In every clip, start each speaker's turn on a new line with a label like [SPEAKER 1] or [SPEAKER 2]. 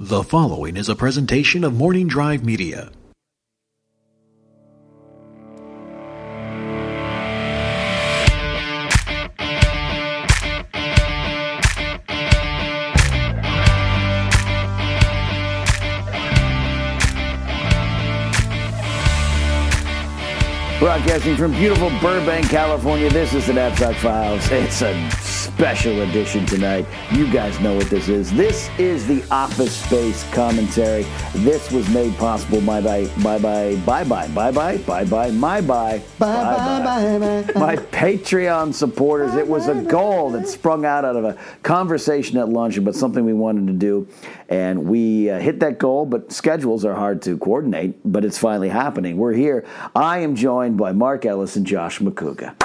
[SPEAKER 1] The following is a presentation of Morning Drive Media.
[SPEAKER 2] Broadcasting from beautiful Burbank, California, this is the Knapsack Files. It's a special edition tonight. You guys know what this is. This is the Office Space commentary. This was made possible by by by by by by by by by by my by by by my Patreon supporters. It was a goal that sprung out out of a conversation at lunch about something we wanted to do, and we uh, hit that goal. But schedules are hard to coordinate. But it's finally happening. We're here. I am joined by Mark Ellis and Josh McCouga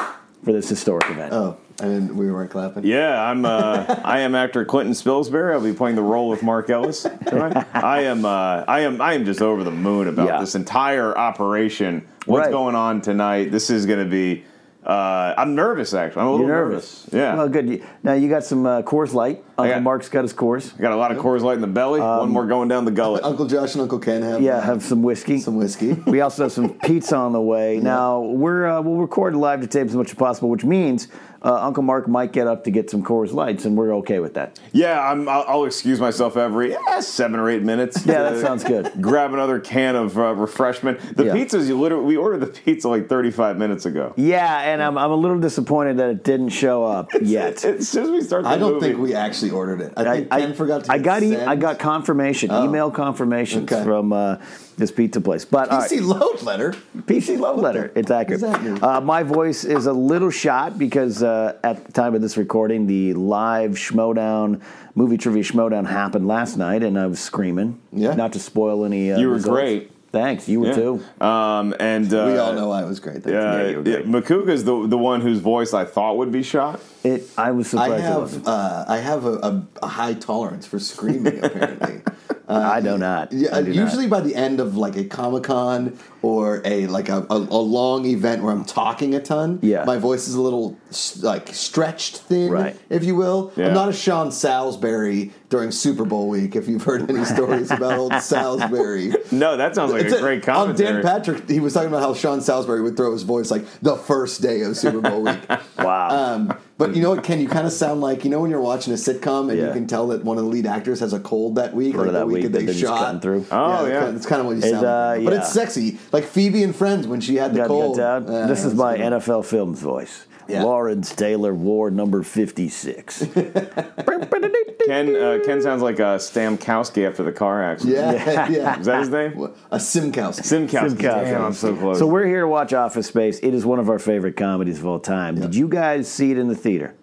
[SPEAKER 2] for this historic event.
[SPEAKER 3] Oh, I mean, we weren't clapping.
[SPEAKER 4] Yeah, I'm. Uh, I am actor Clinton Spilsbury. I'll be playing the role of Mark Ellis. tonight. I am. Uh, I am. I am just over the moon about
[SPEAKER 2] Yeah.
[SPEAKER 4] this entire operation. What's
[SPEAKER 2] Right.
[SPEAKER 4] going on tonight? This is going to be. Uh, I'm nervous. Actually, I'm a
[SPEAKER 2] You're
[SPEAKER 4] little
[SPEAKER 2] nervous.
[SPEAKER 4] Yeah,
[SPEAKER 2] Well, good. You- Now you got some uh, Coors Light. Uncle
[SPEAKER 4] got-
[SPEAKER 2] Mark's got his Coors.
[SPEAKER 4] I got a lot of Coors Light in the belly.
[SPEAKER 2] Um,
[SPEAKER 4] One more going down the gullet.
[SPEAKER 3] Uncle Josh and Uncle Ken have
[SPEAKER 2] Yeah, have some whiskey.
[SPEAKER 3] some whiskey.
[SPEAKER 2] we also have some pizza on the way. Now we're uh, we'll record live to tape as much as possible, which means uh, Uncle Mark might get up to get some Coors Lights, and we're okay with that.
[SPEAKER 4] Yeah, I'm, I'll, I'll excuse myself every eh, seven or eight minutes.
[SPEAKER 2] Yeah,
[SPEAKER 4] to
[SPEAKER 2] that sounds good.
[SPEAKER 4] Grab another can of uh, refreshment. The
[SPEAKER 2] Yeah.
[SPEAKER 4] pizzas you literally we ordered the pizza like 35 minutes ago.
[SPEAKER 2] Yeah, and I'm, I'm a little disappointed that it didn't show up yet.
[SPEAKER 4] As soon as we start, the
[SPEAKER 3] I don't
[SPEAKER 4] movie-
[SPEAKER 3] think we actually ordered it. I
[SPEAKER 2] I,
[SPEAKER 3] think Ken
[SPEAKER 2] I
[SPEAKER 3] forgot to.
[SPEAKER 2] I
[SPEAKER 3] hit
[SPEAKER 2] got e-
[SPEAKER 3] send.
[SPEAKER 2] I got confirmation,
[SPEAKER 3] Oh.
[SPEAKER 2] email confirmation
[SPEAKER 3] Okay.
[SPEAKER 2] from uh, this pizza place. But all right.
[SPEAKER 3] PC load letter.
[SPEAKER 2] PC love letter. It's accurate.
[SPEAKER 3] does that mean?
[SPEAKER 2] Uh, my voice is a little shot because uh, at the time of this recording, the live Schmodown movie trivia Schmodown happened last night, and I was screaming.
[SPEAKER 3] Yeah.
[SPEAKER 2] Not to spoil any. Uh,
[SPEAKER 4] You were
[SPEAKER 2] results.
[SPEAKER 4] great.
[SPEAKER 2] Thanks. You were
[SPEAKER 4] Yeah.
[SPEAKER 2] too.
[SPEAKER 4] Um, and uh,
[SPEAKER 3] We all know I was great.
[SPEAKER 4] Uh,
[SPEAKER 3] That's-
[SPEAKER 2] you were
[SPEAKER 4] yeah,
[SPEAKER 2] great.
[SPEAKER 4] Makuga's the the one whose voice I thought would be shot.
[SPEAKER 2] It. I was
[SPEAKER 3] I
[SPEAKER 2] surprised. it wasn't.
[SPEAKER 3] have uh, I have a, a, a high tolerance for screaming. Apparently, uh,
[SPEAKER 2] I do not.
[SPEAKER 3] yeah.
[SPEAKER 2] I do not.
[SPEAKER 3] usually by the end of like a comic con or a like a, a, a long event where I'm talking a ton,
[SPEAKER 2] Yeah.
[SPEAKER 3] my voice is a little s- like stretched thin,
[SPEAKER 2] Right.
[SPEAKER 3] if you will.
[SPEAKER 4] Yeah.
[SPEAKER 3] I'm not a Sean Salisbury during Super Bowl week. If you've heard any stories about old Salisbury.
[SPEAKER 4] No, that sounds like
[SPEAKER 3] It's
[SPEAKER 4] a, great commentary.
[SPEAKER 3] On Dan Patrick, he was talking about how Sean Salisbury would throw his voice like the first day of Super Bowl week.
[SPEAKER 2] Wow.
[SPEAKER 3] Um, but you know what, Ken? You kind of sound like you know when you're watching a sitcom and
[SPEAKER 2] Yeah.
[SPEAKER 3] you can tell that one of the lead actors has a cold that week,
[SPEAKER 2] Or
[SPEAKER 3] like
[SPEAKER 2] that
[SPEAKER 3] the week
[SPEAKER 2] week
[SPEAKER 3] that
[SPEAKER 2] that
[SPEAKER 3] they
[SPEAKER 2] they're just cutting
[SPEAKER 3] shot. Uh,
[SPEAKER 2] through.
[SPEAKER 4] Oh,
[SPEAKER 3] that's
[SPEAKER 4] yeah.
[SPEAKER 3] kinda- that's kind of what you
[SPEAKER 2] It,
[SPEAKER 3] sound. like.
[SPEAKER 2] uh,
[SPEAKER 3] But
[SPEAKER 2] yeah.
[SPEAKER 3] it's sexy, like Phoebe and Friends when she had the
[SPEAKER 2] Got to
[SPEAKER 3] cold.
[SPEAKER 2] get down.
[SPEAKER 3] Yeah,
[SPEAKER 2] this is
[SPEAKER 3] that's
[SPEAKER 2] my
[SPEAKER 3] good.
[SPEAKER 2] NFL Films voice.
[SPEAKER 3] Yeah.
[SPEAKER 2] Lawrence Taylor War number fifty six.
[SPEAKER 4] Ken uh, Ken sounds like uh, Stamkowski after the car accident.
[SPEAKER 3] Yeah, yeah.
[SPEAKER 4] Is that his name?
[SPEAKER 3] A Simkowski.
[SPEAKER 4] Simkowski.
[SPEAKER 2] Simkowski.
[SPEAKER 4] Damn, I'm so close.
[SPEAKER 2] So we're here to watch Office Space. It is one of our favorite comedies of all time. Did you guys see it in the theater?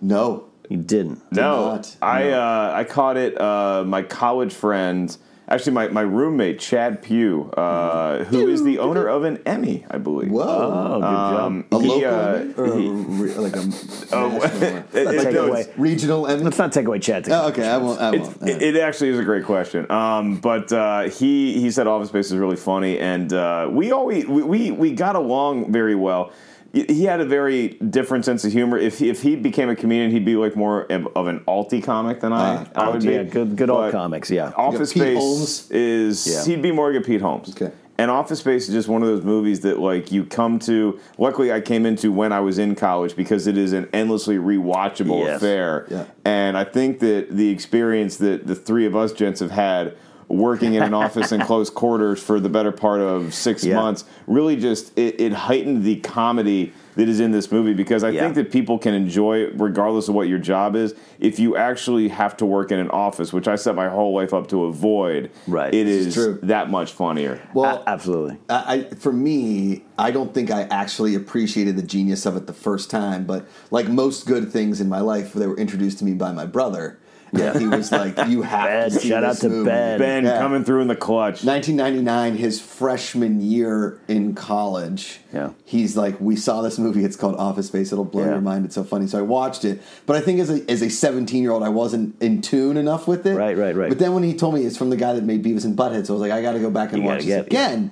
[SPEAKER 3] no.
[SPEAKER 2] You didn't.
[SPEAKER 4] no,
[SPEAKER 3] not.
[SPEAKER 4] I uh, I caught it. Uh, my college friend, actually my, my roommate Chad Pugh, uh, who is the owner of an Emmy, I believe.
[SPEAKER 3] Whoa.
[SPEAKER 2] Oh, good
[SPEAKER 4] Um,
[SPEAKER 3] a
[SPEAKER 4] he,
[SPEAKER 3] local
[SPEAKER 4] uh,
[SPEAKER 3] Emmy or a re- like a national one?
[SPEAKER 4] it-
[SPEAKER 2] Take
[SPEAKER 4] no,
[SPEAKER 2] away.
[SPEAKER 4] it's-
[SPEAKER 3] regional Emmy?
[SPEAKER 2] Let's not take away Chad's.
[SPEAKER 4] Uh,
[SPEAKER 3] Oh, okay, I won't. I
[SPEAKER 4] It's,
[SPEAKER 3] won't.
[SPEAKER 4] it, it actually is a great question. Um, but uh, he he said Office Space is really funny, and uh, we always we, we we got along very well. Y- He had a very different sense of humor. If he, if he became a comedian, he'd be like more of of an alty comic than I,
[SPEAKER 3] Ah,
[SPEAKER 4] I would be.
[SPEAKER 2] Uh, Yeah, good, good old
[SPEAKER 4] But
[SPEAKER 2] comics. Yeah.
[SPEAKER 4] Office
[SPEAKER 3] Pete
[SPEAKER 4] Space
[SPEAKER 3] Holmes.
[SPEAKER 4] is
[SPEAKER 2] Yeah.
[SPEAKER 4] he'd be more like a Pete Holmes.
[SPEAKER 3] Okay.
[SPEAKER 4] And Office Space is just one of those movies that like you come to. Luckily, I came into when I was in college because it is an endlessly rewatchable
[SPEAKER 2] Yes.
[SPEAKER 4] affair.
[SPEAKER 3] Yeah.
[SPEAKER 4] And I think that the experience that the three of us gents have had working in an office in close quarters for the better part of six
[SPEAKER 2] Yeah.
[SPEAKER 4] months really just it, it heightened the comedy that is in this movie because I
[SPEAKER 2] Yeah.
[SPEAKER 4] think that people can enjoy it regardless of what your job is if you actually have to work in an office which I set my whole life up to avoid
[SPEAKER 2] Right.
[SPEAKER 4] it
[SPEAKER 2] This
[SPEAKER 3] is
[SPEAKER 4] is
[SPEAKER 3] true.
[SPEAKER 4] that much funnier
[SPEAKER 3] well,
[SPEAKER 2] A- absolutely.
[SPEAKER 3] I, I- for me, I don't think I actually appreciated the genius of it the first time, but like most good things in my life, they were introduced to me by my brother. Yeah. He was like, you have
[SPEAKER 2] Ben,
[SPEAKER 3] to see
[SPEAKER 2] shout out
[SPEAKER 3] this
[SPEAKER 2] to
[SPEAKER 3] movie.
[SPEAKER 2] Ben.
[SPEAKER 4] Ben
[SPEAKER 3] Yeah.
[SPEAKER 4] coming through in the clutch.
[SPEAKER 3] 1999, his freshman year in college.
[SPEAKER 2] Yeah.
[SPEAKER 3] He's like, we saw this movie. It's called Office Space. It'll blow
[SPEAKER 2] Yeah.
[SPEAKER 3] your mind. It's so funny. So I watched it. But I think as a, as a 17 year old, I wasn't in tune enough with it.
[SPEAKER 2] Right, right, right.
[SPEAKER 3] But then when he told me it's from the guy that made Beavis and Butthead, so I was like, I got to go back and
[SPEAKER 2] You
[SPEAKER 3] watch
[SPEAKER 2] gotta
[SPEAKER 3] this
[SPEAKER 2] get-
[SPEAKER 3] again.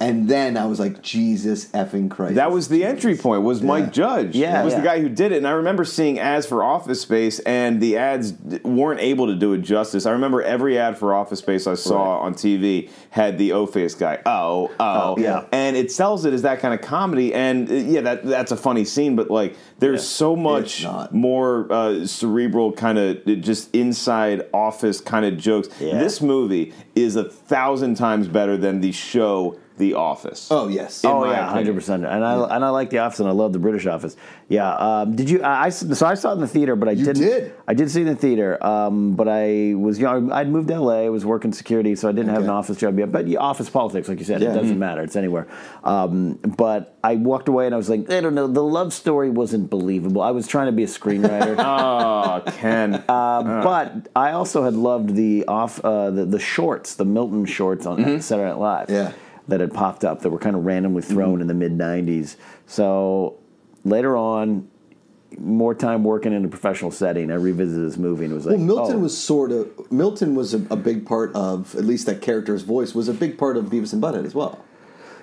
[SPEAKER 3] And then I was like, Jesus effing Christ.
[SPEAKER 4] That was the entry point. Was Mike Judge?
[SPEAKER 2] Yeah,
[SPEAKER 4] was
[SPEAKER 2] yeah.
[SPEAKER 4] the guy who did it. And I remember seeing ads for Office Space, and the ads d- weren't able to do it justice. I remember every ad for Office Space I saw on TV had the O face guy. Oh, oh,
[SPEAKER 2] yeah.
[SPEAKER 4] And it sells it as that kind of comedy. And uh, yeah, that that's a funny scene. But like, there's so much
[SPEAKER 3] not.
[SPEAKER 4] more uh, cerebral kind of just inside office kind of jokes.
[SPEAKER 2] Yeah.
[SPEAKER 4] This movie is a thousand times better than the show The Office.
[SPEAKER 3] Oh, yes.
[SPEAKER 4] Oh,
[SPEAKER 2] Oh yeah,
[SPEAKER 4] my opinion.
[SPEAKER 2] hundred percent. And I and I like the office, and I love the British office. Yeah. Um, did you? I I- so I saw it in the theater, but I didn't.
[SPEAKER 3] did?
[SPEAKER 2] I did see it in the theater, um, but I was young. I'd moved to LA. I was working security, so I didn't have an
[SPEAKER 3] Okay.
[SPEAKER 2] office job yet. But yeah, office politics, like you said,
[SPEAKER 3] Yeah.
[SPEAKER 2] it doesn't matter. It's anywhere. Um, but I walked away, and I was like, I don't know. The love story wasn't believable. I was trying to be a screenwriter. Uh,
[SPEAKER 4] Oh, Ken.
[SPEAKER 2] But I also had loved the off uh, the, the shorts, the Milton shorts on
[SPEAKER 4] Mm-hmm.
[SPEAKER 2] Saturday Night Live.
[SPEAKER 3] Yeah. Mm-hmm.
[SPEAKER 2] That had popped up that were kind of randomly thrown in the mid '90s. So later on, more time working in a professional setting, I revisited this movie and was like,
[SPEAKER 3] Well, Milton
[SPEAKER 2] oh,
[SPEAKER 3] was sort of Milton was a, a big part of at least that character's voice was a big part of Beavis and Butthead as well.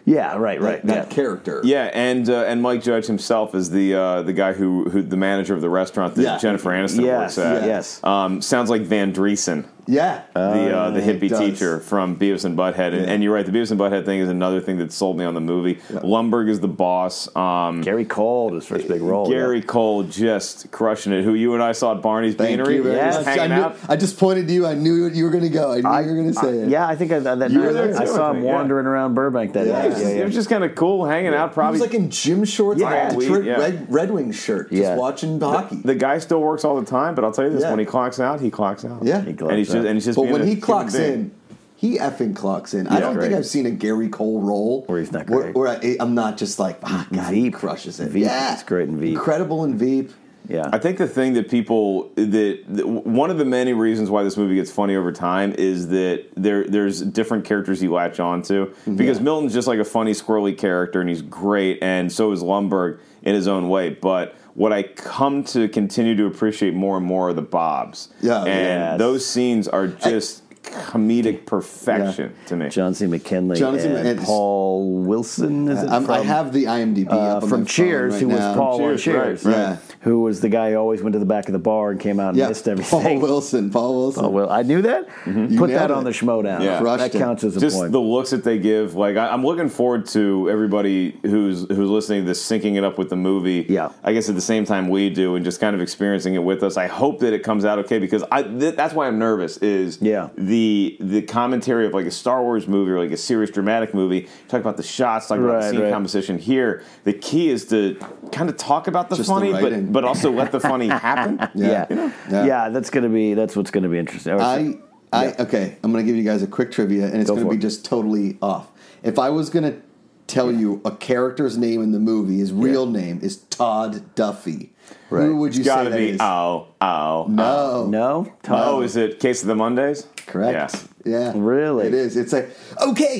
[SPEAKER 2] yeah, right, right,
[SPEAKER 3] Like, that
[SPEAKER 2] yeah.
[SPEAKER 3] character.
[SPEAKER 4] Yeah, and uh, and Mike Judge himself is the uh, the guy who who the manager of the restaurant that
[SPEAKER 3] Yeah.
[SPEAKER 4] Jennifer Aniston
[SPEAKER 2] Yes,
[SPEAKER 4] works at.
[SPEAKER 2] yes.
[SPEAKER 4] Um, sounds like Van Dreesen,
[SPEAKER 3] yeah.
[SPEAKER 4] the uh, the
[SPEAKER 3] it
[SPEAKER 4] hippie
[SPEAKER 3] does.
[SPEAKER 4] teacher from Beavis and Butthead. And,
[SPEAKER 3] Yeah.
[SPEAKER 4] and you're right, the Beavis and Butthead thing is another thing that sold me on the movie. Lumberg is the boss. Um,
[SPEAKER 2] Gary Cole was his first big role. yeah.
[SPEAKER 4] Gary Cole just crushing it. Who you and I saw at Barney's
[SPEAKER 3] Thank
[SPEAKER 4] Beanery,
[SPEAKER 3] you very
[SPEAKER 2] Yes.
[SPEAKER 3] much. I,
[SPEAKER 4] hanging
[SPEAKER 3] knew,
[SPEAKER 4] out.
[SPEAKER 3] I just pointed to you. I knew you were going to go. I knew you were going to say it.
[SPEAKER 2] Yeah, I think I, that night,
[SPEAKER 4] were there
[SPEAKER 2] I
[SPEAKER 4] too,
[SPEAKER 2] saw
[SPEAKER 4] I
[SPEAKER 2] him
[SPEAKER 4] think, yeah.
[SPEAKER 2] wandering around Burbank that
[SPEAKER 3] Yeah.
[SPEAKER 2] night. Yeah,
[SPEAKER 4] It
[SPEAKER 2] yeah.
[SPEAKER 4] was just kind of cool hanging out.
[SPEAKER 3] He
[SPEAKER 4] Probably
[SPEAKER 3] was like in gym shorts,
[SPEAKER 4] Yeah,
[SPEAKER 3] like a
[SPEAKER 4] we-
[SPEAKER 3] Detroit
[SPEAKER 4] yeah.
[SPEAKER 3] Red, Red Wing shirt, just
[SPEAKER 2] Yeah.
[SPEAKER 3] watching hockey.
[SPEAKER 4] the guy still works all the time, but I'll tell you this:
[SPEAKER 3] Yeah.
[SPEAKER 4] when he clocks out, he clocks out.
[SPEAKER 3] Yeah. He
[SPEAKER 4] and
[SPEAKER 2] clocks
[SPEAKER 4] he's
[SPEAKER 2] out.
[SPEAKER 4] just and he's just.
[SPEAKER 3] but
[SPEAKER 4] being a
[SPEAKER 3] when he
[SPEAKER 4] human
[SPEAKER 3] clocks
[SPEAKER 4] being.
[SPEAKER 3] in, he effing clocks in.
[SPEAKER 4] Yeah,
[SPEAKER 3] I don't
[SPEAKER 4] great.
[SPEAKER 3] think I've seen a Gary Cole role
[SPEAKER 2] Where he's not
[SPEAKER 3] where,
[SPEAKER 2] great.
[SPEAKER 3] where I, I'm not just like ah, God, he
[SPEAKER 2] Veep.
[SPEAKER 3] crushes it.
[SPEAKER 2] Veep
[SPEAKER 3] yeah,
[SPEAKER 2] is great in Veep.
[SPEAKER 3] Incredible in Veep.
[SPEAKER 2] yeah.
[SPEAKER 4] I think the thing that people that, that one of the many reasons why this movie gets funny over time is that there there's different characters you latch on to
[SPEAKER 3] Mm-hmm.
[SPEAKER 4] because Milton's just like a funny squirrely character and he's great and so is Lumberg in his own way but what I come to continue to appreciate more and more are the Bobs
[SPEAKER 3] Yeah.
[SPEAKER 4] and
[SPEAKER 2] Yes.
[SPEAKER 4] those scenes are just comedic perfection to me
[SPEAKER 2] John C. McKinley
[SPEAKER 3] John C.
[SPEAKER 2] and,
[SPEAKER 3] and-
[SPEAKER 2] Paul Wilson. Is it
[SPEAKER 3] I'm, I
[SPEAKER 2] from-
[SPEAKER 3] have the IMDb
[SPEAKER 2] uh,
[SPEAKER 3] up
[SPEAKER 2] from
[SPEAKER 3] on my phone
[SPEAKER 2] Cheers,
[SPEAKER 3] right
[SPEAKER 2] who was
[SPEAKER 3] now.
[SPEAKER 2] Paul
[SPEAKER 4] Cheers,
[SPEAKER 2] on
[SPEAKER 4] right,
[SPEAKER 2] Cheers,
[SPEAKER 3] right. Yeah.
[SPEAKER 2] who was the guy who always went to the back of the bar and came out and
[SPEAKER 3] Yeah,
[SPEAKER 2] missed
[SPEAKER 3] Paul
[SPEAKER 2] everything.
[SPEAKER 3] Wilson. Paul Wilson.
[SPEAKER 2] Oh, well, I knew that. Put
[SPEAKER 3] Mm-hmm. nailed
[SPEAKER 2] that on
[SPEAKER 3] it.
[SPEAKER 2] the schmo down.
[SPEAKER 4] Yeah.
[SPEAKER 3] Crushed
[SPEAKER 2] That
[SPEAKER 3] it.
[SPEAKER 2] counts as a
[SPEAKER 4] just
[SPEAKER 2] point.
[SPEAKER 4] the looks that they give. Like I, I'm looking forward to everybody who's who's listening to this syncing it up with the movie.
[SPEAKER 2] Yeah.
[SPEAKER 4] I guess at the same time we do, and just kind of experiencing it with us. I hope that it comes out okay because I th- that's why I'm nervous. Is
[SPEAKER 2] Yeah.
[SPEAKER 4] the the commentary of like a Star Wars movie or like a serious dramatic movie. Talk about the shots, talk about the
[SPEAKER 2] Right,
[SPEAKER 4] scene
[SPEAKER 2] right.
[SPEAKER 4] composition. Here, the key is to kind of talk about the
[SPEAKER 3] Just the
[SPEAKER 4] funny,
[SPEAKER 3] writing.
[SPEAKER 4] but but also let the funny happen.
[SPEAKER 2] yeah.
[SPEAKER 3] Yeah.
[SPEAKER 2] Yeah.
[SPEAKER 3] Yeah.
[SPEAKER 2] that's gonna be that's what's gonna be interesting. Or-
[SPEAKER 3] I, I okay. I'm gonna give you guys a quick trivia, and it's
[SPEAKER 2] Go
[SPEAKER 3] gonna
[SPEAKER 2] for
[SPEAKER 3] be
[SPEAKER 2] it.
[SPEAKER 3] just totally off. If I was gonna tell you a character's name in the movie, his real name is Todd Duffy.
[SPEAKER 2] Right.
[SPEAKER 3] Who would you
[SPEAKER 4] Gotta
[SPEAKER 3] say that
[SPEAKER 4] be
[SPEAKER 3] is?
[SPEAKER 4] oh oh
[SPEAKER 3] no,
[SPEAKER 2] no, Tom.
[SPEAKER 4] Oh, is it Case of the Mondays?
[SPEAKER 3] correct.
[SPEAKER 4] Yes.
[SPEAKER 3] Yeah,
[SPEAKER 2] Really?
[SPEAKER 3] it is. It's like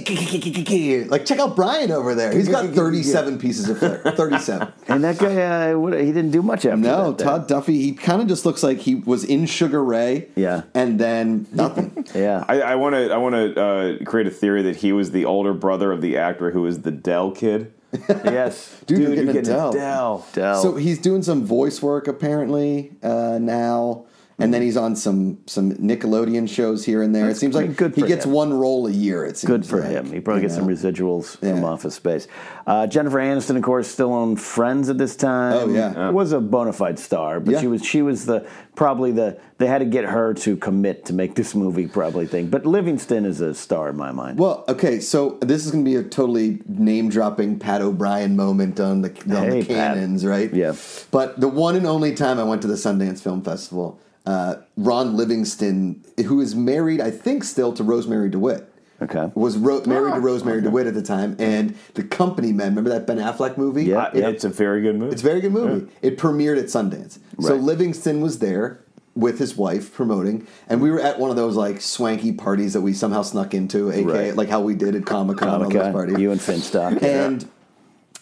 [SPEAKER 3] okay, like check out Brian over there. He's got 37 pieces of flair. 37.
[SPEAKER 2] And that guy, uh, what, he didn't do much after
[SPEAKER 3] No,
[SPEAKER 2] that. then.
[SPEAKER 3] Todd Duffy. He kind of just looks like he was in Sugar Ray.
[SPEAKER 2] Yeah.
[SPEAKER 3] and then nothing.
[SPEAKER 2] Yeah,
[SPEAKER 4] I want to I want to uh, create a theory that he was the older brother of the actor who was the Dell kid.
[SPEAKER 2] yes,
[SPEAKER 3] Dude, you're getting Adele.
[SPEAKER 2] Adele. Adele.
[SPEAKER 3] So he's doing some voice work apparently uh, now, and then he's on some some Nickelodeon shows here and there. it seems like
[SPEAKER 2] pretty good
[SPEAKER 3] he
[SPEAKER 2] for
[SPEAKER 3] gets
[SPEAKER 2] him.
[SPEAKER 3] one role a year. It seems
[SPEAKER 2] Good for
[SPEAKER 3] like,
[SPEAKER 2] him. He probably
[SPEAKER 3] you
[SPEAKER 2] gets
[SPEAKER 3] know.
[SPEAKER 2] some residuals from
[SPEAKER 3] Yeah.
[SPEAKER 2] Office Space. Uh, Jennifer Aniston, of course, still on Friends at this time.
[SPEAKER 3] Oh, yeah. Yeah.
[SPEAKER 2] was a bona fide star, but
[SPEAKER 3] Yeah.
[SPEAKER 2] she was she was the probably the they had to get her to commit to make this movie probably thing. But Livingston is a star in my mind.
[SPEAKER 3] Well, okay, so this is going to be a totally name dropping Pat O'Brien moment on the on
[SPEAKER 2] Hey,
[SPEAKER 3] the
[SPEAKER 2] Pat.
[SPEAKER 3] cannons, right?
[SPEAKER 2] Yeah.
[SPEAKER 3] But the one and only time I went to the Sundance Film Festival, uh, Ron Livingston, who is married, I think, still to Rosemary DeWitt.
[SPEAKER 2] Okay.
[SPEAKER 3] Was ro- married to
[SPEAKER 2] Ah,
[SPEAKER 3] Rosemary DeWitt at the time, and the Company Men. Remember that Ben Affleck movie?
[SPEAKER 2] Yeah.
[SPEAKER 4] Uh, It's a very good movie.
[SPEAKER 3] It's a very good movie. It premiered at Sundance. So
[SPEAKER 2] Right.
[SPEAKER 3] Livingston was there. with his wife promoting, and we were at one of those like swanky parties that we somehow snuck into, aka
[SPEAKER 2] Right.
[SPEAKER 3] like how we did at Comic Con.
[SPEAKER 2] Comic-Con,
[SPEAKER 3] party.
[SPEAKER 2] you and Finstock.
[SPEAKER 3] And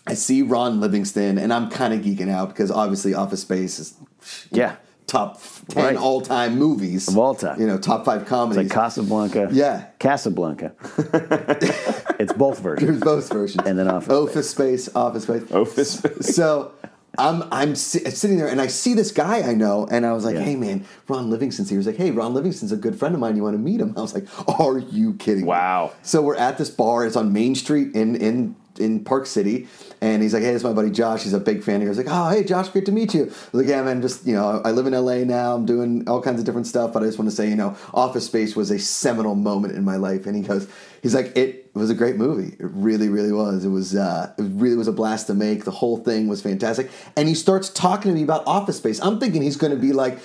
[SPEAKER 3] I see Ron Livingston, and I'm kind of geeking out because obviously Office Space is
[SPEAKER 2] yeah.
[SPEAKER 3] top ten
[SPEAKER 2] Right.
[SPEAKER 3] all time movies
[SPEAKER 2] Of all time.
[SPEAKER 3] You know, top five
[SPEAKER 2] It's like
[SPEAKER 3] comedies.
[SPEAKER 2] Casablanca.
[SPEAKER 3] Yeah.
[SPEAKER 2] Casablanca. it's both versions.
[SPEAKER 3] There's both versions.
[SPEAKER 2] And then Office
[SPEAKER 3] Office Space, Office Space.
[SPEAKER 4] Office Space.
[SPEAKER 3] so I'm I'm si- sitting there and I see this guy I know and I was like,
[SPEAKER 2] Yeah.
[SPEAKER 3] hey man, Ron Livingston's here. He's like, hey, Ron Livingston's a good friend of mine. You want to meet him? I was like, are you kidding? me?"
[SPEAKER 4] Wow.
[SPEAKER 3] So we're at this bar. It's on Main Street in in in Park City. And he's like, hey, this is my buddy Josh. He's a big fan. He was like, oh, hey, Josh, great to meet you. I was like, yeah, man, just, you know, I live in LA now. I'm doing all kinds of different stuff. But I just want to say, you know, Office Space was a seminal moment in my life. And he goes, he's like, it was a great movie. It really, really was. It was, uh, it really was a blast to make. The whole thing was fantastic. And he starts talking to me about Office Space. I'm thinking he's going to be like,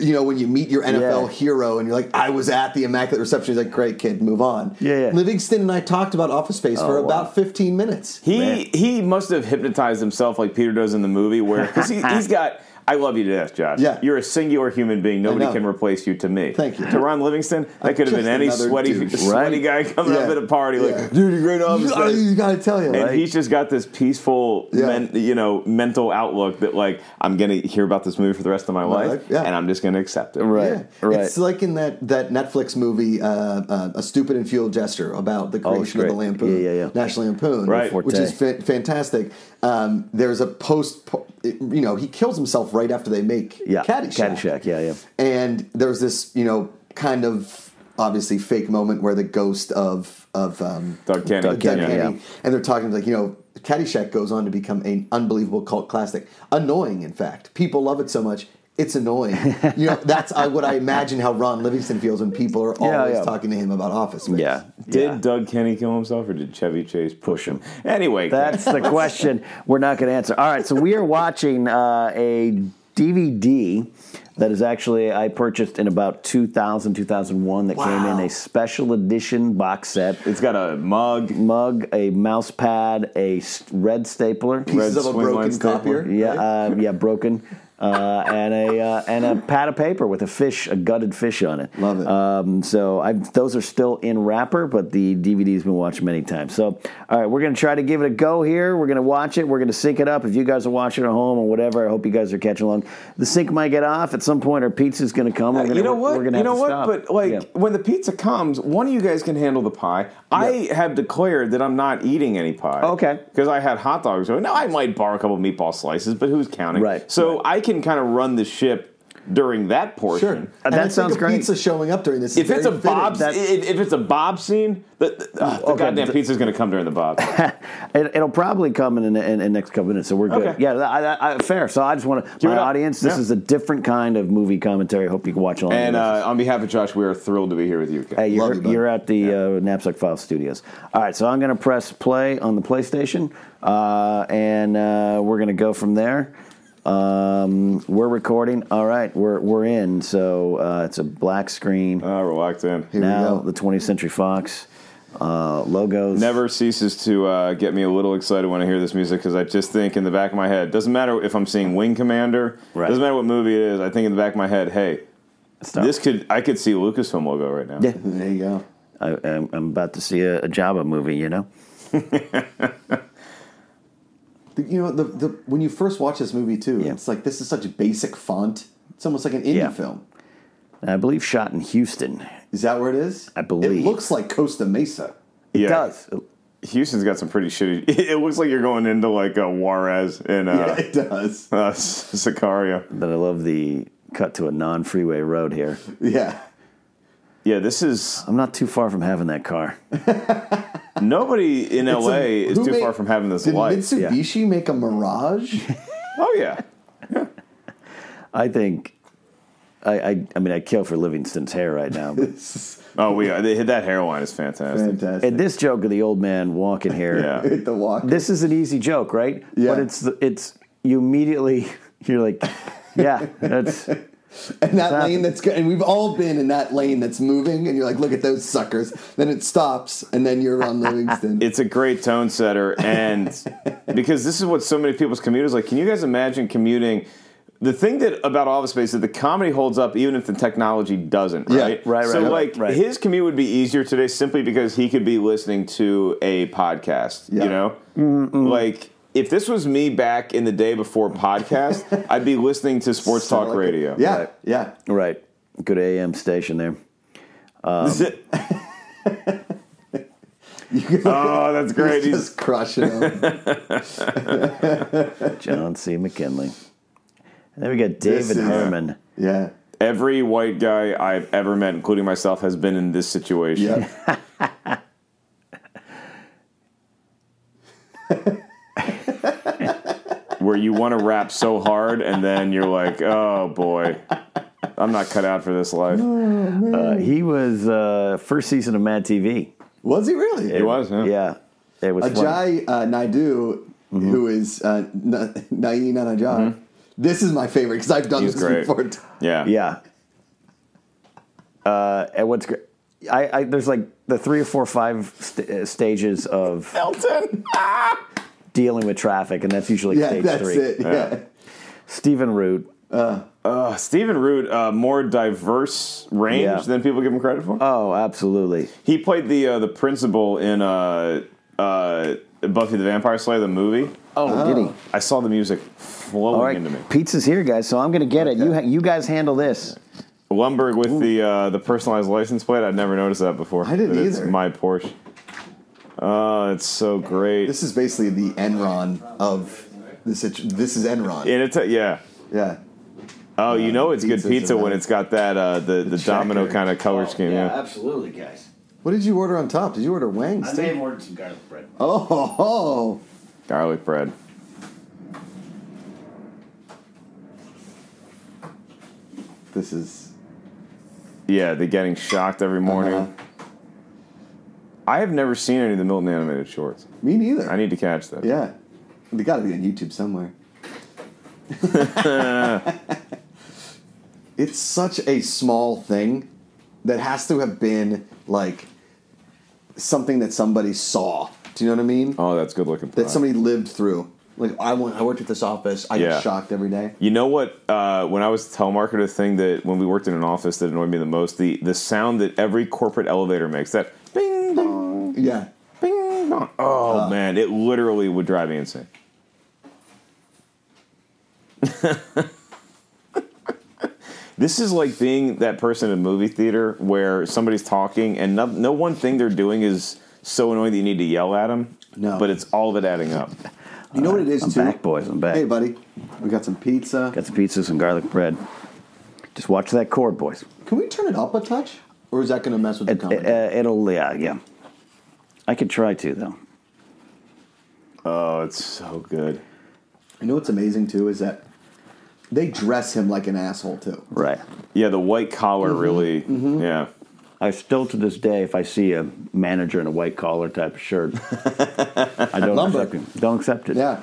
[SPEAKER 3] you know, when you meet your NFL
[SPEAKER 2] Yeah.
[SPEAKER 3] hero and you're like, I was at the Immaculate Reception. He's like, great kid, move on.
[SPEAKER 2] Yeah, yeah.
[SPEAKER 3] Livingston and I talked about Office Space for
[SPEAKER 2] wow.
[SPEAKER 3] about 15 minutes.
[SPEAKER 4] He
[SPEAKER 2] Man.
[SPEAKER 4] he must have hypnotized himself like Peter does in the movie, where because he, he's got. I love you to death, Josh.
[SPEAKER 3] Yeah.
[SPEAKER 4] You're a singular human being. Nobody
[SPEAKER 3] know.
[SPEAKER 4] can replace you to me.
[SPEAKER 3] Thank you.
[SPEAKER 4] To Ron Livingston, that could have
[SPEAKER 3] just
[SPEAKER 4] been any
[SPEAKER 3] another
[SPEAKER 4] sweaty,
[SPEAKER 3] dude.
[SPEAKER 4] sweaty guy coming up
[SPEAKER 3] Yeah.
[SPEAKER 4] at a party,
[SPEAKER 3] Yeah.
[SPEAKER 4] like, dude, you're great
[SPEAKER 2] Oh,
[SPEAKER 4] officer.
[SPEAKER 3] You, you gotta tell you.
[SPEAKER 4] And
[SPEAKER 3] right?
[SPEAKER 4] he's just got this peaceful,
[SPEAKER 3] Yeah.
[SPEAKER 4] men, you know, mental outlook that like I'm gonna hear about this movie for the rest of my, life,
[SPEAKER 3] life, yeah.
[SPEAKER 4] and I'm just gonna accept it.
[SPEAKER 2] Right.
[SPEAKER 3] Yeah.
[SPEAKER 2] right.
[SPEAKER 3] It's like in that, that Netflix movie, uh, uh, A Stupid and Fueled Gesture, about the creation of the
[SPEAKER 2] Oh, great.
[SPEAKER 3] Lampoon,
[SPEAKER 2] Yeah, yeah, yeah.
[SPEAKER 3] National Lampoon,
[SPEAKER 4] Right.
[SPEAKER 3] which
[SPEAKER 2] Forte.
[SPEAKER 3] is fa- fantastic. Um, there's a post, you know, he kills himself right after they make
[SPEAKER 2] yeah.
[SPEAKER 3] Caddyshack.
[SPEAKER 2] Caddyshack. Yeah, yeah.
[SPEAKER 3] and there's this you know kind of obviously fake moment where the ghost of of um,
[SPEAKER 4] Doug Kenny.
[SPEAKER 2] Doug
[SPEAKER 3] Doug
[SPEAKER 2] Kenny,
[SPEAKER 3] Kenny,
[SPEAKER 2] yeah.
[SPEAKER 3] and they're talking like you know Caddyshack goes on to become an unbelievable cult classic, annoying in fact. People love it so much. It's annoying, you know. That's I, what I imagine how Ron Livingston feels when people are always
[SPEAKER 2] Yeah, yeah.
[SPEAKER 3] talking to him about Office. Space.
[SPEAKER 2] Yeah.
[SPEAKER 4] Did
[SPEAKER 2] yeah.
[SPEAKER 4] Doug Kenny kill himself, or did Chevy Chase push him? Anyway,
[SPEAKER 2] That's the question we're not going to answer. All right, so we are watching uh, a DVD that is actually I purchased in about 2000, 2001 that came in
[SPEAKER 3] Wow.
[SPEAKER 2] a special edition box set.
[SPEAKER 4] it's got a mug.
[SPEAKER 2] Mug, a mouse pad, a s- red stapler,
[SPEAKER 3] Pieces
[SPEAKER 4] Red
[SPEAKER 3] of a
[SPEAKER 4] swing
[SPEAKER 3] broken
[SPEAKER 4] lines
[SPEAKER 3] copier.
[SPEAKER 4] stapler.
[SPEAKER 2] yeah, uh, yeah, broken, uh, and a uh, and a pad of paper with a fish, a gutted fish on it.
[SPEAKER 3] Love it.
[SPEAKER 2] Um, so I, those are still in wrapper, but the DVD's been watched many times. So all right, we're gonna try to give it a go here. We're gonna watch it. We're gonna sync it up. If you guys are watching at home or whatever, I hope you guys are catching along. The sync might get off at some point. Our pizza's gonna come. We're gonna,
[SPEAKER 4] Uh, you know
[SPEAKER 2] we're-
[SPEAKER 4] what?
[SPEAKER 2] We're gonna have
[SPEAKER 4] you know
[SPEAKER 2] to
[SPEAKER 4] what?
[SPEAKER 2] stop.
[SPEAKER 4] But like
[SPEAKER 2] Yeah.
[SPEAKER 4] when the pizza comes, one of you guys can handle the pie. I have declared that I'm not eating any pie.
[SPEAKER 2] Okay.
[SPEAKER 4] Because I had hot dogs. Now I might borrow a couple meatball slices, but who's counting?
[SPEAKER 2] Right,
[SPEAKER 4] So I can kind of run the ship during that portion.
[SPEAKER 2] Uh,
[SPEAKER 3] sure.
[SPEAKER 2] that
[SPEAKER 3] And I think
[SPEAKER 2] sounds
[SPEAKER 3] a
[SPEAKER 2] great.
[SPEAKER 3] Pizza showing up during this. is
[SPEAKER 4] If it's a
[SPEAKER 3] very fitting.
[SPEAKER 4] bob,
[SPEAKER 2] That's-
[SPEAKER 4] if, if it's a bob scene, the, the, uh, the
[SPEAKER 2] Okay,
[SPEAKER 4] goddamn
[SPEAKER 2] the-
[SPEAKER 4] pizza's going to come during the bob.
[SPEAKER 2] It, it'll probably come in the in, in the next couple minutes, so we're good.
[SPEAKER 4] Okay.
[SPEAKER 2] Yeah, I, I, fair. So I just want to,
[SPEAKER 4] Give
[SPEAKER 2] my
[SPEAKER 4] it up.
[SPEAKER 2] audience, this
[SPEAKER 4] Yeah.
[SPEAKER 2] is a different kind of movie commentary. Hope you can watch along.
[SPEAKER 4] and
[SPEAKER 2] with us.
[SPEAKER 4] uh, on behalf of Josh, we are thrilled to be here with you. Ken.
[SPEAKER 2] hey,
[SPEAKER 3] love
[SPEAKER 2] you're,
[SPEAKER 3] you, bud.
[SPEAKER 2] you're at the uh, Knapsack File Studios. All right, so I'm going to press play on the PlayStation, uh, and uh, we're going to go from there. Um, we're recording. All right, we're we're in. So uh, it's a black screen.
[SPEAKER 4] Uh, we're locked in.
[SPEAKER 3] Oh, we
[SPEAKER 2] now
[SPEAKER 3] go.
[SPEAKER 2] the 20th Century Fox uh, logos.
[SPEAKER 4] Never ceases to uh, get me a little excited when I hear this music because I just think in the back of my head, doesn't matter if I'm seeing Wing Commander,
[SPEAKER 2] Right.
[SPEAKER 4] doesn't matter what movie it is. I think in the back of my head, hey,
[SPEAKER 2] Stop.
[SPEAKER 4] this could I could see Lucasfilm logo right now.
[SPEAKER 2] Yeah.
[SPEAKER 3] There you go.
[SPEAKER 2] I, I'm, I'm about to see a, a Java movie. You know.
[SPEAKER 3] The- You know, the, the when you first watch this movie too,
[SPEAKER 2] Yeah.
[SPEAKER 3] it's like this is such basic font. It's almost like an indie
[SPEAKER 2] Yeah.
[SPEAKER 3] film.
[SPEAKER 2] I believe shot in Houston.
[SPEAKER 3] Is that where it is?
[SPEAKER 2] I believe.
[SPEAKER 3] it looks like Costa Mesa.
[SPEAKER 4] It
[SPEAKER 2] does.
[SPEAKER 4] Houston's got some pretty shitty. It looks like you're going into like a Juarez in uh,
[SPEAKER 3] it does.
[SPEAKER 4] uh, S- Sicario.
[SPEAKER 2] But I love the cut to a non-freeway road here.
[SPEAKER 3] Yeah,
[SPEAKER 4] Yeah, this is
[SPEAKER 2] I'm not too far from having that car.
[SPEAKER 4] nobody in LA is
[SPEAKER 3] who
[SPEAKER 4] too
[SPEAKER 3] made-
[SPEAKER 4] far from having this
[SPEAKER 3] Did
[SPEAKER 4] life.
[SPEAKER 3] Mitsubishi make a Mirage?
[SPEAKER 4] oh yeah,
[SPEAKER 2] I think. I, I, I mean, I kill for Livingston's hair right now. But
[SPEAKER 4] oh we are. They, that hairline is fantastic.
[SPEAKER 3] Fantastic.
[SPEAKER 2] and this joke of the old man walking here.
[SPEAKER 4] Yeah.
[SPEAKER 3] Hit the walk.
[SPEAKER 2] This is an easy joke, right?
[SPEAKER 3] Yeah.
[SPEAKER 2] But it's the- it's you immediately you're like, yeah, that's
[SPEAKER 3] and that lane
[SPEAKER 2] happened.
[SPEAKER 3] that's good. And we've all been in that lane that's moving, and you're like, look at those suckers. Then it stops, and then you're on Livingston.
[SPEAKER 4] it's a great tone setter and because this is what so many people's commute is like can you guys imagine commuting the thing that about Office Space is that the comedy holds up even if the technology doesn't,
[SPEAKER 3] Yeah,
[SPEAKER 4] right?
[SPEAKER 2] right,
[SPEAKER 4] So
[SPEAKER 2] right,
[SPEAKER 4] like
[SPEAKER 2] right.
[SPEAKER 4] his commute would be easier today simply because he could be listening to a podcast.
[SPEAKER 3] Yeah. Mm-hmm.
[SPEAKER 4] You know, like if this was me back in the day before podcast, I'd be listening to sports talk
[SPEAKER 3] Like-
[SPEAKER 4] radio.
[SPEAKER 3] Yeah, yeah.
[SPEAKER 2] Right. Good AM station there.
[SPEAKER 4] Um, oh, that's great. He's-
[SPEAKER 3] Just crushing them.
[SPEAKER 2] John C. McKinley. And then we got
[SPEAKER 3] This
[SPEAKER 2] David
[SPEAKER 3] is-
[SPEAKER 2] Herman.
[SPEAKER 3] yeah,
[SPEAKER 4] every white guy I've ever met, including myself, has been in this situation.
[SPEAKER 3] yeah.
[SPEAKER 4] where you want to rap so hard and then you're like, oh boy, I'm not cut out for this life.
[SPEAKER 2] Uh, he was uh, first season of Mad TV.
[SPEAKER 3] Was he really?
[SPEAKER 4] It was, huh?
[SPEAKER 2] Yeah. It was fun.
[SPEAKER 3] Ajay uh, Naidu, who is uh, Na- Naini Nanajai. This is my favorite because I've done
[SPEAKER 4] He's
[SPEAKER 3] this
[SPEAKER 4] great.
[SPEAKER 3] before.
[SPEAKER 4] Yeah.
[SPEAKER 2] Yeah. Uh, and what's great? I, I there's like the three or four or five st- uh, stages of
[SPEAKER 4] Elton.
[SPEAKER 2] dealing with traffic, and that's usually
[SPEAKER 3] Yeah,
[SPEAKER 2] stage
[SPEAKER 3] that's
[SPEAKER 2] three.
[SPEAKER 3] it. Yeah.
[SPEAKER 2] Stephen Root,
[SPEAKER 4] Uh, Stephen Root, uh, more diverse range
[SPEAKER 2] Yeah.
[SPEAKER 4] than people give him credit for.
[SPEAKER 2] oh, absolutely,
[SPEAKER 4] he played the uh, the principal in uh, uh, Buffy the Vampire Slayer, the movie.
[SPEAKER 2] oh, did he?
[SPEAKER 4] I saw the music flowing
[SPEAKER 2] All right,
[SPEAKER 4] into me.
[SPEAKER 2] pizza's here, guys. So I'm gonna get it. You ha- you guys handle this.
[SPEAKER 4] Lumberg with the uh, the personalized license plate. I'd never noticed that before.
[SPEAKER 3] I didn't
[SPEAKER 4] That it's
[SPEAKER 3] either.
[SPEAKER 4] my Porsche. Oh, it's so great.
[SPEAKER 3] This is basically the Enron of the situ- This is Enron.
[SPEAKER 4] and it's a, yeah.
[SPEAKER 3] yeah.
[SPEAKER 4] Oh, you know it's good
[SPEAKER 3] pizzas
[SPEAKER 4] pizza
[SPEAKER 3] and
[SPEAKER 4] when
[SPEAKER 3] that.
[SPEAKER 4] it's got that uh, the, the, domino
[SPEAKER 3] checker.
[SPEAKER 4] kind of color scheme. Yeah.
[SPEAKER 2] absolutely, guys.
[SPEAKER 3] What did you order on top? Did you order wings? too?
[SPEAKER 2] ordered some garlic bread.
[SPEAKER 3] Oh, ho, ho.
[SPEAKER 4] garlic bread.
[SPEAKER 3] this is.
[SPEAKER 4] Yeah, the getting shocked every morning.
[SPEAKER 3] Uh-huh.
[SPEAKER 4] I have never seen any of the Milton animated shorts.
[SPEAKER 3] Me neither.
[SPEAKER 4] I need to catch those.
[SPEAKER 3] yeah, they got to be on YouTube somewhere. it's such a small thing that has to have been like something that somebody saw. Do you know what I mean?
[SPEAKER 4] Oh, that's good looking.
[SPEAKER 3] that
[SPEAKER 4] pie.
[SPEAKER 3] somebody lived through. Like I went, I worked at this office. I
[SPEAKER 4] Yeah.
[SPEAKER 3] get shocked every day.
[SPEAKER 4] You know what? Uh, when I was a telemarketer, the thing that when we worked in an office that annoyed me the most the the sound that every corporate elevator makes that bing bong
[SPEAKER 3] Yeah,
[SPEAKER 4] bing bong. Oh man, it literally would drive me insane. This is like being that person in a movie theater where somebody's talking and no, no one thing they're doing is so annoying that you need to yell at them.
[SPEAKER 3] No.
[SPEAKER 4] But it's all of it adding up.
[SPEAKER 3] you know what it is
[SPEAKER 2] I'm
[SPEAKER 3] too.
[SPEAKER 2] back, boys. I'm back.
[SPEAKER 3] Hey, buddy, we got some pizza.
[SPEAKER 2] Got some pizza, some garlic bread. Just watch that chord, boys.
[SPEAKER 3] Can we turn it up a touch, or is that going to mess with the
[SPEAKER 2] It,
[SPEAKER 3] comedy?
[SPEAKER 2] uh, it'll yeah yeah. I could try to though.
[SPEAKER 4] Oh, it's so good.
[SPEAKER 3] you know what's amazing too is that they dress him like an asshole too.
[SPEAKER 2] Right.
[SPEAKER 4] Yeah, the white collar really. Yeah.
[SPEAKER 2] I still to this day, if I see a manager in a white collar type of shirt, I don't
[SPEAKER 3] Lumber.
[SPEAKER 2] accept him. Don't accept it.
[SPEAKER 3] Yeah,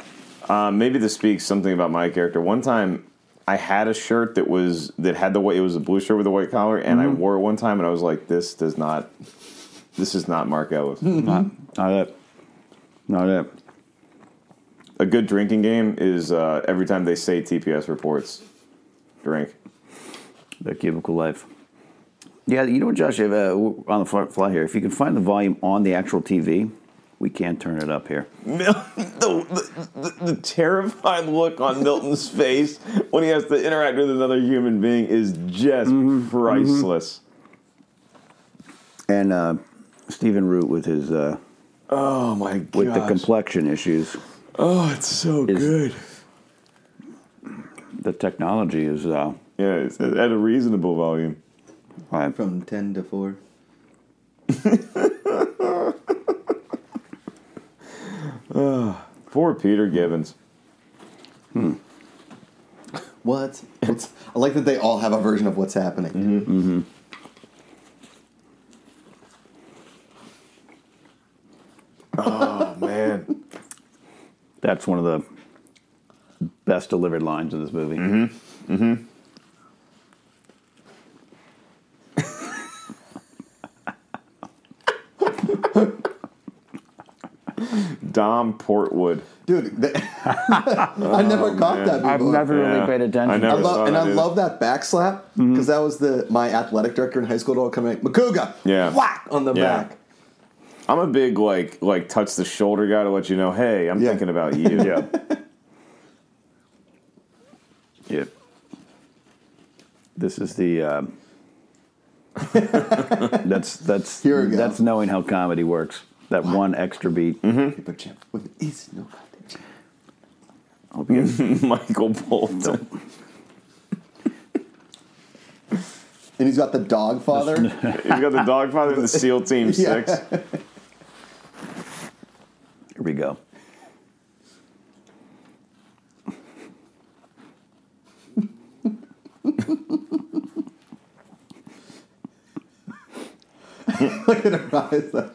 [SPEAKER 4] Uh, maybe this speaks something about my character. One time, I had a shirt that was that had the white. It was a blue shirt with a white collar, and I wore it one time, and I was like, "This does not. This is not Mark Ellis."
[SPEAKER 2] Not it. Not it.
[SPEAKER 4] a good drinking game is uh, every time they say TPS reports, drink.
[SPEAKER 2] The cubicle life. Yeah, you know what, Josh? If, uh, w- on the fly, fly here, if you can find the volume on the actual TV, we can turn it up here.
[SPEAKER 4] the, the, the, the terrified look on Milton's face when he has to interact with another human being is just priceless.
[SPEAKER 2] And uh, Stephen Root with his uh,
[SPEAKER 4] Oh my god!
[SPEAKER 2] with the complexion issues.
[SPEAKER 4] oh, it's so
[SPEAKER 2] Is-
[SPEAKER 4] good.
[SPEAKER 2] The technology is uh,
[SPEAKER 4] Yeah, it's at a reasonable volume.
[SPEAKER 2] I-
[SPEAKER 3] from ten to four.
[SPEAKER 4] Poor Peter Gibbons.
[SPEAKER 3] What? What's, I like that they all have a version of what's happening.
[SPEAKER 4] Mm-hmm. Man.
[SPEAKER 2] that's one of the best delivered lines in this movie.
[SPEAKER 4] Mm-hmm. Dom Portwood.
[SPEAKER 3] dude. th- I never caught
[SPEAKER 4] Oh, man.
[SPEAKER 3] that. Before.
[SPEAKER 5] I've never
[SPEAKER 4] Yeah.
[SPEAKER 5] really paid attention.
[SPEAKER 4] I
[SPEAKER 3] I
[SPEAKER 4] never saw
[SPEAKER 3] love, and
[SPEAKER 4] that
[SPEAKER 3] I
[SPEAKER 4] either.
[SPEAKER 3] love that back slap because
[SPEAKER 2] Mm-hmm.
[SPEAKER 3] that was the my athletic director in high school. would all coming, Makuga,
[SPEAKER 4] Yeah.
[SPEAKER 3] whack on the
[SPEAKER 4] Yeah.
[SPEAKER 3] back.
[SPEAKER 4] I'm a big like like touch the shoulder guy to let you know, hey, I'm
[SPEAKER 3] Yeah.
[SPEAKER 4] thinking about you. yeah.
[SPEAKER 2] Yeah. This is the. Um, that's that's
[SPEAKER 3] Here we go. Mm-hmm.
[SPEAKER 2] that's knowing how comedy works. That one extra beat.
[SPEAKER 3] Paper chip with is no contact.
[SPEAKER 2] Hope you guys-
[SPEAKER 4] Michael Bolton.
[SPEAKER 3] And he's got the dog father.
[SPEAKER 4] He's got the dog father and the SEAL Team
[SPEAKER 3] Yeah.
[SPEAKER 4] Six.
[SPEAKER 2] Here we go.
[SPEAKER 3] Look at her eyes. like-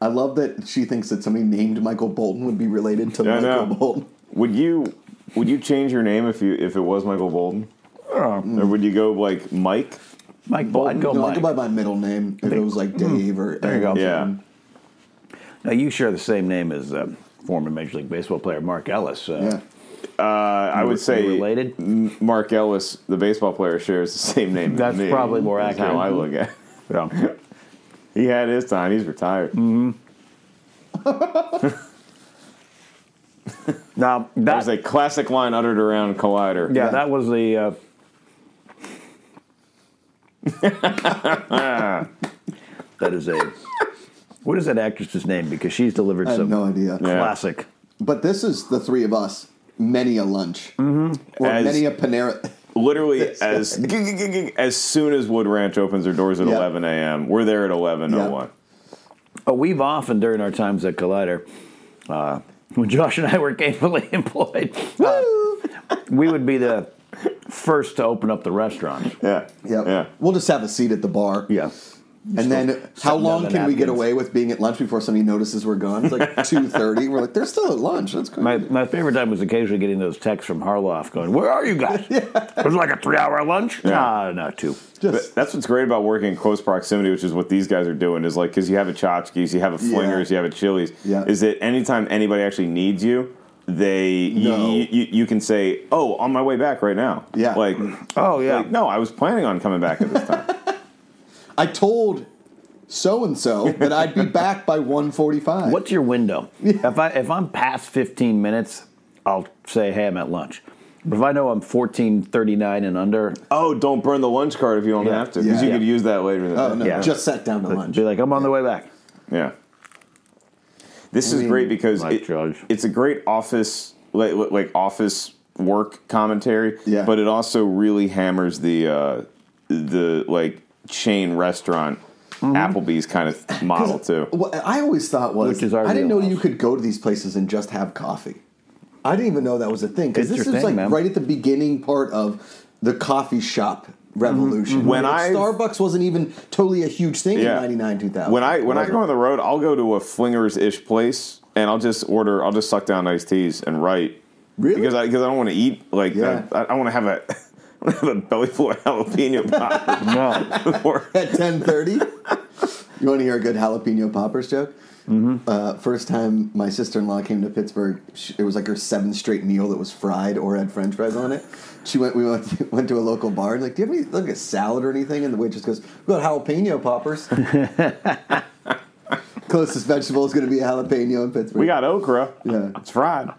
[SPEAKER 3] I love that she thinks that somebody named Michael Bolton would be related to
[SPEAKER 4] Yeah, I
[SPEAKER 3] Michael
[SPEAKER 4] know.
[SPEAKER 3] Bolton.
[SPEAKER 4] Would you would you change your name if you if it was Michael Bolton?
[SPEAKER 2] Uh,
[SPEAKER 4] Or would you go like Mike?
[SPEAKER 2] Mike, Bolton, go
[SPEAKER 3] no, I
[SPEAKER 2] Mike.
[SPEAKER 3] go by my middle name if it was like
[SPEAKER 4] Hmm.
[SPEAKER 3] Dave or
[SPEAKER 2] There you go.
[SPEAKER 4] Yeah.
[SPEAKER 2] Now you share the same name as uh, former Major League Baseball player Mark Ellis. Uh,
[SPEAKER 3] Yeah.
[SPEAKER 4] Uh, I would say Mm-hmm.
[SPEAKER 2] related?
[SPEAKER 4] M- Mark Ellis, the baseball player, shares the same name. as
[SPEAKER 2] That's
[SPEAKER 4] me.
[SPEAKER 2] probably more
[SPEAKER 4] That's How
[SPEAKER 2] accurate.
[SPEAKER 4] I look at. It.
[SPEAKER 2] yeah.
[SPEAKER 4] He had his time. He's retired.
[SPEAKER 2] Mm, Now
[SPEAKER 4] That
[SPEAKER 2] that
[SPEAKER 4] was a classic line uttered around Collider.
[SPEAKER 2] yeah, that was the. Uh, that is a. What is that actress's name? Because she's delivered
[SPEAKER 3] I have
[SPEAKER 2] some
[SPEAKER 3] no idea.
[SPEAKER 4] Yeah.
[SPEAKER 2] classic.
[SPEAKER 3] But this is the three of us, many a lunch. Or
[SPEAKER 4] Mm-hmm. As-
[SPEAKER 3] many a Panera.
[SPEAKER 4] Literally, as gig, gig, gig, gig, as soon as Wood Ranch opens their doors at
[SPEAKER 3] Yeah.
[SPEAKER 4] 11 a.m., we're there at 11:01.
[SPEAKER 2] Oh, we've often during our times at Collider, uh, when Josh and I were gainfully employed, uh, we would be the first to open up the restaurant.
[SPEAKER 4] Yeah,
[SPEAKER 3] Yep.
[SPEAKER 4] yeah.
[SPEAKER 3] We'll just have a seat at the bar.
[SPEAKER 2] Yeah.
[SPEAKER 3] And then how long
[SPEAKER 2] the
[SPEAKER 3] can we get
[SPEAKER 2] napkins.
[SPEAKER 3] away with being at lunch before somebody notices we're gone? It's like 2.30. We're like, they're still at lunch. That's crazy.
[SPEAKER 2] My, my favorite time was occasionally getting those texts from Harloff going, Where are you guys? It was like a three hour lunch?
[SPEAKER 4] Yeah.
[SPEAKER 2] Nah, no, two.
[SPEAKER 4] But That's what's great about working in close proximity, which is what these guys are doing, is like because you have a Tchotchkes, you have a Flingers, you have a Chili's.
[SPEAKER 3] Yeah.
[SPEAKER 4] Is that anytime anybody actually needs you, they
[SPEAKER 3] No.
[SPEAKER 4] you, you, you can say, "Oh, on my way back right now."
[SPEAKER 3] Yeah.
[SPEAKER 4] Like,
[SPEAKER 2] Oh, yeah.
[SPEAKER 4] like, no, I was planning on coming back at this time.
[SPEAKER 3] I told so-and-so that I'd be back by 1.45.
[SPEAKER 2] What's your window? If, I, if I'm past 15 minutes, I'll say, Hey, I'm at lunch. But if I know I'm 14.39 and under,
[SPEAKER 4] oh, don't burn the lunch card if you don't
[SPEAKER 2] Yeah.
[SPEAKER 4] have to, because you
[SPEAKER 3] Yeah.
[SPEAKER 4] could use that later. In the
[SPEAKER 3] Oh,
[SPEAKER 4] day.
[SPEAKER 3] no.
[SPEAKER 2] Yeah.
[SPEAKER 3] Just sat down to
[SPEAKER 2] I'll
[SPEAKER 3] lunch.
[SPEAKER 2] be like, I'm on the way back.
[SPEAKER 4] Yeah. This is
[SPEAKER 3] mean,
[SPEAKER 4] great because
[SPEAKER 2] like
[SPEAKER 4] it-
[SPEAKER 2] Judge.
[SPEAKER 4] it's a great office like like office work commentary.
[SPEAKER 3] Yeah.
[SPEAKER 4] But it also really hammers the uh, the like chain restaurant Applebee's kind of model too.
[SPEAKER 3] Mm-hmm. What I always thought was,
[SPEAKER 2] Which is our
[SPEAKER 3] I didn't know
[SPEAKER 2] wheelhouse.
[SPEAKER 3] you could go to these places and just have coffee. I didn't even know that was a thing because
[SPEAKER 2] It's
[SPEAKER 3] this
[SPEAKER 2] your
[SPEAKER 3] is
[SPEAKER 2] thing,
[SPEAKER 3] like
[SPEAKER 2] man.
[SPEAKER 3] right at the beginning part of the coffee shop revolution.
[SPEAKER 4] Mm-hmm. When
[SPEAKER 3] Like,
[SPEAKER 4] I-
[SPEAKER 3] Starbucks wasn't even totally a huge thing in '99, 2000.
[SPEAKER 4] When I when I go on the road, I'll go to a flingers ish place and I'll just order. I'll just suck down iced teas and write.
[SPEAKER 3] Really?
[SPEAKER 4] Because I because I don't want to eat like
[SPEAKER 3] Yeah.
[SPEAKER 4] I, I want to have a I want to have a belly full of jalapeno pop
[SPEAKER 2] No.
[SPEAKER 4] before-
[SPEAKER 3] at 10:30, you want to hear a good jalapeno poppers joke?
[SPEAKER 4] Mm-hmm.
[SPEAKER 3] Uh, first time my sister-in-law came to Pittsburgh, sh it was like her seventh straight meal that was fried or had French fries on it. She went. We went to, went to a local bar and like, do you have any like a salad or anything? And the waitress goes, "We got jalapeno poppers." Closest vegetable is going to be a jalapeno in Pittsburgh.
[SPEAKER 4] We got okra.
[SPEAKER 3] Yeah.
[SPEAKER 4] It's fried.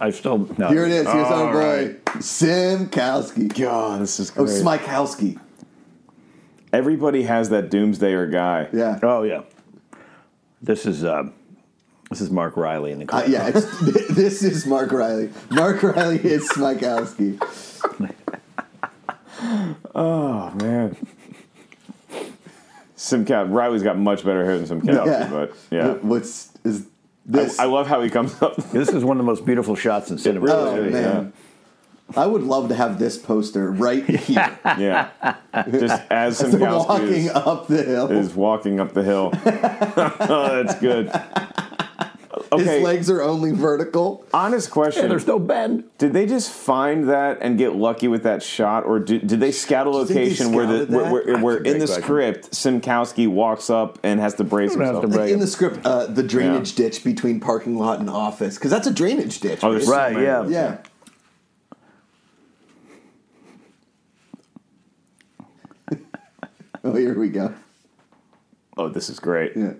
[SPEAKER 2] I still. No.
[SPEAKER 3] here it is. Here's
[SPEAKER 4] All
[SPEAKER 3] our boy Simkowski.
[SPEAKER 4] God, this is
[SPEAKER 3] Oh,
[SPEAKER 4] great.
[SPEAKER 3] Smikowski.
[SPEAKER 4] Everybody has that doomsdayer guy.
[SPEAKER 3] Yeah.
[SPEAKER 2] Oh yeah. This is uh, this is Mark Riley in the
[SPEAKER 3] Uh,
[SPEAKER 2] car.
[SPEAKER 3] yeah, it's, this is Mark Riley. Mark Riley is Smikowski.
[SPEAKER 4] Oh man. Simcat Riley's got much better hair than Simcat,
[SPEAKER 3] Yeah.
[SPEAKER 4] but yeah.
[SPEAKER 3] Wh- What's is this?
[SPEAKER 4] I love how he comes up.
[SPEAKER 2] This is one of the most beautiful shots in cinema.
[SPEAKER 4] really
[SPEAKER 3] oh
[SPEAKER 4] yeah.
[SPEAKER 3] man, I would love to have this poster right here,
[SPEAKER 4] Yeah. Just as Simkowski
[SPEAKER 3] walking
[SPEAKER 4] is,
[SPEAKER 3] up the hill.
[SPEAKER 4] is walking up the hill. oh, that's good. Okay.
[SPEAKER 3] His legs are only vertical.
[SPEAKER 4] Honest question.
[SPEAKER 2] Yeah, there's no bend.
[SPEAKER 4] Did they just find that and get lucky with that shot, or did, did they scout a
[SPEAKER 3] you think they
[SPEAKER 4] location where the
[SPEAKER 3] scouted that?
[SPEAKER 4] where, where,
[SPEAKER 2] That's
[SPEAKER 4] where
[SPEAKER 2] a
[SPEAKER 4] in
[SPEAKER 2] great
[SPEAKER 4] the
[SPEAKER 2] question.
[SPEAKER 4] script Simkowski walks up and has to brace
[SPEAKER 2] don't have
[SPEAKER 4] himself?
[SPEAKER 2] to brace.
[SPEAKER 3] Like in the script, uh, the drainage ditch between parking lot and office, because that's a drainage ditch.
[SPEAKER 4] Oh, there's-
[SPEAKER 2] Right, yeah.
[SPEAKER 3] Yeah. oh, here we go.
[SPEAKER 4] Oh, this is great.
[SPEAKER 3] Yeah.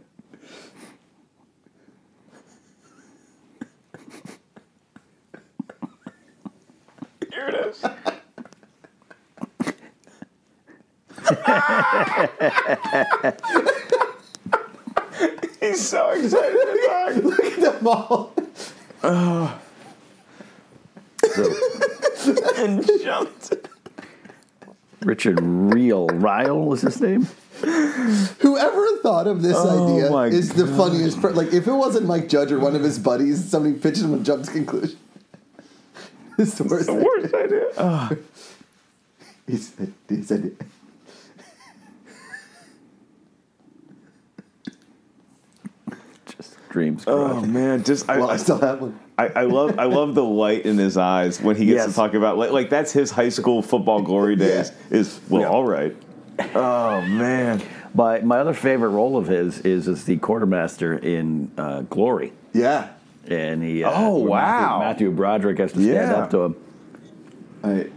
[SPEAKER 4] Here it is. He's so excited.
[SPEAKER 3] Look at them all.
[SPEAKER 2] So
[SPEAKER 4] and jumped.
[SPEAKER 2] Richard Real Ryle was his name.
[SPEAKER 3] Whoever thought of this
[SPEAKER 4] my
[SPEAKER 3] idea is the funniest. Per- like, if it wasn't Mike Judge or one of his buddies, somebody pitched him and jumped to conclusion. it's the worst.
[SPEAKER 4] The worst idea.
[SPEAKER 3] He said, he said,
[SPEAKER 2] Just dreams.
[SPEAKER 4] Oh man, just I,
[SPEAKER 3] well, I
[SPEAKER 4] I,
[SPEAKER 3] still have one.
[SPEAKER 4] I, I love I love the light in his eyes when he gets to
[SPEAKER 2] Yes.
[SPEAKER 4] talk about like, like that's his high school football glory days. Is well,
[SPEAKER 2] Yeah.
[SPEAKER 4] all right. Oh man,
[SPEAKER 2] My my other favorite role of his is as the quartermaster in uh, Glory,
[SPEAKER 3] Yeah.
[SPEAKER 2] and he. Uh,
[SPEAKER 4] Oh,
[SPEAKER 2] where
[SPEAKER 4] wow.
[SPEAKER 2] Matthew, Matthew Broderick has to stand
[SPEAKER 4] Yeah.
[SPEAKER 2] up to him.
[SPEAKER 3] All right.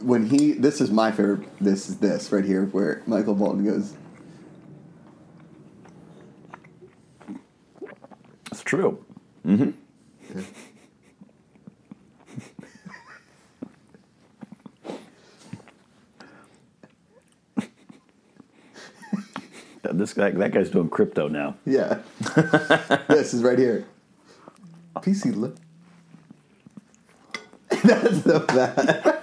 [SPEAKER 3] When he, this is my favorite. This is this right here, where Michael Bolton goes.
[SPEAKER 2] It's true. Mm-hmm. this guy, that guy's doing crypto now.
[SPEAKER 3] Yeah. this is right here. PC look. That's the bad.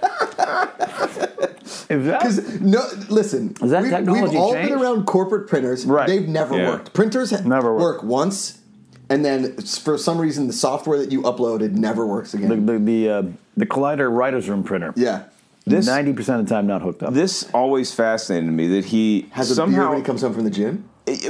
[SPEAKER 2] Is that-
[SPEAKER 3] Because no, listen.
[SPEAKER 2] Has that
[SPEAKER 3] we've, we've
[SPEAKER 2] technology
[SPEAKER 3] all
[SPEAKER 2] changed?
[SPEAKER 3] been around corporate printers.
[SPEAKER 2] Right.
[SPEAKER 3] They've never
[SPEAKER 4] Yeah.
[SPEAKER 3] worked. Printers ha-
[SPEAKER 2] Never work.
[SPEAKER 3] work once, and then s- for some reason the software that you uploaded never works again.
[SPEAKER 2] the the the, uh, the Collider Writers Room printer?
[SPEAKER 3] yeah.
[SPEAKER 4] this
[SPEAKER 2] ninety percent of the time not hooked up.
[SPEAKER 4] this always fascinated me that he
[SPEAKER 3] Has a beer
[SPEAKER 4] somehow
[SPEAKER 3] when he comes home from the gym.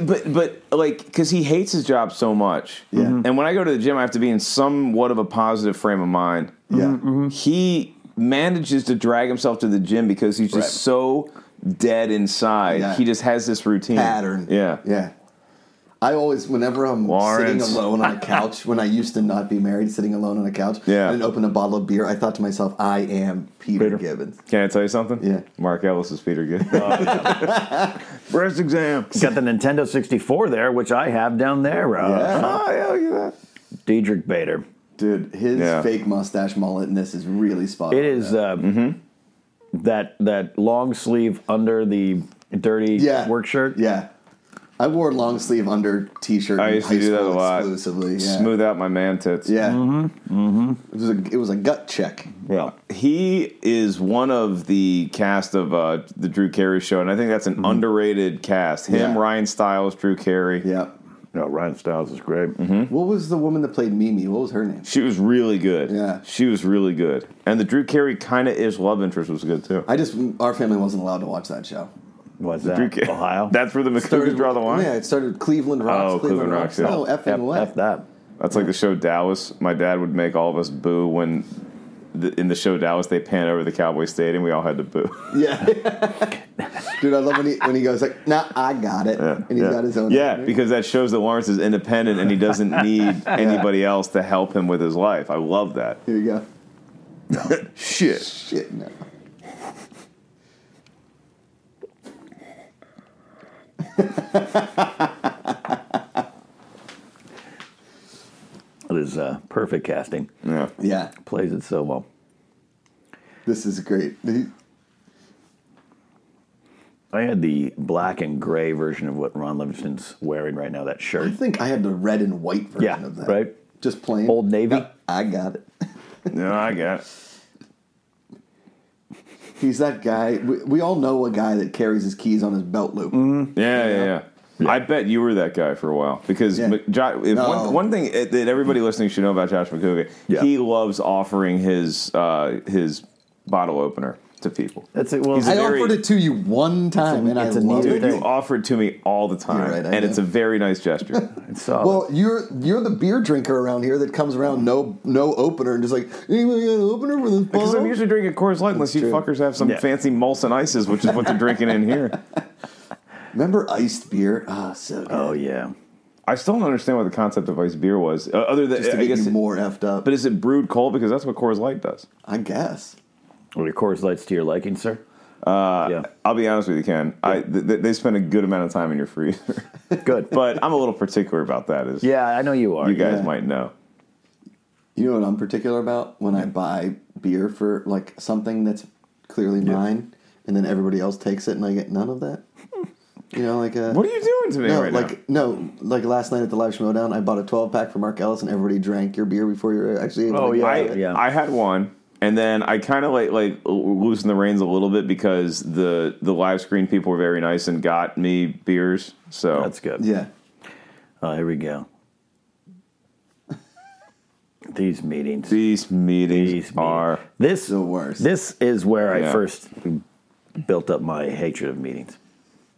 [SPEAKER 4] but but like because he hates his job so much
[SPEAKER 3] Yeah. Mhm.
[SPEAKER 4] and when i go to the gym i have to be in somewhat of a positive frame of mind
[SPEAKER 3] Yeah.
[SPEAKER 4] Mm-hmm. he manages to drag himself to the gym because he's just
[SPEAKER 3] Right.
[SPEAKER 4] so dead inside
[SPEAKER 3] Yeah.
[SPEAKER 4] he just has this routine
[SPEAKER 3] Pattern.
[SPEAKER 4] yeah
[SPEAKER 3] Yeah. I always, whenever I'm
[SPEAKER 4] Lawrence.
[SPEAKER 3] sitting alone on a couch, when I used to not be married, sitting alone on a couch,
[SPEAKER 4] Yeah.
[SPEAKER 3] and open a bottle of beer, I thought to myself, I am Peter,
[SPEAKER 2] Peter.
[SPEAKER 3] Gibbons.
[SPEAKER 4] can i tell you something
[SPEAKER 3] Yeah.
[SPEAKER 4] mark ellis is peter good breast exam
[SPEAKER 2] Got the Nintendo sixty four there, which I have down there. Uh,
[SPEAKER 4] oh yeah look at that
[SPEAKER 2] Diedrich Bader.
[SPEAKER 3] Dude, his
[SPEAKER 4] Yeah.
[SPEAKER 3] fake mustache mullet in this is really spot
[SPEAKER 2] It
[SPEAKER 3] on.
[SPEAKER 2] is uh, that that long sleeve under the dirty
[SPEAKER 3] Yeah.
[SPEAKER 2] work shirt.
[SPEAKER 3] Yeah. I wore long sleeve under t shirt.
[SPEAKER 4] i used to do that a lot
[SPEAKER 3] Exclusively. Yeah.
[SPEAKER 4] smooth Mm-hmm. out my man tits
[SPEAKER 3] Yeah. It, was a, it was a gut check.
[SPEAKER 2] Yeah.
[SPEAKER 4] He is one of the cast of uh, the Drew Carey show, and I think that's an underrated cast. Him,
[SPEAKER 3] Mm-hmm. Yeah.
[SPEAKER 4] Ryan Stiles, Drew Carey.
[SPEAKER 3] Yeah.
[SPEAKER 2] No, Ryan Stiles is great.
[SPEAKER 3] What was the woman that played Mimi? What was her name?
[SPEAKER 4] She was really good.
[SPEAKER 3] Yeah.
[SPEAKER 4] She was really good. And the Drew Carey kind of ish love interest was good too.
[SPEAKER 3] I just, our family wasn't allowed to watch that show.
[SPEAKER 2] What's
[SPEAKER 4] Drew
[SPEAKER 2] that?
[SPEAKER 4] Carey-
[SPEAKER 2] Ohio.
[SPEAKER 4] That's where the McCougars draw the line.
[SPEAKER 3] Yeah, it started Cleveland Rocks.
[SPEAKER 4] Oh, Cleveland Rocks, yeah.
[SPEAKER 3] No, effing
[SPEAKER 2] F,
[SPEAKER 3] way.
[SPEAKER 2] F that.
[SPEAKER 4] That's like the show Dallas. My dad would make all of us boo when the, in the show Dallas they pan over the Cowboy Stadium. We all had to boo.
[SPEAKER 3] Yeah. Dude, I love when he when he goes like, "Nah, I got it," and he's
[SPEAKER 4] yeah.
[SPEAKER 3] got his own.
[SPEAKER 4] Yeah, because that shows that Lawrence is independent and he doesn't need anybody else to help him with his life. I love that.
[SPEAKER 3] here you go.
[SPEAKER 4] Shit.
[SPEAKER 3] Shit, no.
[SPEAKER 2] It is uh, perfect casting.
[SPEAKER 4] Yeah.
[SPEAKER 3] Yeah,
[SPEAKER 2] Plays it so well.
[SPEAKER 3] this is great. He-
[SPEAKER 2] I had the black and gray version of what Ron Livingston's wearing right now. That
[SPEAKER 3] I
[SPEAKER 2] shirt.
[SPEAKER 3] think I had the red and white version
[SPEAKER 2] Yeah,
[SPEAKER 3] of that.
[SPEAKER 2] right.
[SPEAKER 3] Just plain
[SPEAKER 2] Old Navy?
[SPEAKER 3] Nah, I got it.
[SPEAKER 4] No, I got it.
[SPEAKER 3] He's that guy. We, we all know a guy that carries his keys on his belt loop.
[SPEAKER 2] Mm,
[SPEAKER 4] Yeah, yeah, yeah. I bet you were that guy for a while because
[SPEAKER 3] Yeah.
[SPEAKER 4] Mc- Jo- if
[SPEAKER 3] No.
[SPEAKER 4] one, one thing it- that everybody listening should know about Josh McCougan,
[SPEAKER 2] Yeah.
[SPEAKER 4] he loves offering his uh, his bottle opener. to people.
[SPEAKER 2] That's it. Well,
[SPEAKER 4] He's a
[SPEAKER 3] I
[SPEAKER 4] very-
[SPEAKER 3] offered it to you one time, and I
[SPEAKER 2] it's a
[SPEAKER 3] loved
[SPEAKER 2] neat
[SPEAKER 3] it.
[SPEAKER 4] Dude, you
[SPEAKER 2] thing.
[SPEAKER 4] offered to me all the time,
[SPEAKER 3] You're right, I
[SPEAKER 4] and
[SPEAKER 3] know.
[SPEAKER 4] it's a very nice gesture.
[SPEAKER 2] it's solid.
[SPEAKER 3] Well, you're you're the beer drinker around here that comes around no no opener and just like anybody got an opener for this
[SPEAKER 4] Because I'm
[SPEAKER 3] bottle?
[SPEAKER 4] usually drinking Coors Light unless you
[SPEAKER 3] true.
[SPEAKER 4] fuckers have some
[SPEAKER 2] Yeah.
[SPEAKER 4] fancy Molson Ices, which is what they're drinking in here.
[SPEAKER 3] Remember iced beer? Ah, so good.
[SPEAKER 2] oh yeah.
[SPEAKER 4] I still don't understand what the concept of iced beer was, uh, other than
[SPEAKER 3] just to
[SPEAKER 4] I
[SPEAKER 3] get
[SPEAKER 4] guess.
[SPEAKER 3] you
[SPEAKER 4] it-
[SPEAKER 3] more effed up.
[SPEAKER 4] but is it brewed cold? Because that's what Coors Light does.
[SPEAKER 3] I guess.
[SPEAKER 2] Well, your Coors Light's to your liking, sir. Uh,
[SPEAKER 4] I'll be honest with you, Ken. I th- th- they spend a good amount of time in your freezer,
[SPEAKER 2] yeah. Good.
[SPEAKER 4] but I'm a little particular about that. As
[SPEAKER 2] yeah, I know you are.
[SPEAKER 4] you guys
[SPEAKER 3] yeah.
[SPEAKER 4] might know.
[SPEAKER 3] You know what I'm particular about when I buy beer for like something that's clearly mine, and then everybody else takes it, and I get none of that. You know, like a,
[SPEAKER 4] What are you doing to me
[SPEAKER 3] no,
[SPEAKER 4] right now?
[SPEAKER 3] like no, like last night at the live showdown, I bought a 12 pack for Mark Ellis, and everybody drank your beer before you were actually. able to
[SPEAKER 2] Oh,
[SPEAKER 3] get
[SPEAKER 2] yeah.
[SPEAKER 4] I
[SPEAKER 3] it.
[SPEAKER 2] yeah.
[SPEAKER 4] I had one, and then I kind of like like loosened the reins a little bit because the the live screen people were very nice and got me beers. So
[SPEAKER 2] That's good.
[SPEAKER 3] yeah.
[SPEAKER 2] Oh, here we go. These meetings.
[SPEAKER 4] These meetings
[SPEAKER 2] These
[SPEAKER 4] are
[SPEAKER 2] meetings. this
[SPEAKER 3] The worst.
[SPEAKER 2] This is where
[SPEAKER 4] Yeah.
[SPEAKER 2] I first built up my hatred of meetings.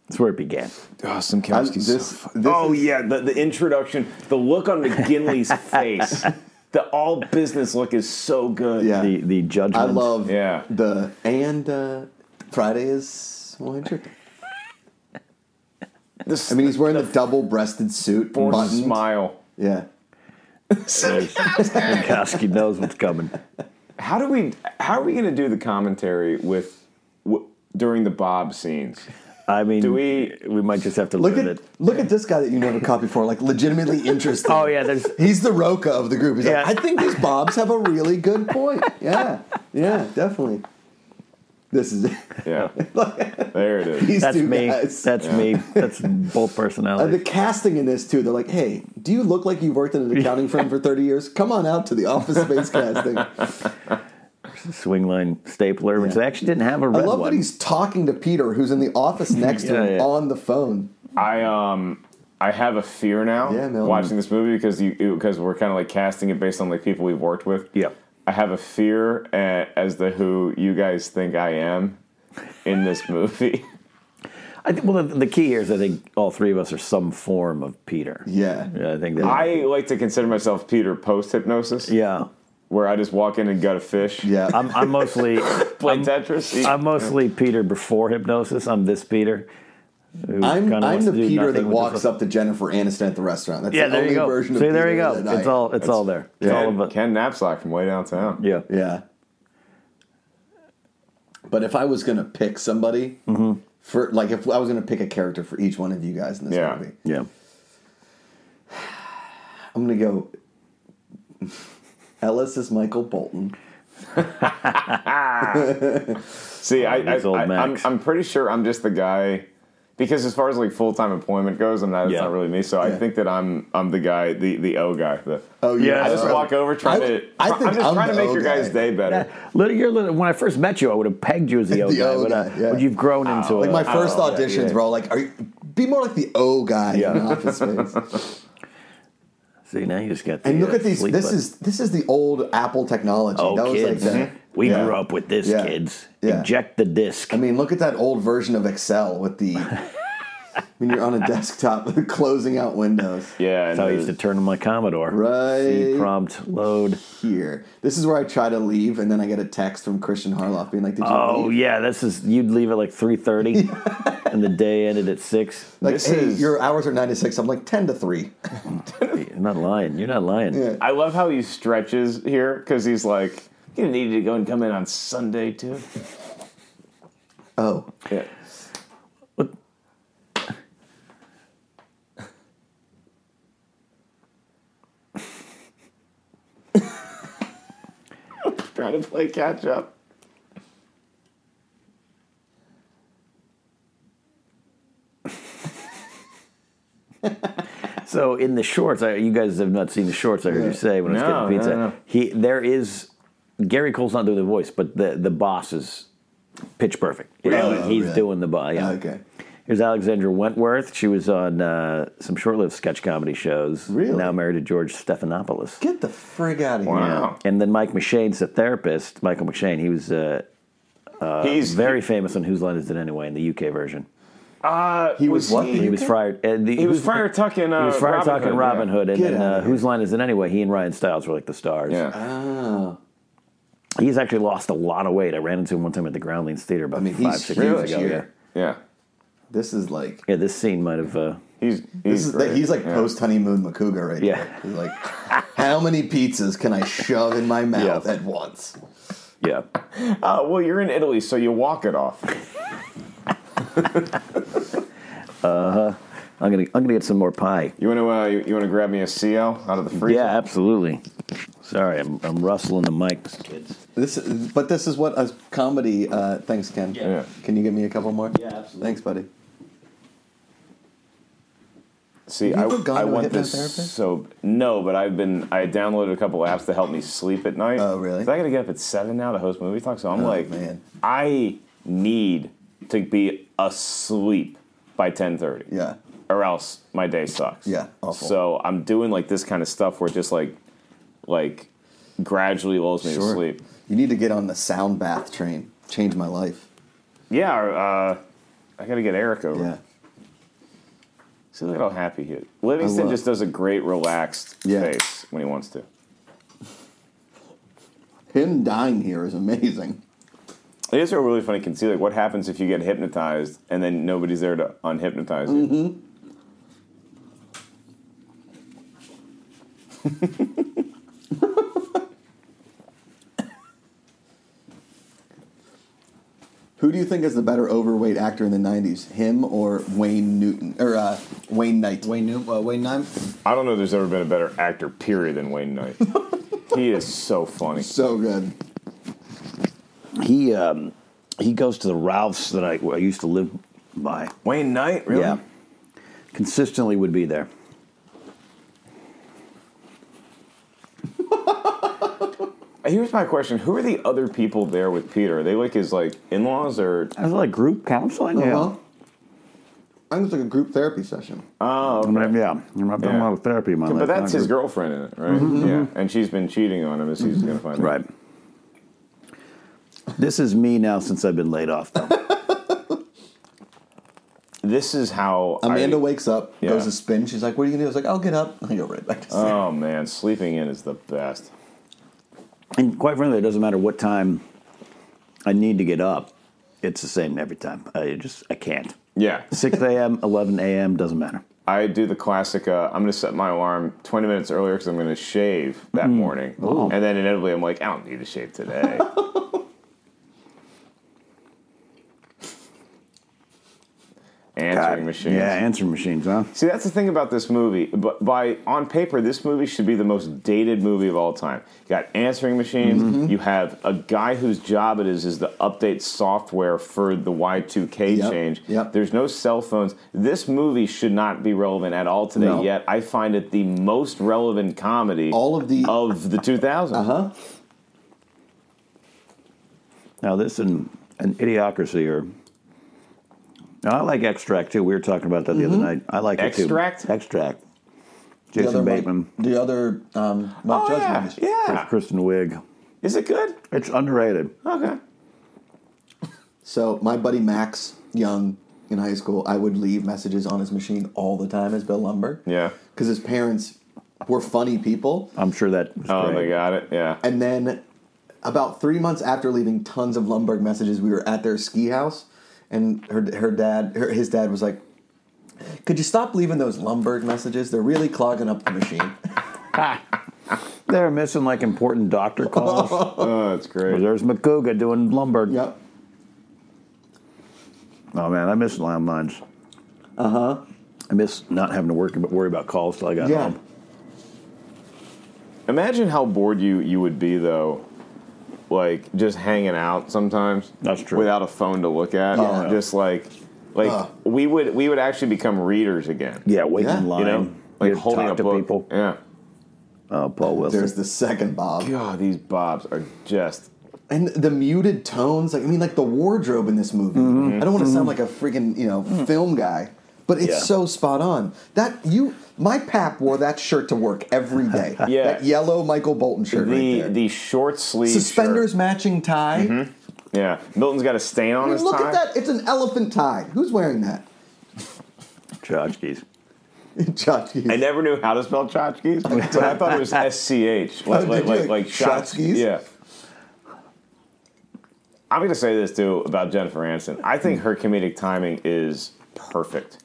[SPEAKER 2] That's where it began.
[SPEAKER 4] oh,
[SPEAKER 3] I'm-
[SPEAKER 4] Simkowski's
[SPEAKER 3] this-
[SPEAKER 4] so fu-
[SPEAKER 3] this
[SPEAKER 4] oh yeah, the, the introduction, the look on McGinley's face, the all business look is so good.
[SPEAKER 3] Yeah.
[SPEAKER 2] The the
[SPEAKER 3] I
[SPEAKER 2] judgment.
[SPEAKER 3] love
[SPEAKER 4] Yeah.
[SPEAKER 3] the and uh, Friday is Hawaiian shirt.
[SPEAKER 4] This,
[SPEAKER 3] I mean, he's wearing the double-breasted suit,
[SPEAKER 4] forced
[SPEAKER 3] buttoned.
[SPEAKER 4] smile.
[SPEAKER 3] Yeah,
[SPEAKER 2] Kowski knows what's coming.
[SPEAKER 4] How do we? How are we going to do the commentary with w- during the Bob scenes?
[SPEAKER 2] I mean,
[SPEAKER 4] Do we-
[SPEAKER 2] We might just have to
[SPEAKER 3] look
[SPEAKER 2] live
[SPEAKER 3] at
[SPEAKER 2] it.
[SPEAKER 3] look at this guy that you never caught before. Like, legitimately interesting.
[SPEAKER 2] Oh yeah, there's
[SPEAKER 3] He's the Roca of the group. He's
[SPEAKER 2] Yeah.
[SPEAKER 3] like, I think these Bobs have a really good point. Yeah, yeah, definitely. This is
[SPEAKER 4] Yeah, there it is.
[SPEAKER 3] these
[SPEAKER 2] that's
[SPEAKER 3] two
[SPEAKER 2] me.
[SPEAKER 3] guys.
[SPEAKER 2] That's me. That's both
[SPEAKER 3] Uh, the
[SPEAKER 2] personalities.
[SPEAKER 3] casting in this too. They're like, hey, do you look like you've worked in an accounting firm for thirty years? Come on out to the office space casting.
[SPEAKER 2] Swing line stapler, which
[SPEAKER 3] Yeah.
[SPEAKER 2] they actually didn't have a
[SPEAKER 3] I
[SPEAKER 2] red
[SPEAKER 3] love
[SPEAKER 2] one.
[SPEAKER 3] that he's talking to Peter, who's in the office next to
[SPEAKER 2] Yeah,
[SPEAKER 3] him
[SPEAKER 2] yeah.
[SPEAKER 3] on the phone.
[SPEAKER 4] I um I have a fear now
[SPEAKER 3] Yeah, Mel.
[SPEAKER 4] watching this movie because you because we're kind of like casting it based on like people we've worked with.
[SPEAKER 2] Yeah.
[SPEAKER 4] I have a fear uh, as to who you guys think I am in this movie.
[SPEAKER 2] I think, well, the, the key here is I think all three of us are some form of Peter.
[SPEAKER 3] Yeah.
[SPEAKER 2] Yeah, I think that.
[SPEAKER 4] I like to consider myself Peter post hypnosis,
[SPEAKER 2] yeah,
[SPEAKER 4] where I just walk in and gut a fish,
[SPEAKER 3] Yeah.
[SPEAKER 2] I'm, I'm mostly
[SPEAKER 4] play Tetris. eat-
[SPEAKER 2] I'm mostly Peter before hypnosis. I'm this Peter. who
[SPEAKER 3] I'm,
[SPEAKER 2] kinda
[SPEAKER 3] I'm
[SPEAKER 2] wants
[SPEAKER 3] the
[SPEAKER 2] to do
[SPEAKER 3] Peter
[SPEAKER 2] nothing
[SPEAKER 3] that
[SPEAKER 2] with
[SPEAKER 3] walks
[SPEAKER 2] his-
[SPEAKER 3] up to Jennifer Aniston at the restaurant. That's
[SPEAKER 2] Yeah,
[SPEAKER 3] the
[SPEAKER 2] there
[SPEAKER 3] only
[SPEAKER 2] you go. See,
[SPEAKER 3] version of
[SPEAKER 2] there you
[SPEAKER 3] Peter
[SPEAKER 2] go.
[SPEAKER 3] that I-
[SPEAKER 2] It's all it's all there. It's all of
[SPEAKER 4] Ken,
[SPEAKER 2] it.
[SPEAKER 4] Ken Knapsack from way downtown.
[SPEAKER 2] yeah.
[SPEAKER 3] Yeah. But if I was gonna pick somebody
[SPEAKER 2] Mm-hmm.
[SPEAKER 3] for like if I was gonna pick a character for each one of you guys in this
[SPEAKER 4] Yeah.
[SPEAKER 3] movie,
[SPEAKER 2] Yeah.
[SPEAKER 3] I'm gonna go Ellis is Michael Bolton.
[SPEAKER 4] See, I, I,
[SPEAKER 2] these old
[SPEAKER 4] I, am
[SPEAKER 2] Macs.
[SPEAKER 4] I'm pretty sure I'm just the guy because as far as like full time employment goes, I'm not. It's
[SPEAKER 2] Yeah.
[SPEAKER 4] not really me. So I
[SPEAKER 3] Yeah.
[SPEAKER 4] think that I'm I'm the guy, the the O guy. The,
[SPEAKER 3] Oh yeah.
[SPEAKER 2] Yeah,
[SPEAKER 4] I just
[SPEAKER 3] that's
[SPEAKER 4] walk
[SPEAKER 3] right.
[SPEAKER 4] over trying
[SPEAKER 3] I-
[SPEAKER 4] to.
[SPEAKER 3] I
[SPEAKER 4] I
[SPEAKER 3] think
[SPEAKER 4] am just
[SPEAKER 3] I'm
[SPEAKER 4] trying to
[SPEAKER 3] the
[SPEAKER 4] make
[SPEAKER 3] O
[SPEAKER 4] your guys'
[SPEAKER 3] guy.
[SPEAKER 4] day better.
[SPEAKER 2] Little, you're little, when I first met you, I would have pegged you as the, old
[SPEAKER 3] The
[SPEAKER 2] guy,
[SPEAKER 3] old
[SPEAKER 2] but, uh,
[SPEAKER 3] guy, yeah.
[SPEAKER 2] but you've grown into
[SPEAKER 3] Like
[SPEAKER 2] a-
[SPEAKER 3] my first
[SPEAKER 4] Oh, yeah,
[SPEAKER 3] auditions
[SPEAKER 4] yeah.
[SPEAKER 3] were all like, "Are you, be more like the O guy in Office Space."
[SPEAKER 2] See, now you just got the,
[SPEAKER 3] And look
[SPEAKER 2] uh,
[SPEAKER 3] at these.
[SPEAKER 2] sleep
[SPEAKER 3] This
[SPEAKER 2] button.
[SPEAKER 3] is this is the old Apple technology.
[SPEAKER 2] oh
[SPEAKER 3] that was
[SPEAKER 2] kids.
[SPEAKER 3] like that.
[SPEAKER 2] We
[SPEAKER 3] Yeah.
[SPEAKER 2] grew up with this,
[SPEAKER 3] Yeah.
[SPEAKER 2] kids.
[SPEAKER 3] Yeah.
[SPEAKER 2] Eject the disc.
[SPEAKER 3] I mean, look at that old version of Excel with the. I mean, you're on a desktop closing out windows.
[SPEAKER 4] Yeah, and
[SPEAKER 2] That's how I
[SPEAKER 4] the-
[SPEAKER 2] used to turn on my Commodore.
[SPEAKER 3] Right.
[SPEAKER 2] See prompt load.
[SPEAKER 3] Here, this is where I try to leave, and then I get a text from Christian Harloff being like, "Did you
[SPEAKER 2] Oh
[SPEAKER 3] leave?"
[SPEAKER 2] yeah, this is you'd leave at like three thirty, and the day ended at six.
[SPEAKER 3] Like,
[SPEAKER 4] This
[SPEAKER 3] hey,
[SPEAKER 4] is-
[SPEAKER 3] your hours are nine to six. I'm like ten to three.
[SPEAKER 2] You're not lying. You're not lying.
[SPEAKER 4] I love how he stretches here because he's like, you didn't need to go and come in on Sunday too.
[SPEAKER 3] Oh,
[SPEAKER 4] Yeah. Trying to play catch up.
[SPEAKER 2] So in the shorts, I, you guys have not seen the shorts. I heard you say when I
[SPEAKER 4] No,
[SPEAKER 2] was getting pizza.
[SPEAKER 4] no, no.
[SPEAKER 2] He there is Gary Cole's not doing the voice, but the the boss is pitch perfect.
[SPEAKER 4] Really? Oh,
[SPEAKER 2] He's
[SPEAKER 3] really?
[SPEAKER 2] doing the boss. Yeah.
[SPEAKER 3] okay.
[SPEAKER 2] Here's Alexandra Wentworth. She was on uh, some short-lived sketch comedy shows.
[SPEAKER 3] Really?
[SPEAKER 2] Now married to George Stephanopoulos.
[SPEAKER 3] Get the frig out of here.
[SPEAKER 4] Wow.
[SPEAKER 2] And then Mike McShane's a therapist. Michael McShane. He was uh,
[SPEAKER 4] he's
[SPEAKER 2] Very famous on Whose Line Is It Anyway in the UK version.
[SPEAKER 4] Uh, he
[SPEAKER 3] was what?
[SPEAKER 2] He was Friar. Uh, the,
[SPEAKER 4] He was Friar Tuck in, uh,
[SPEAKER 2] he was Friar
[SPEAKER 4] Robin
[SPEAKER 2] Tuck
[SPEAKER 4] Hood,
[SPEAKER 2] and Robin
[SPEAKER 4] yeah.
[SPEAKER 2] Hood, and
[SPEAKER 3] Get
[SPEAKER 2] then
[SPEAKER 3] out
[SPEAKER 2] uh,
[SPEAKER 3] of here.
[SPEAKER 2] Whose Line Is It Anyway? He and Ryan Stiles were like the stars.
[SPEAKER 4] Yeah. Uh.
[SPEAKER 2] He's actually lost a lot of weight. I ran into him one time at the Groundlings Theater about
[SPEAKER 3] I mean, he's
[SPEAKER 2] five, six
[SPEAKER 3] huge
[SPEAKER 2] years ago.
[SPEAKER 3] here.
[SPEAKER 2] Yeah.
[SPEAKER 4] Yeah.
[SPEAKER 3] This is like
[SPEAKER 2] yeah, this scene might have. Uh,
[SPEAKER 4] He's he's,
[SPEAKER 3] this is
[SPEAKER 4] great.
[SPEAKER 3] he's like
[SPEAKER 4] Yeah.
[SPEAKER 3] post honeymoon Makuga right
[SPEAKER 2] Yeah.
[SPEAKER 3] here. He's like, how many pizzas can I shove in my mouth
[SPEAKER 2] Yeah.
[SPEAKER 3] at once?
[SPEAKER 2] yeah.
[SPEAKER 4] Oh, well, you're in Italy, so you walk it off.
[SPEAKER 2] I'm gonna I'm gonna get some more pie.
[SPEAKER 4] You want to uh, you, want to grab me a CO out of the freezer?
[SPEAKER 2] Yeah, absolutely. Sorry, I'm, I'm rustling the mics, kids.
[SPEAKER 3] This, is- but this is what a comedy. Uh, thanks, Ken.
[SPEAKER 4] Yeah.
[SPEAKER 3] Can you give me a couple more?
[SPEAKER 2] Yeah, absolutely.
[SPEAKER 3] Thanks, buddy.
[SPEAKER 4] See,
[SPEAKER 3] Have you
[SPEAKER 4] I,
[SPEAKER 3] ever gone
[SPEAKER 4] I
[SPEAKER 3] to a
[SPEAKER 4] want this
[SPEAKER 3] hypnotherapist?
[SPEAKER 4] so no, but I've been I downloaded a couple apps to help me sleep at night.
[SPEAKER 3] Oh, really?
[SPEAKER 4] 'Cause I got to get up at seven now to host movie talk, so I'm
[SPEAKER 3] Oh,
[SPEAKER 4] like,
[SPEAKER 3] man.
[SPEAKER 4] I need to be asleep by ten thirty.
[SPEAKER 3] Yeah.
[SPEAKER 4] or else my day sucks.
[SPEAKER 3] Yeah, awful.
[SPEAKER 4] So I'm doing like this kind of stuff where it just like, like, gradually lulls me to
[SPEAKER 3] Sure.
[SPEAKER 4] sleep.
[SPEAKER 3] You need to get on the sound bath train. Change my life.
[SPEAKER 4] Yeah, or, uh, I got to get Eric over.
[SPEAKER 3] Yeah.
[SPEAKER 4] See, look at how happy he is. Livingston
[SPEAKER 3] will.
[SPEAKER 4] just does a great relaxed
[SPEAKER 3] Yeah.
[SPEAKER 4] face when he wants to.
[SPEAKER 3] Him dying here is amazing.
[SPEAKER 4] It is a really funny conceit. Like, what happens if you get hypnotized and then nobody's there to unhypnotize you?
[SPEAKER 2] Mm-hmm.
[SPEAKER 3] Who do you think is the better overweight actor in the '90s, him or Wayne Newton or uh, Wayne Knight?
[SPEAKER 5] Wayne Newton, uh, Wayne Nine.
[SPEAKER 4] I don't know if there's ever been a better actor, period, than Wayne Knight. he is so funny.
[SPEAKER 3] So good.
[SPEAKER 2] He um, he goes to the Ralphs that I, I used to live by.
[SPEAKER 4] Wayne Knight, really?
[SPEAKER 2] Yeah, consistently would be there.
[SPEAKER 4] Here's my question: Who are the other people there with Peter? Are they like his like in-laws or?
[SPEAKER 2] I was like group counseling.
[SPEAKER 3] Uh-huh. I think it's like a group therapy session.
[SPEAKER 2] I mean, yeah. I'm not doing
[SPEAKER 4] Yeah.
[SPEAKER 2] a lot of therapy in my life.
[SPEAKER 4] But that's
[SPEAKER 2] Oh, Not
[SPEAKER 4] his
[SPEAKER 2] group-
[SPEAKER 4] girlfriend in it, right? Yeah, and she's been cheating on him as he's gonna find out.
[SPEAKER 2] Mm-hmm. Right. This is me now since I've been laid off, though.
[SPEAKER 4] This is how I-
[SPEAKER 3] Amanda wakes up,
[SPEAKER 4] Yeah.
[SPEAKER 3] goes to spin. She's like, "What are you gonna do?" I was like, "I'll get up." I go right back to sleep.
[SPEAKER 4] Oh man, sleeping in is the best.
[SPEAKER 2] and quite frankly, it doesn't matter what time I need to get up. It's the same every time. I just I can't.
[SPEAKER 4] Yeah,
[SPEAKER 2] 6 a.m., 11 a.m. doesn't matter.
[SPEAKER 4] I do the classic. Uh, I'm gonna set my alarm 20 minutes earlier because I'm gonna shave that morning, and then inevitably I'm like, I don't need to shave today. Answering machines.
[SPEAKER 2] Yeah, answering machines, huh?
[SPEAKER 4] See, that's the thing about this movie. But by on paper, this movie should be the most dated movie of all time. You got answering machines.
[SPEAKER 3] Mm-hmm.
[SPEAKER 4] You have a guy whose job it is is to update software for the Y two K
[SPEAKER 3] Yep,
[SPEAKER 4] change.
[SPEAKER 3] yep.
[SPEAKER 4] There's no cell phones. This movie should not be relevant at all today.
[SPEAKER 3] No.
[SPEAKER 4] Yet I find it the most relevant comedy
[SPEAKER 3] All Uh-huh. of the-
[SPEAKER 4] of the 2000s.
[SPEAKER 3] Huh?
[SPEAKER 2] Now, this and an idiocracy or. Now, I like extract too. We were talking about that the other night. I like it
[SPEAKER 4] Mm-hmm. Extract?
[SPEAKER 2] too. Extract.
[SPEAKER 3] The
[SPEAKER 2] Jason
[SPEAKER 3] other Mike-
[SPEAKER 2] Bateman,
[SPEAKER 3] the other um, Mike
[SPEAKER 4] Oh
[SPEAKER 3] Judge
[SPEAKER 4] yeah,
[SPEAKER 3] movies.
[SPEAKER 4] yeah.
[SPEAKER 2] Kristen Wiig.
[SPEAKER 4] Is it good?
[SPEAKER 2] It's underrated.
[SPEAKER 4] Okay.
[SPEAKER 3] So my buddy Max Young in high school, I would leave messages on his machine all the time as Bill Lumberg.
[SPEAKER 4] Yeah.
[SPEAKER 3] Because his parents were funny people,
[SPEAKER 2] I'm sure that. Was
[SPEAKER 4] Oh,
[SPEAKER 2] great.
[SPEAKER 4] they got it. Yeah.
[SPEAKER 3] and then about three months after leaving tons of Lumberg messages, we were at their ski house, and her her dad her, his dad was like, "Could you stop leaving those Lumberg messages? They're really clogging up the machine."
[SPEAKER 2] They're missing like important doctor calls. Well,
[SPEAKER 4] Oh, that's great.
[SPEAKER 2] There's McCouga doing lumber.
[SPEAKER 3] yep.
[SPEAKER 2] Oh man, I miss landlines. Uh huh.
[SPEAKER 4] Uh-huh.
[SPEAKER 2] I miss not having to work but worry about calls till I got
[SPEAKER 3] Yeah.
[SPEAKER 2] home.
[SPEAKER 4] Imagine how bored you you would be though, like just hanging out sometimes.
[SPEAKER 2] That's true.
[SPEAKER 4] Without a phone to look at,
[SPEAKER 3] Yeah.
[SPEAKER 4] And just like like
[SPEAKER 3] Ugh.
[SPEAKER 4] we would we would actually become readers again.
[SPEAKER 2] Yeah, waiting
[SPEAKER 3] Yeah.
[SPEAKER 2] in line.
[SPEAKER 4] You know, like
[SPEAKER 2] You'd
[SPEAKER 4] holding
[SPEAKER 2] talk
[SPEAKER 4] a
[SPEAKER 2] to
[SPEAKER 4] book.
[SPEAKER 2] people.
[SPEAKER 4] Yeah.
[SPEAKER 2] Oh, Paul Wilson.
[SPEAKER 3] There's the second Bob.
[SPEAKER 4] God, these bobs are just.
[SPEAKER 3] and the muted tones like i mean like the wardrobe in this movie i don't want to sound like a freaking you know film guy but it's
[SPEAKER 2] Yeah.
[SPEAKER 3] so spot on that you my pap wore that shirt to work every day
[SPEAKER 4] Yeah.
[SPEAKER 3] that yellow michael bolton shirt
[SPEAKER 4] The
[SPEAKER 3] right there
[SPEAKER 4] the short sleeve
[SPEAKER 3] suspenders
[SPEAKER 4] shirt.
[SPEAKER 3] matching tie
[SPEAKER 4] Yeah, Milton's got a stain on
[SPEAKER 3] I mean,
[SPEAKER 4] his
[SPEAKER 3] look
[SPEAKER 4] tie.
[SPEAKER 3] at that. It's an elephant tie. Who's wearing that?
[SPEAKER 2] Tchotchkes.
[SPEAKER 3] Tchotchkes.
[SPEAKER 4] I never knew how to spell tchotchkes, but I thought it was S C H, like
[SPEAKER 3] Oh,
[SPEAKER 4] like
[SPEAKER 3] did you?
[SPEAKER 4] like, like shots.
[SPEAKER 3] Tchotchkes?
[SPEAKER 4] Yeah. I'm going to say this too about Jennifer Aniston. I think her comedic timing is perfect.
[SPEAKER 3] Mm.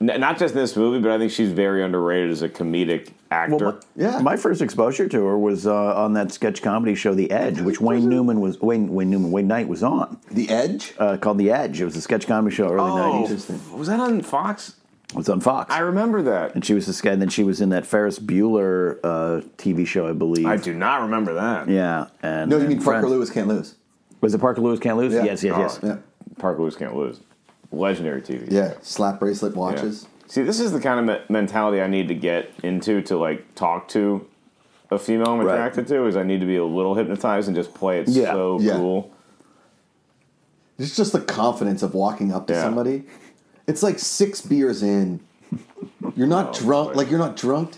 [SPEAKER 3] yeah.
[SPEAKER 4] N- not just in this movie, but I think she's very underrated as a comedic actor.
[SPEAKER 2] Well, my,
[SPEAKER 3] Yeah.
[SPEAKER 2] my first exposure to her was uh, on that sketch comedy show, The Edge, which Wayne Newman was Wayne, Wayne Newman Wayne Knight was on,
[SPEAKER 3] The Edge.
[SPEAKER 2] uh, called The Edge. It was a sketch comedy show early
[SPEAKER 4] oh,
[SPEAKER 2] '90s.
[SPEAKER 4] f- was that on Fox?
[SPEAKER 2] It was on Fox.
[SPEAKER 4] I remember that.
[SPEAKER 2] and she was this guy, and then she was in that Ferris Bueller uh, TV show, I believe.
[SPEAKER 4] I do not remember that.
[SPEAKER 2] Yeah, and
[SPEAKER 3] no, you
[SPEAKER 2] and
[SPEAKER 3] mean Parker
[SPEAKER 2] Friends.
[SPEAKER 3] Lewis can't lose.
[SPEAKER 2] Was it Parker Lewis can't lose?
[SPEAKER 3] Yeah.
[SPEAKER 2] Yes, yes,
[SPEAKER 4] Oh,
[SPEAKER 2] yes.
[SPEAKER 3] Yeah.
[SPEAKER 4] Parker Lewis can't lose. Legendary TV.
[SPEAKER 3] Yeah. Slap bracelet
[SPEAKER 4] Yeah.
[SPEAKER 3] watches.
[SPEAKER 4] See, this is the kind of me- mentality I need to get into to like talk to a female I'm
[SPEAKER 2] Right.
[SPEAKER 4] attracted to. Is I need to be a little hypnotized and just play it
[SPEAKER 2] Yeah.
[SPEAKER 4] so
[SPEAKER 3] Yeah.
[SPEAKER 4] cool.
[SPEAKER 3] It's just the confidence of walking up to
[SPEAKER 4] Yeah.
[SPEAKER 3] somebody. It's like six beers in. You're not
[SPEAKER 4] Oh,
[SPEAKER 3] drunk.
[SPEAKER 4] boy.
[SPEAKER 3] Like you're not drunk.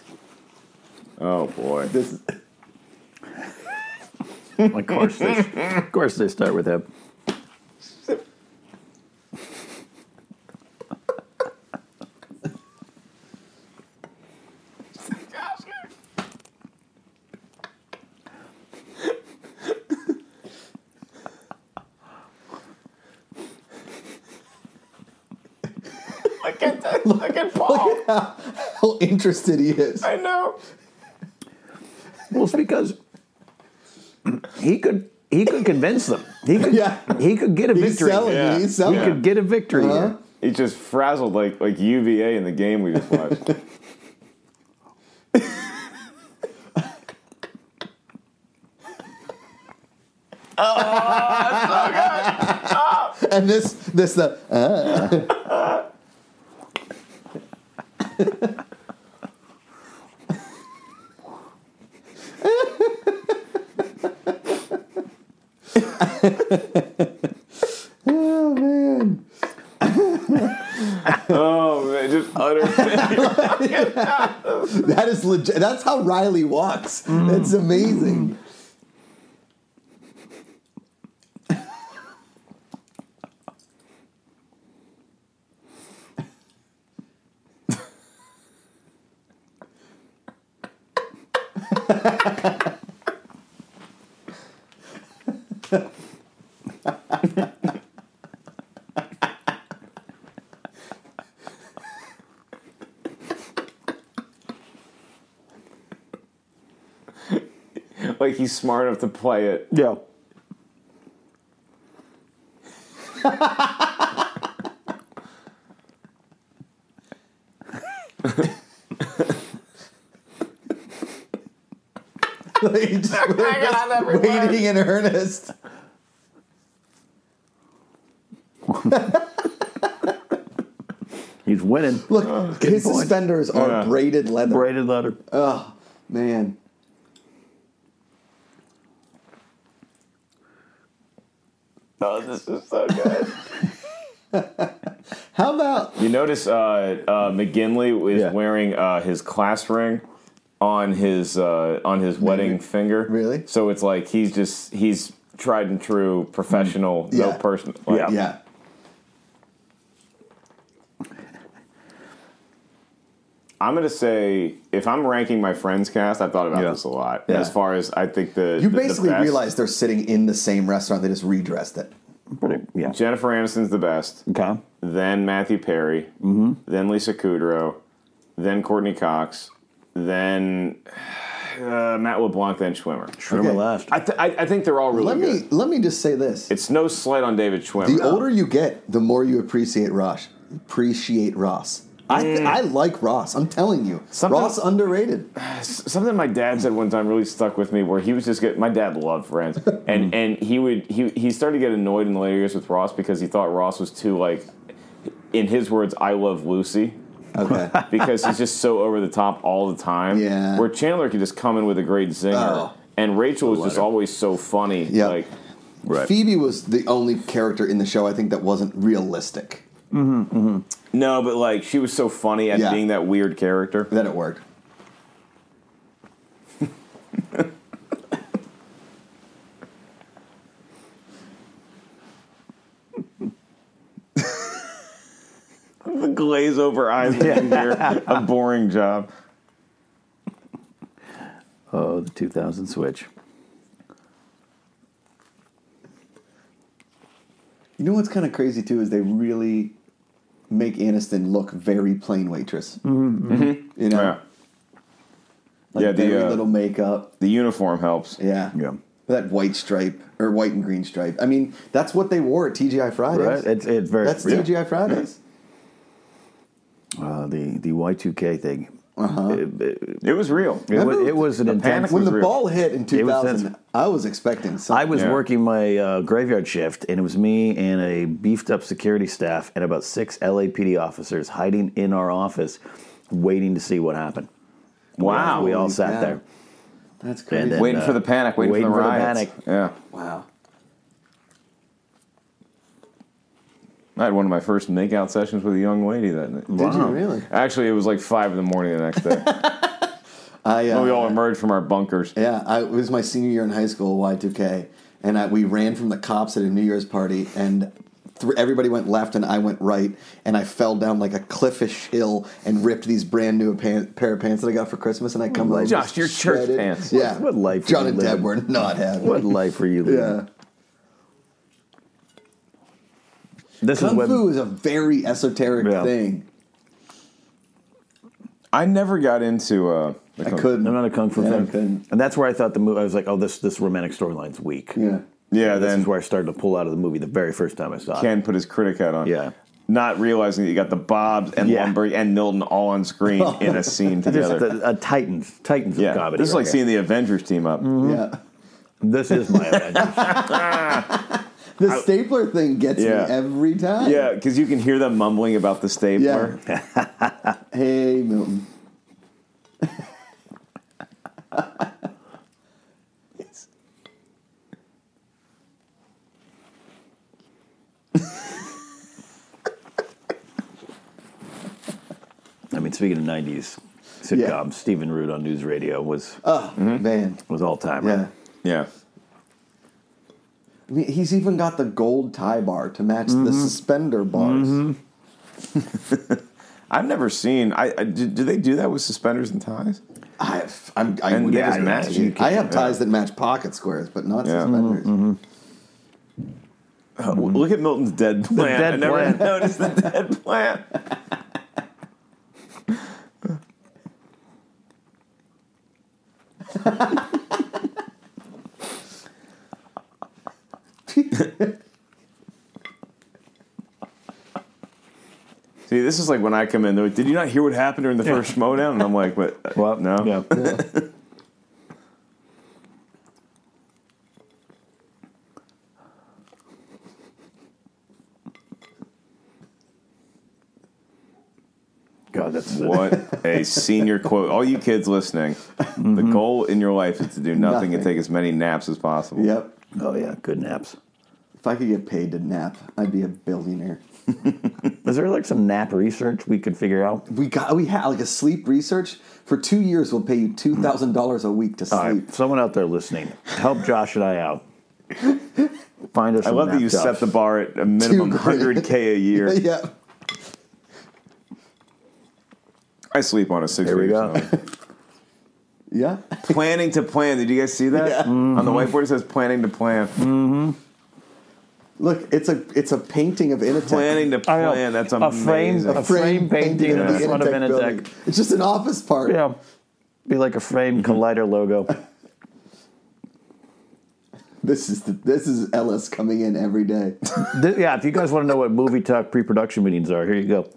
[SPEAKER 4] Oh boy.
[SPEAKER 3] This
[SPEAKER 2] Of course, they, of course they start with him.
[SPEAKER 4] Look at that. Look at Paul.
[SPEAKER 3] how interested he is.
[SPEAKER 4] I know.
[SPEAKER 2] Well, it's because he could he could convince them. He could
[SPEAKER 3] Yeah.
[SPEAKER 2] he could get a
[SPEAKER 3] He's
[SPEAKER 2] victory.
[SPEAKER 3] selling.
[SPEAKER 4] Yeah.
[SPEAKER 3] He's selling.
[SPEAKER 2] He could get a victory. here.
[SPEAKER 3] Uh-huh.
[SPEAKER 4] It just frazzled like like UVA in the game we just watched.
[SPEAKER 3] And this, this, the. Uh,
[SPEAKER 4] oh man, just utter.
[SPEAKER 3] that is legit. That's how Riley walks.
[SPEAKER 4] Mm.
[SPEAKER 3] It's amazing.
[SPEAKER 4] like he's smart enough to play it.
[SPEAKER 2] Yeah.
[SPEAKER 3] Like, just,
[SPEAKER 4] every
[SPEAKER 3] waiting in earnest.
[SPEAKER 2] He's winning.
[SPEAKER 3] Look, his
[SPEAKER 2] point.
[SPEAKER 3] suspenders are
[SPEAKER 4] Oh, Yeah.
[SPEAKER 3] braided leather.
[SPEAKER 2] Braided letter.
[SPEAKER 3] Oh man.
[SPEAKER 4] Oh, this is so good.
[SPEAKER 3] How about
[SPEAKER 4] You notice uh, uh, McGinley is
[SPEAKER 2] Yeah.
[SPEAKER 4] wearing uh, his class ring on his uh, on his wedding finger.
[SPEAKER 3] Really?
[SPEAKER 4] So it's like he's just he's tried and true professional, no
[SPEAKER 3] Yeah.
[SPEAKER 4] person.
[SPEAKER 2] Mm. Yeah.
[SPEAKER 3] yeah?
[SPEAKER 4] I'm gonna say if I'm ranking my friends cast, I've thought about
[SPEAKER 2] Yeah.
[SPEAKER 4] this a lot.
[SPEAKER 2] Yeah.
[SPEAKER 4] As far as I think the
[SPEAKER 3] You
[SPEAKER 4] the- the
[SPEAKER 3] basically
[SPEAKER 4] best-
[SPEAKER 3] realize they're sitting in the same restaurant. They just redressed it.
[SPEAKER 2] Pretty, yeah.
[SPEAKER 4] Jennifer Aniston's the best,
[SPEAKER 2] Okay.
[SPEAKER 4] then Matthew Perry, then Lisa Kudrow, then Courtney Cox, then uh, Matt LeBlanc, then Schwimmer.
[SPEAKER 2] Trimmer
[SPEAKER 3] Okay.
[SPEAKER 2] left.
[SPEAKER 4] I, th- I, I think they're all really
[SPEAKER 3] Let
[SPEAKER 4] good.
[SPEAKER 3] me let me just say this:
[SPEAKER 4] It's no slight on David Schwimmer.
[SPEAKER 3] the older you get, the more you appreciate Ross. Appreciate Ross. I th- I like Ross. I'm telling you,
[SPEAKER 4] Something-
[SPEAKER 3] Ross underrated.
[SPEAKER 4] S- Something my dad said one time really stuck with me, where he was just get my dad loved Friends, and and he would he he started to get annoyed in the later years with Ross because he thought Ross was too like, in his words, "I love Lucy."
[SPEAKER 3] Okay.
[SPEAKER 4] Because he's just so over the top all the time.
[SPEAKER 3] Yeah.
[SPEAKER 4] Where Chandler could just come in with a great zinger,
[SPEAKER 3] Oh.
[SPEAKER 4] and Rachel was just always so funny.
[SPEAKER 3] Yep.
[SPEAKER 4] Like,
[SPEAKER 2] Right.
[SPEAKER 3] Phoebe was the only character in the show I think that wasn't realistic.
[SPEAKER 4] no, but like she was so funny at
[SPEAKER 3] Yeah.
[SPEAKER 4] being that weird character.
[SPEAKER 3] That it worked.
[SPEAKER 4] glaze over eyes and hear a boring job.
[SPEAKER 2] Oh, the 2000 Switch.
[SPEAKER 3] You know what's kind of crazy too is they really make Aniston look very plain waitress. Mm-hmm. You know,
[SPEAKER 4] Yeah,
[SPEAKER 3] like
[SPEAKER 4] yeah, the,
[SPEAKER 3] very
[SPEAKER 4] uh,
[SPEAKER 3] little makeup.
[SPEAKER 4] the uniform helps.
[SPEAKER 3] Yeah, That white stripe or white and green stripe. I mean, that's what they wore at TGI Fridays.
[SPEAKER 2] Right? It's, it's very.
[SPEAKER 3] that's
[SPEAKER 2] yeah.
[SPEAKER 3] TGI Fridays.
[SPEAKER 2] Uh, the, the Y2K thing. Uh-huh. It, it-
[SPEAKER 4] It was real.
[SPEAKER 2] it wa-
[SPEAKER 3] Remember
[SPEAKER 2] it was an
[SPEAKER 4] the
[SPEAKER 2] intense.
[SPEAKER 4] panic
[SPEAKER 3] When
[SPEAKER 4] was
[SPEAKER 3] the
[SPEAKER 4] real.
[SPEAKER 3] ball hit in
[SPEAKER 2] It was
[SPEAKER 3] 2000,
[SPEAKER 2] sense-
[SPEAKER 3] I was expecting something.
[SPEAKER 2] I was
[SPEAKER 4] Yeah.
[SPEAKER 2] working my uh, graveyard shift, and it was me and a beefed up security staff and about six LAPD officers hiding in our office, waiting to see what happened.
[SPEAKER 4] Wow.
[SPEAKER 2] we all sat
[SPEAKER 3] cow.
[SPEAKER 2] there.
[SPEAKER 3] That's crazy.
[SPEAKER 2] then-
[SPEAKER 4] waiting
[SPEAKER 2] uh,
[SPEAKER 4] for the panic, waiting,
[SPEAKER 2] waiting
[SPEAKER 4] for
[SPEAKER 2] for
[SPEAKER 4] the
[SPEAKER 2] the
[SPEAKER 4] riots.
[SPEAKER 2] panic.
[SPEAKER 4] Yeah,
[SPEAKER 3] wow.
[SPEAKER 4] I had one of my first makeout sessions with a young lady that night.
[SPEAKER 3] Did you really?
[SPEAKER 4] Actually, it was like five in the morning the next day.
[SPEAKER 3] I,
[SPEAKER 2] Oh,
[SPEAKER 3] uh,
[SPEAKER 4] we all emerged from our bunkers.
[SPEAKER 3] Yeah, I, it was my senior year in high school, Y2K, and I, we ran from the cops at a New Year's party, and th- everybody went left and I went right, and I fell down like a cliffish hill and ripped these brand new pan- pair of pants that I got for Christmas, and I come home.
[SPEAKER 4] Josh,
[SPEAKER 3] just
[SPEAKER 4] your church
[SPEAKER 3] shredded.
[SPEAKER 4] pants.
[SPEAKER 3] Yeah,
[SPEAKER 2] What life
[SPEAKER 3] John
[SPEAKER 2] you
[SPEAKER 3] and
[SPEAKER 2] live.
[SPEAKER 3] Deb were not happy.
[SPEAKER 2] What life were you living?
[SPEAKER 3] Yeah,
[SPEAKER 2] This
[SPEAKER 3] kung
[SPEAKER 2] is
[SPEAKER 3] fu
[SPEAKER 2] when
[SPEAKER 3] is a very esoteric
[SPEAKER 2] Yeah.
[SPEAKER 3] thing.
[SPEAKER 4] I never got into. Uh, the
[SPEAKER 3] I
[SPEAKER 4] Kung-
[SPEAKER 3] couldn't.
[SPEAKER 2] I'm not a kung fu
[SPEAKER 3] Yeah, I
[SPEAKER 2] fan,
[SPEAKER 3] couldn't.
[SPEAKER 2] and that's where I thought the movie. I was like, oh, this this romantic storyline's weak.
[SPEAKER 3] Yeah,
[SPEAKER 4] Yeah,
[SPEAKER 2] This
[SPEAKER 4] then
[SPEAKER 2] is where I started to pull out of the movie the very first time I saw it.
[SPEAKER 4] Ken put his critic hat on.
[SPEAKER 2] Yeah.
[SPEAKER 4] Not realizing that you got the Bobs and
[SPEAKER 2] Yeah.
[SPEAKER 4] Lumberg and Milton all on screen in a scene
[SPEAKER 2] Just
[SPEAKER 4] together.
[SPEAKER 2] the, a Titans, Titans
[SPEAKER 4] yeah,
[SPEAKER 2] of comedy.
[SPEAKER 4] this is like
[SPEAKER 2] right here. Mm-hmm.
[SPEAKER 4] seeing the Avengers team up.
[SPEAKER 3] yeah.
[SPEAKER 2] This is my Avengers.
[SPEAKER 3] The stapler thing gets
[SPEAKER 4] Yeah.
[SPEAKER 3] me every time.
[SPEAKER 4] Yeah, because you can hear them mumbling about the stapler.
[SPEAKER 3] Hey, Milton.
[SPEAKER 2] I mean, speaking of '90s sitcoms,
[SPEAKER 3] Yeah.
[SPEAKER 2] Stephen Root on News Radio was
[SPEAKER 3] Oh man.
[SPEAKER 2] was all time.
[SPEAKER 3] Yeah.
[SPEAKER 4] Uh, Mm-hmm. Yeah.
[SPEAKER 3] I mean, he's even got the gold tie bar to match the
[SPEAKER 4] Mm-hmm.
[SPEAKER 3] suspender bars.
[SPEAKER 4] I've never seen. I, I do, do they do that with suspenders and ties?
[SPEAKER 3] I have, I'm, I,
[SPEAKER 4] And
[SPEAKER 3] would
[SPEAKER 4] they
[SPEAKER 3] never
[SPEAKER 4] just match.
[SPEAKER 3] match
[SPEAKER 4] You
[SPEAKER 3] it.
[SPEAKER 4] can-
[SPEAKER 3] I have ties that match pocket squares, but not
[SPEAKER 4] Yeah. Mm-hmm.
[SPEAKER 3] suspenders.
[SPEAKER 4] Uh, Look at Milton's dead plant.
[SPEAKER 2] dead
[SPEAKER 4] I never
[SPEAKER 2] plant.
[SPEAKER 4] noticed the dead plant. See, this is like when I come in. They're like, Did you not hear what happened during the first Schmodown? And I'm like, what?
[SPEAKER 2] Well,
[SPEAKER 4] No.
[SPEAKER 2] Yeah. God, that's
[SPEAKER 4] What a senior quote. All you kids listening, the
[SPEAKER 2] Mm-hmm.
[SPEAKER 4] goal in your life is to do nothing,
[SPEAKER 3] Nothing.
[SPEAKER 4] and take as many naps as possible.
[SPEAKER 3] Yep.
[SPEAKER 2] Oh yeah, good naps.
[SPEAKER 3] If I could get paid to nap, I'd be a billionaire.
[SPEAKER 2] Is there like some nap research we could figure out?
[SPEAKER 3] We got we had like a sleep research for two years. We'll pay you two thousand dollars a week to
[SPEAKER 4] Oh,
[SPEAKER 2] All
[SPEAKER 3] sleep.
[SPEAKER 2] right, someone out there listening, help Josh and I out. Find us.
[SPEAKER 4] I
[SPEAKER 2] some
[SPEAKER 4] love that
[SPEAKER 2] nap
[SPEAKER 4] you set
[SPEAKER 2] jobs.
[SPEAKER 4] the bar at a minimum
[SPEAKER 3] Too
[SPEAKER 4] 100K a year.
[SPEAKER 3] yeah.
[SPEAKER 4] I sleep on a six
[SPEAKER 2] There we
[SPEAKER 4] figure
[SPEAKER 2] go.
[SPEAKER 4] salary.
[SPEAKER 3] Yeah.
[SPEAKER 4] planning to plan. Did you guys see that? Mm-hmm.
[SPEAKER 3] Yeah.
[SPEAKER 4] On the whiteboard, it says planning to plan.
[SPEAKER 3] Look, it's a it's a painting of Inatech.
[SPEAKER 4] Planning to
[SPEAKER 2] I know.
[SPEAKER 4] plan. That's
[SPEAKER 2] A frame-
[SPEAKER 4] amazing.
[SPEAKER 2] a frame painting in
[SPEAKER 3] the
[SPEAKER 2] front of Inatech.
[SPEAKER 3] building. It's just an office part.
[SPEAKER 2] Yeah, be like a frame collider logo.
[SPEAKER 3] This is the, this is LS coming in every day.
[SPEAKER 2] Th- yeah, if you guys want to know what movie talk pre-production meetings are, here you go.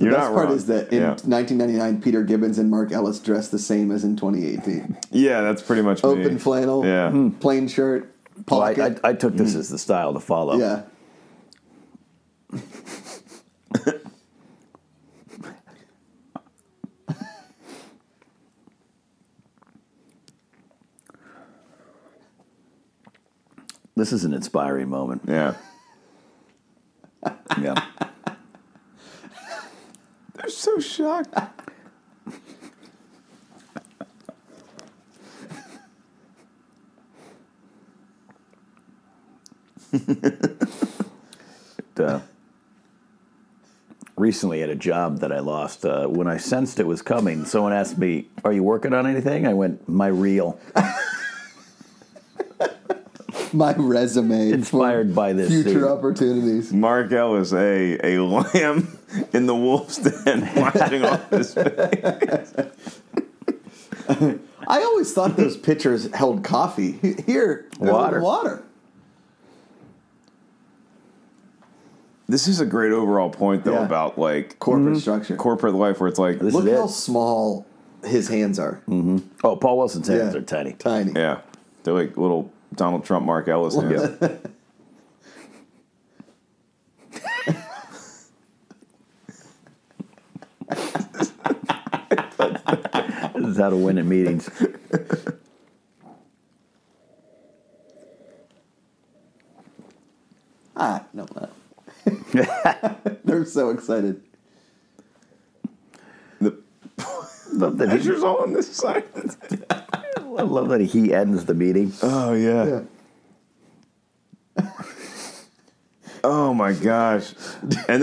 [SPEAKER 4] You're
[SPEAKER 3] the best
[SPEAKER 4] not
[SPEAKER 3] part
[SPEAKER 4] wrong.
[SPEAKER 3] is that in
[SPEAKER 4] yeah.
[SPEAKER 3] 1999, Peter Gibbons and Mark Ellis dressed the same as in 2018.
[SPEAKER 4] Yeah, that's pretty much me.
[SPEAKER 3] Open flannel,
[SPEAKER 4] Yeah.
[SPEAKER 3] plain shirt,
[SPEAKER 2] Hmm. Well, I,
[SPEAKER 3] pocket.
[SPEAKER 2] I, I took this as the style to follow.
[SPEAKER 3] Mm. yeah.
[SPEAKER 2] This is an inspiring moment.
[SPEAKER 4] Yeah.
[SPEAKER 2] Yeah.
[SPEAKER 4] They're so shocked.
[SPEAKER 2] Uh, recently at a job that I lost. Uh, when I sensed it was coming, someone asked me, "Are you working on anything?" I went, "My reel."
[SPEAKER 3] My resume.
[SPEAKER 2] Inspired
[SPEAKER 3] for
[SPEAKER 2] by this
[SPEAKER 3] Future
[SPEAKER 2] scene.
[SPEAKER 3] opportunities.
[SPEAKER 4] Mark Ellis, a a lamb in the wolf's den, watching off his
[SPEAKER 3] I always thought those pitchers held coffee. Here, they're
[SPEAKER 2] Water.
[SPEAKER 3] holding water.
[SPEAKER 4] This is a great overall point though
[SPEAKER 3] Yeah.
[SPEAKER 4] about like
[SPEAKER 3] Corporate structure.
[SPEAKER 4] corporate life, where it's like,
[SPEAKER 2] This
[SPEAKER 3] Look
[SPEAKER 2] Mm-hmm. is
[SPEAKER 3] how
[SPEAKER 2] it.
[SPEAKER 3] small his hands are.
[SPEAKER 2] Oh, Paul Wilson's hands
[SPEAKER 3] Yeah.
[SPEAKER 2] are tiny.
[SPEAKER 3] Tiny.
[SPEAKER 4] yeah, they're like little Donald Trump, Mark Ellis. hands.
[SPEAKER 2] This is how to win at meetings.
[SPEAKER 3] Ah, no. no. they're so excited.
[SPEAKER 4] The
[SPEAKER 2] love that he,
[SPEAKER 4] pitcher's all on this side.
[SPEAKER 2] I love that he ends the meeting.
[SPEAKER 4] Oh yeah.
[SPEAKER 3] Yeah.
[SPEAKER 4] Oh my gosh. And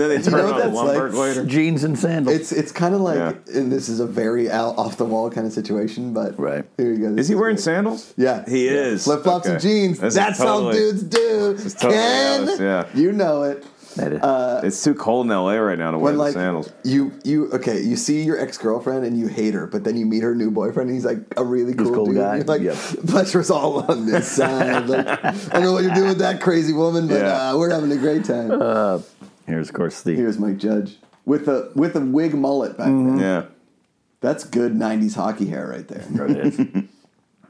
[SPEAKER 4] then they turn
[SPEAKER 3] know what
[SPEAKER 4] on
[SPEAKER 3] that's like?
[SPEAKER 4] Lumberg later.
[SPEAKER 2] Jeans and sandals.
[SPEAKER 3] It's it's kind of like,
[SPEAKER 4] Yeah.
[SPEAKER 3] and this is a very out, off the wall kind of situation, but
[SPEAKER 2] Right.
[SPEAKER 3] here you go. This
[SPEAKER 4] Is he wearing
[SPEAKER 3] great.
[SPEAKER 4] sandals?
[SPEAKER 3] Yeah.
[SPEAKER 4] he
[SPEAKER 3] Yeah.
[SPEAKER 4] is.
[SPEAKER 3] Flip flops and
[SPEAKER 4] Okay.
[SPEAKER 3] jeans?
[SPEAKER 4] This is
[SPEAKER 3] That's
[SPEAKER 4] totally-
[SPEAKER 3] how dudes do.
[SPEAKER 4] is totally
[SPEAKER 3] Ken,
[SPEAKER 4] Alice, yeah.
[SPEAKER 3] you know it.
[SPEAKER 2] That is-
[SPEAKER 3] uh,
[SPEAKER 4] It's too cold in LA right now to wear
[SPEAKER 3] When
[SPEAKER 4] the
[SPEAKER 3] like
[SPEAKER 4] sandals.
[SPEAKER 3] you you okay, you see your ex girlfriend and you hate her, but then you meet her new boyfriend and he's like a really cool,
[SPEAKER 2] cool
[SPEAKER 3] dude.
[SPEAKER 2] guy,
[SPEAKER 3] You're like
[SPEAKER 2] yep.
[SPEAKER 3] pleasure's all on this side. Like, I don't know what you're doing with that crazy woman, but
[SPEAKER 4] Yeah.
[SPEAKER 3] uh, we're having a great time.
[SPEAKER 2] Here's, of course, the
[SPEAKER 3] Here's Mike Judge with a with a wig mullet back then.
[SPEAKER 4] Yeah.
[SPEAKER 3] That's good '90s hockey hair right there.
[SPEAKER 2] There it is.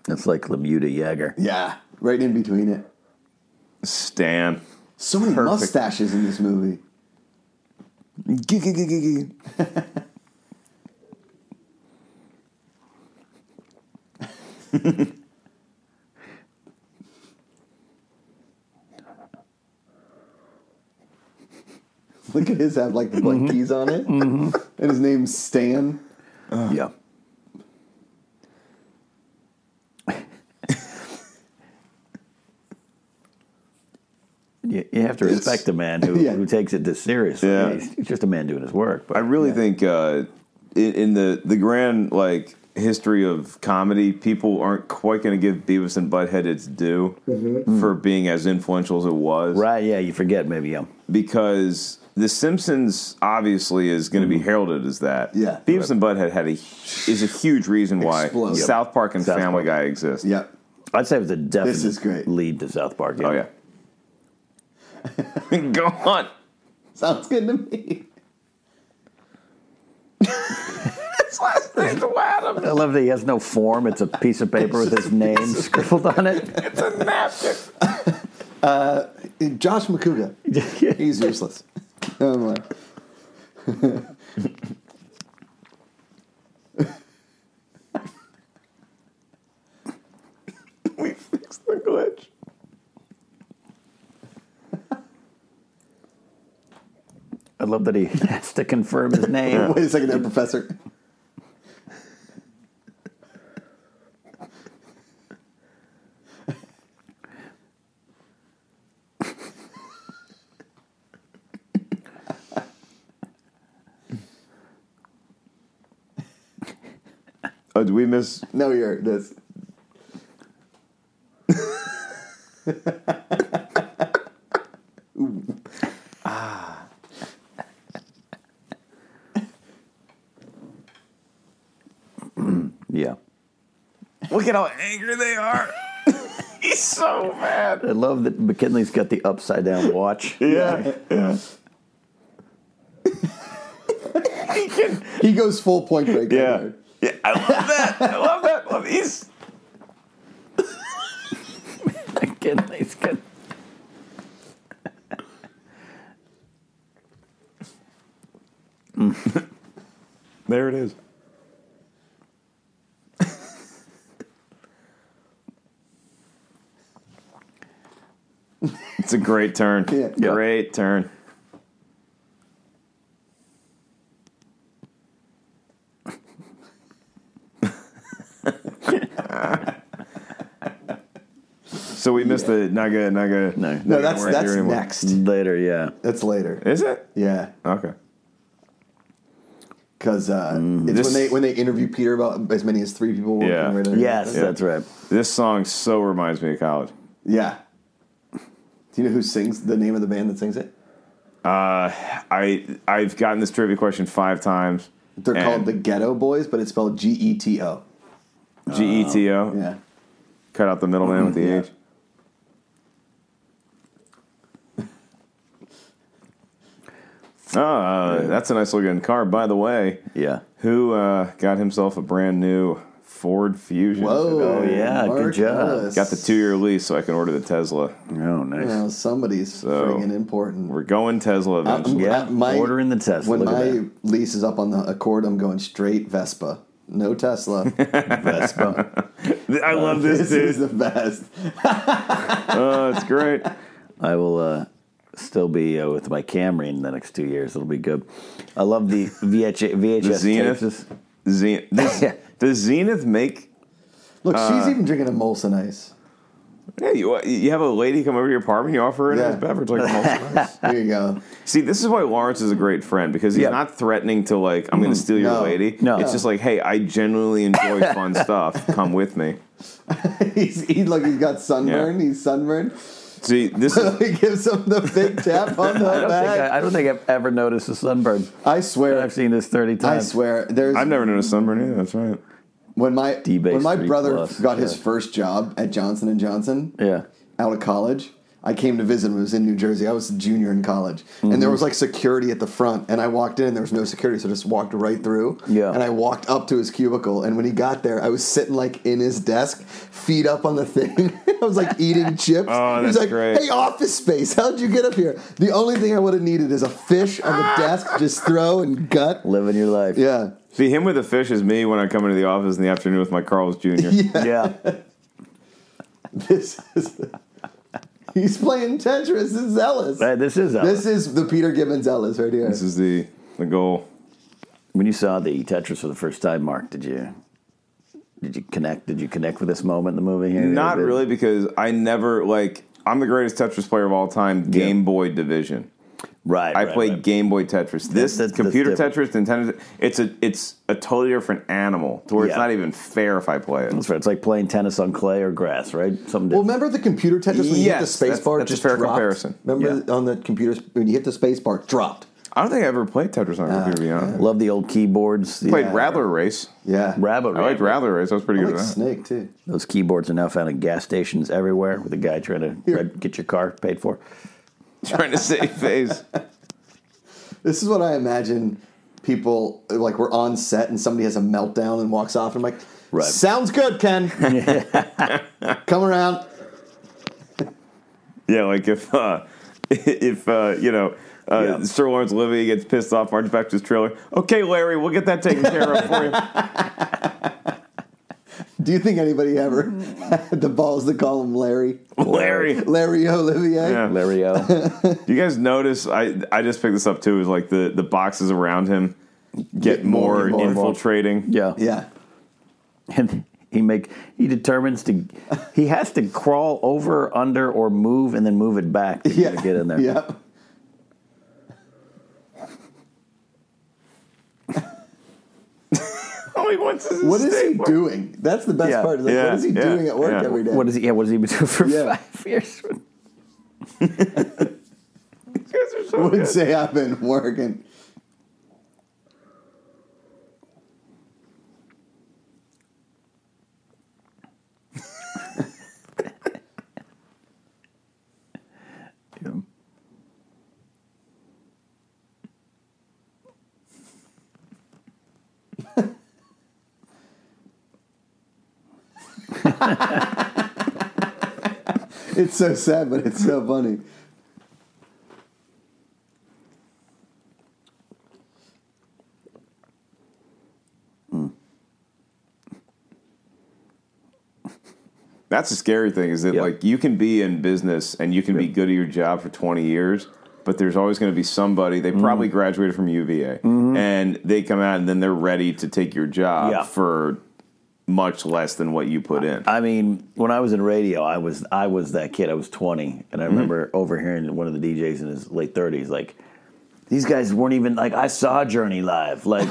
[SPEAKER 2] It's like Lemuta Jagger.
[SPEAKER 3] Yeah, right in between it.
[SPEAKER 4] Stan.
[SPEAKER 3] So many
[SPEAKER 4] Perfect.
[SPEAKER 3] mustaches in this movie.
[SPEAKER 4] Gee, gee, gee, gee, gee.
[SPEAKER 3] Look at his have like the blank keys on it, and his name's Stan.
[SPEAKER 2] Yeah. you, you have to respect a man who,
[SPEAKER 3] Yeah.
[SPEAKER 2] who takes it this seriously.
[SPEAKER 4] Yeah.
[SPEAKER 2] He's, he's just a man doing his work. But
[SPEAKER 4] I really think uh, in, in the the grand like history of comedy, people aren't quite going to give Beavis and Butthead its due
[SPEAKER 3] Mm-hmm.
[SPEAKER 4] for being as influential as it was,
[SPEAKER 2] Right, yeah, you forget maybe. um, Yeah.
[SPEAKER 4] Because The Simpsons obviously is going to be heralded as that.
[SPEAKER 3] Yeah.
[SPEAKER 4] Beavis and Butthead had a hu- is a huge reason why
[SPEAKER 3] Exploded.
[SPEAKER 4] South Park and
[SPEAKER 2] South
[SPEAKER 4] Family
[SPEAKER 2] Park.
[SPEAKER 4] Guy exist.
[SPEAKER 3] Yep.
[SPEAKER 2] I'd say it was a definite
[SPEAKER 3] is great.
[SPEAKER 2] lead to South Park.
[SPEAKER 4] Oh yeah. Go on.
[SPEAKER 3] Sounds good to me.
[SPEAKER 4] It's last name's Adam.
[SPEAKER 2] I love that he has no form. It's a piece of paper with his name scribbled on it.
[SPEAKER 4] It's a napkin.
[SPEAKER 3] Josh McCouga. He's useless. Never mind.
[SPEAKER 4] We fixed the glitch.
[SPEAKER 2] I love that he has to confirm his name.
[SPEAKER 3] Wait a second there, Professor.
[SPEAKER 4] Oh, did we miss
[SPEAKER 3] No, you're this.
[SPEAKER 2] Yeah.
[SPEAKER 4] Look at how angry they are. He's so mad.
[SPEAKER 2] I love that McKinley's got the upside down watch.
[SPEAKER 4] Yeah. Yeah. he can.
[SPEAKER 3] He goes full point break. right
[SPEAKER 4] Yeah.
[SPEAKER 3] there.
[SPEAKER 4] yeah. I love that. I love that. Love- He's.
[SPEAKER 2] McKinley's got.
[SPEAKER 4] There it is. it's a great turn.
[SPEAKER 3] Yeah.
[SPEAKER 2] Yeah.
[SPEAKER 4] Great turn. so we missed the Naga Naga.
[SPEAKER 2] No.
[SPEAKER 4] mm.
[SPEAKER 3] No, that's that's next.
[SPEAKER 2] Later, yeah.
[SPEAKER 3] That's later.
[SPEAKER 4] Is it?
[SPEAKER 3] Yeah.
[SPEAKER 4] Okay.
[SPEAKER 3] because uh, it's
[SPEAKER 4] Mm. This-
[SPEAKER 3] when they when they interview Peter about as many as three people. Working
[SPEAKER 4] Yeah.
[SPEAKER 3] Right
[SPEAKER 2] Yes,
[SPEAKER 3] Yeah.
[SPEAKER 2] that's right.
[SPEAKER 4] This song so reminds me of college.
[SPEAKER 3] yeah. Do you know who sings the name of the band that sings it?
[SPEAKER 4] I I've gotten this trivia question five times.
[SPEAKER 3] They're called the Ghetto Boys, but it's spelled G E T O.
[SPEAKER 4] G E T O.
[SPEAKER 3] Oh, Yeah.
[SPEAKER 4] Cut out the middleman with the
[SPEAKER 3] Yeah.
[SPEAKER 4] H. Oh, uh, that's a nice looking car, by the way.
[SPEAKER 2] Yeah.
[SPEAKER 4] Who uh, got himself a brand new Ford Fusion?
[SPEAKER 3] Whoa.
[SPEAKER 4] today.
[SPEAKER 2] yeah, good job.
[SPEAKER 4] Got the two year lease so I can order the Tesla.
[SPEAKER 2] Oh, nice.
[SPEAKER 3] Now somebody's friggin' important.
[SPEAKER 4] We're going Tesla
[SPEAKER 3] I'm-
[SPEAKER 4] eventually.
[SPEAKER 2] Yeah,
[SPEAKER 3] I- my-
[SPEAKER 2] ordering the Tesla.
[SPEAKER 3] When
[SPEAKER 2] Look at
[SPEAKER 3] my
[SPEAKER 2] that.
[SPEAKER 3] lease is up on the Accord, I'm going straight Vespa. No Tesla. Vespa.
[SPEAKER 4] I love this,
[SPEAKER 3] this is
[SPEAKER 4] dude.
[SPEAKER 3] the best.
[SPEAKER 4] Oh, it's great.
[SPEAKER 2] I will uh, still be uh, with my Camry in the next two years. It'll be good. I love the VH-
[SPEAKER 4] The
[SPEAKER 2] VHS tapes.
[SPEAKER 4] Zenith. Zenith. Does, does Zenith make.
[SPEAKER 3] Look,
[SPEAKER 2] Uh,
[SPEAKER 3] she's even drinking a Molson Ice.
[SPEAKER 4] Yeah, you, uh, you have a lady come over to your apartment, you offer her a
[SPEAKER 3] Yeah.
[SPEAKER 4] nice beverage like most
[SPEAKER 3] There you go.
[SPEAKER 4] See, this is why Lawrence is a great friend because he's
[SPEAKER 2] Yeah.
[SPEAKER 4] not threatening to like, I'm going to steal your
[SPEAKER 3] No.
[SPEAKER 4] lady.
[SPEAKER 2] No.
[SPEAKER 4] it's just like, hey, I genuinely enjoy fun stuff. Come with me.
[SPEAKER 3] he's he, like he's got sunburn. He's sunburned.
[SPEAKER 4] See, this is
[SPEAKER 3] he gives him the big tap on the
[SPEAKER 2] I don't, think
[SPEAKER 3] back.
[SPEAKER 2] I, I don't think I've ever noticed a sunburn.
[SPEAKER 3] I,
[SPEAKER 2] I've
[SPEAKER 3] swear.
[SPEAKER 2] seen this 30
[SPEAKER 3] I
[SPEAKER 2] times.
[SPEAKER 3] swear. There's
[SPEAKER 4] I've never known a sunburn either. That's right.
[SPEAKER 3] when my
[SPEAKER 2] D-base
[SPEAKER 3] when my
[SPEAKER 2] three
[SPEAKER 3] brother
[SPEAKER 2] plus,
[SPEAKER 3] got his
[SPEAKER 2] yeah.
[SPEAKER 3] first job at Johnson and Johnson.
[SPEAKER 2] Yeah.
[SPEAKER 3] out of college. I came to visit him. It was in New Jersey. I was a junior in college, and
[SPEAKER 4] Mhm.
[SPEAKER 3] there was like security at the front. And I walked in, and there was no security, so I just walked right through.
[SPEAKER 2] Yeah.
[SPEAKER 3] And I walked up to his cubicle, and when he got there, I was sitting like in his desk, feet up on the thing. I was like eating chips.
[SPEAKER 4] Oh,
[SPEAKER 3] he was
[SPEAKER 4] that's
[SPEAKER 3] like,
[SPEAKER 4] great.
[SPEAKER 3] "Hey, Office Space, how'd you get up here?" The only thing I would have needed is a fish on the desk, just throw and gut.
[SPEAKER 2] Living your life.
[SPEAKER 3] Yeah.
[SPEAKER 4] See, him with the fish is me when I come into the office in the afternoon with my Carl's Jr.
[SPEAKER 2] Yeah.
[SPEAKER 3] This is. He's playing Tetris. It's Ellis.
[SPEAKER 2] Hey, this is uh,
[SPEAKER 3] This is the Peter Gibbons Ellis right here.
[SPEAKER 4] This is the, the goal.
[SPEAKER 2] when you saw the Tetris for the first time, Mark. Did you did you connect? Did you connect with this moment in the movie? Here,
[SPEAKER 4] Not
[SPEAKER 2] Did-
[SPEAKER 4] really because I never, like, I'm the greatest Tetris player of all time, Game Boy Division.
[SPEAKER 2] Right.
[SPEAKER 4] I
[SPEAKER 2] right,
[SPEAKER 4] played
[SPEAKER 2] right.
[SPEAKER 4] Game Boy Tetris.
[SPEAKER 2] that's-
[SPEAKER 4] This
[SPEAKER 2] that's
[SPEAKER 4] computer
[SPEAKER 2] different.
[SPEAKER 4] Tetris, Nintendo. Tet- It's a it's a totally different animal. To where it's
[SPEAKER 2] Yeah.
[SPEAKER 4] not even fair if I play it.
[SPEAKER 2] That's right. It's like playing tennis on clay or grass, right? Something.
[SPEAKER 3] Well,
[SPEAKER 2] different.
[SPEAKER 3] remember the computer Tetris when you hit the
[SPEAKER 4] Yes,
[SPEAKER 3] space
[SPEAKER 4] that's-
[SPEAKER 3] bar
[SPEAKER 4] that's a
[SPEAKER 3] just
[SPEAKER 4] fair
[SPEAKER 3] dropped?
[SPEAKER 4] comparison.
[SPEAKER 3] Remember
[SPEAKER 2] Yeah.
[SPEAKER 3] on the computer when you hit the space bar, it dropped.
[SPEAKER 4] I don't think I ever played Tetris on a computer. to be honest.
[SPEAKER 2] Love the old keyboards. The
[SPEAKER 4] Played Rattler Race.
[SPEAKER 3] Yeah,
[SPEAKER 2] Rabbit.
[SPEAKER 4] I liked Rattler Race. I was pretty
[SPEAKER 3] I
[SPEAKER 4] good
[SPEAKER 3] like
[SPEAKER 4] at that.
[SPEAKER 3] Snake too.
[SPEAKER 2] Those keyboards are now found at gas stations everywhere with a guy trying to red- get your car paid for.
[SPEAKER 4] Trying to save face.
[SPEAKER 3] This is what I imagine people like. We're on set and somebody has a meltdown and walks off. And I'm like,
[SPEAKER 2] Right.
[SPEAKER 3] sounds good, Ken. Come around.
[SPEAKER 4] Yeah, like if uh, if uh, you know. Uh,
[SPEAKER 2] Yeah.
[SPEAKER 4] Sir Lawrence Livy gets pissed off, marches back to his trailer. Okay, Larry, we'll get that taken care of for you.
[SPEAKER 3] Do you think anybody ever had the balls to call him Larry?
[SPEAKER 4] Larry.
[SPEAKER 3] Larry Olivier.
[SPEAKER 4] Yeah.
[SPEAKER 2] Larry O.
[SPEAKER 4] Do you guys notice? I I just picked this up too. Is like the the boxes around him get,
[SPEAKER 3] more
[SPEAKER 4] more,
[SPEAKER 3] and more.
[SPEAKER 4] infiltrating.
[SPEAKER 2] yeah.
[SPEAKER 3] Yeah.
[SPEAKER 2] and he make he determines to he has to crawl over under or move and then move it back to
[SPEAKER 3] Yeah.
[SPEAKER 2] get in there
[SPEAKER 3] Yep.
[SPEAKER 4] Oh, he wants his
[SPEAKER 3] What is he
[SPEAKER 4] estate.
[SPEAKER 3] doing? That's the best
[SPEAKER 2] Yeah.
[SPEAKER 3] part. Is like,
[SPEAKER 4] Yeah,
[SPEAKER 3] what is he
[SPEAKER 4] yeah,
[SPEAKER 3] doing at work
[SPEAKER 4] yeah.
[SPEAKER 3] every day?
[SPEAKER 2] what is he yeah what has he been doing for
[SPEAKER 3] Yeah.
[SPEAKER 2] five years
[SPEAKER 4] You guys are so
[SPEAKER 3] would
[SPEAKER 4] good.
[SPEAKER 3] say I've been working.
[SPEAKER 2] Yeah.
[SPEAKER 3] It's so sad, but it's so funny.
[SPEAKER 4] That's the scary thing is that
[SPEAKER 2] Yeah.
[SPEAKER 4] like you can be in business and you can be good at your job for 20 years, but there's always going to be somebody they probably graduated from UVA and they come out and then they're ready to take your job
[SPEAKER 2] Yeah.
[SPEAKER 4] for much less than what you put in.
[SPEAKER 2] I mean, when I was in radio, I was I was that kid. I was 20, and I
[SPEAKER 4] Mm-hmm.
[SPEAKER 2] remember overhearing one of the DJs in his late 30s, like, these guys weren't even like I saw Journey live. Like,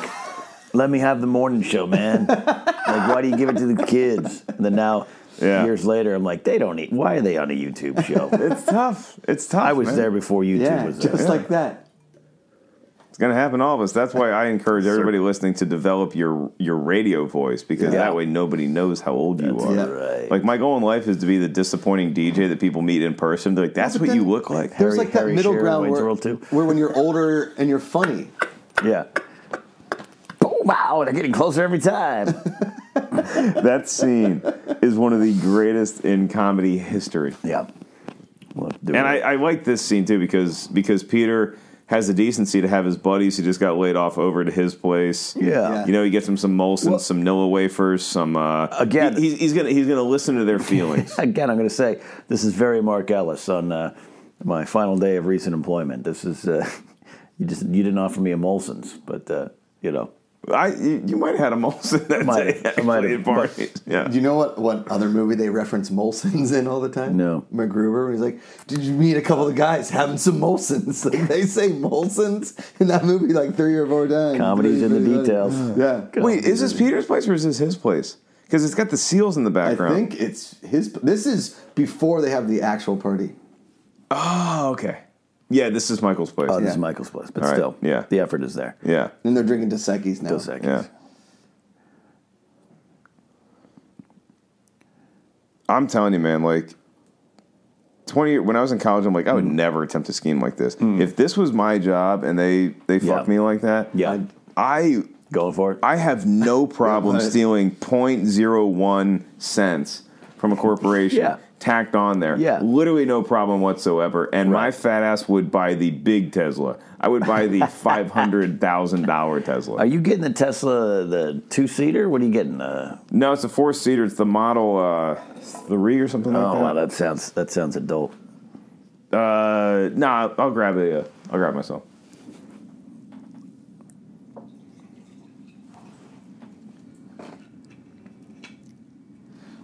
[SPEAKER 2] let me have the morning show, man. like, why do you give it to the kids? And then now,
[SPEAKER 4] Yeah.
[SPEAKER 2] years later, I'm like, they don't need. Why are they on a YouTube show?
[SPEAKER 4] It's tough. It's tough.
[SPEAKER 2] I was
[SPEAKER 4] man.
[SPEAKER 2] there before YouTube
[SPEAKER 3] Yeah,
[SPEAKER 2] was there.
[SPEAKER 3] just like that.
[SPEAKER 4] It's gonna happen to all of us. That's why I encourage everybody listening to develop your your radio voice because
[SPEAKER 2] Yeah.
[SPEAKER 4] that way nobody knows how old you are.
[SPEAKER 3] yeah.
[SPEAKER 2] right.
[SPEAKER 4] Like my goal in life is to be the disappointing DJ that people meet in person. They're like, "That's what
[SPEAKER 3] then-
[SPEAKER 4] you look like."
[SPEAKER 3] There's
[SPEAKER 2] Harry-
[SPEAKER 3] like that
[SPEAKER 2] Harry
[SPEAKER 3] middle
[SPEAKER 2] Shearer,
[SPEAKER 3] ground
[SPEAKER 2] Wayne's
[SPEAKER 3] where,
[SPEAKER 2] World too.
[SPEAKER 3] where when you're older and you're funny.
[SPEAKER 2] yeah. Oh wow, they're getting closer every time.
[SPEAKER 4] that scene is one of the greatest in comedy history.
[SPEAKER 2] yeah. We'll have to do
[SPEAKER 4] And
[SPEAKER 2] it.
[SPEAKER 4] I, I like this scene too because because Peter has the decency to have his buddies who just got laid off over to his place.
[SPEAKER 2] Yeah.
[SPEAKER 3] Yeah.
[SPEAKER 4] you know, he gets them some Molson,
[SPEAKER 2] Well-
[SPEAKER 4] some Nilla wafers, some. Uh,
[SPEAKER 2] Again-
[SPEAKER 4] he- he's, he's gonna he's gonna listen to their feelings.
[SPEAKER 2] Again, I'm going to say this is very Mark Ellis on uh, my final day of recent employment. This is uh, you just you didn't offer me a Molson's, but uh, you know,
[SPEAKER 4] I you, you might have had a Molson that
[SPEAKER 2] Might
[SPEAKER 4] day.
[SPEAKER 2] have. I might
[SPEAKER 4] actually,
[SPEAKER 2] have.
[SPEAKER 4] at parties. yeah.
[SPEAKER 3] Do you know what, what other movie they reference Molson's in all the time?
[SPEAKER 2] No.
[SPEAKER 3] MacGruber, when he's like, Did you meet a couple of guys having some Molson's? Like, they say Molson's in that movie like three or four times.
[SPEAKER 2] Comedy's in the
[SPEAKER 3] Pretty- pretty
[SPEAKER 2] details.
[SPEAKER 3] funny. Yeah.
[SPEAKER 4] Wait, is this Peter's place or is this his place? Because it's got the seals in the
[SPEAKER 3] I
[SPEAKER 4] background.
[SPEAKER 3] think it's his. This is before they have the actual party.
[SPEAKER 4] Oh, okay. Yeah, this is Michael's place.
[SPEAKER 2] oh, this
[SPEAKER 4] yeah.
[SPEAKER 2] is Michael's place, but
[SPEAKER 4] All right,
[SPEAKER 2] still,
[SPEAKER 4] yeah.
[SPEAKER 2] the effort is there.
[SPEAKER 4] yeah,
[SPEAKER 3] And they're drinking Dos Equis now.
[SPEAKER 2] Those seconds.
[SPEAKER 4] yeah. I'm telling you, man. Like twenty year- when I was in college, I'm like, I would
[SPEAKER 2] Hmm.
[SPEAKER 4] never attempt a scheme like this. If this was my job and they they
[SPEAKER 2] Yeah.
[SPEAKER 4] fucked me like that,
[SPEAKER 2] Yeah.
[SPEAKER 4] I
[SPEAKER 2] Going for it.
[SPEAKER 4] I have no problem
[SPEAKER 3] Right.
[SPEAKER 4] stealing 0.01 cents from a corporation
[SPEAKER 2] Yeah.
[SPEAKER 4] tacked on there.
[SPEAKER 2] Yeah.
[SPEAKER 4] Literally no problem whatsoever. And my
[SPEAKER 2] Right.
[SPEAKER 4] fat ass would buy the big Tesla. I would buy the $500,000 Tesla.
[SPEAKER 2] Are you getting the Tesla, the two seater? What are you getting? Uh,
[SPEAKER 4] no, it's a four seater. It's the Model uh, 3 or something
[SPEAKER 2] oh, wow,
[SPEAKER 4] like that.
[SPEAKER 2] that sounds that sounds adult.
[SPEAKER 4] Uh, nah, I'll grab it. Uh, I'll grab it myself.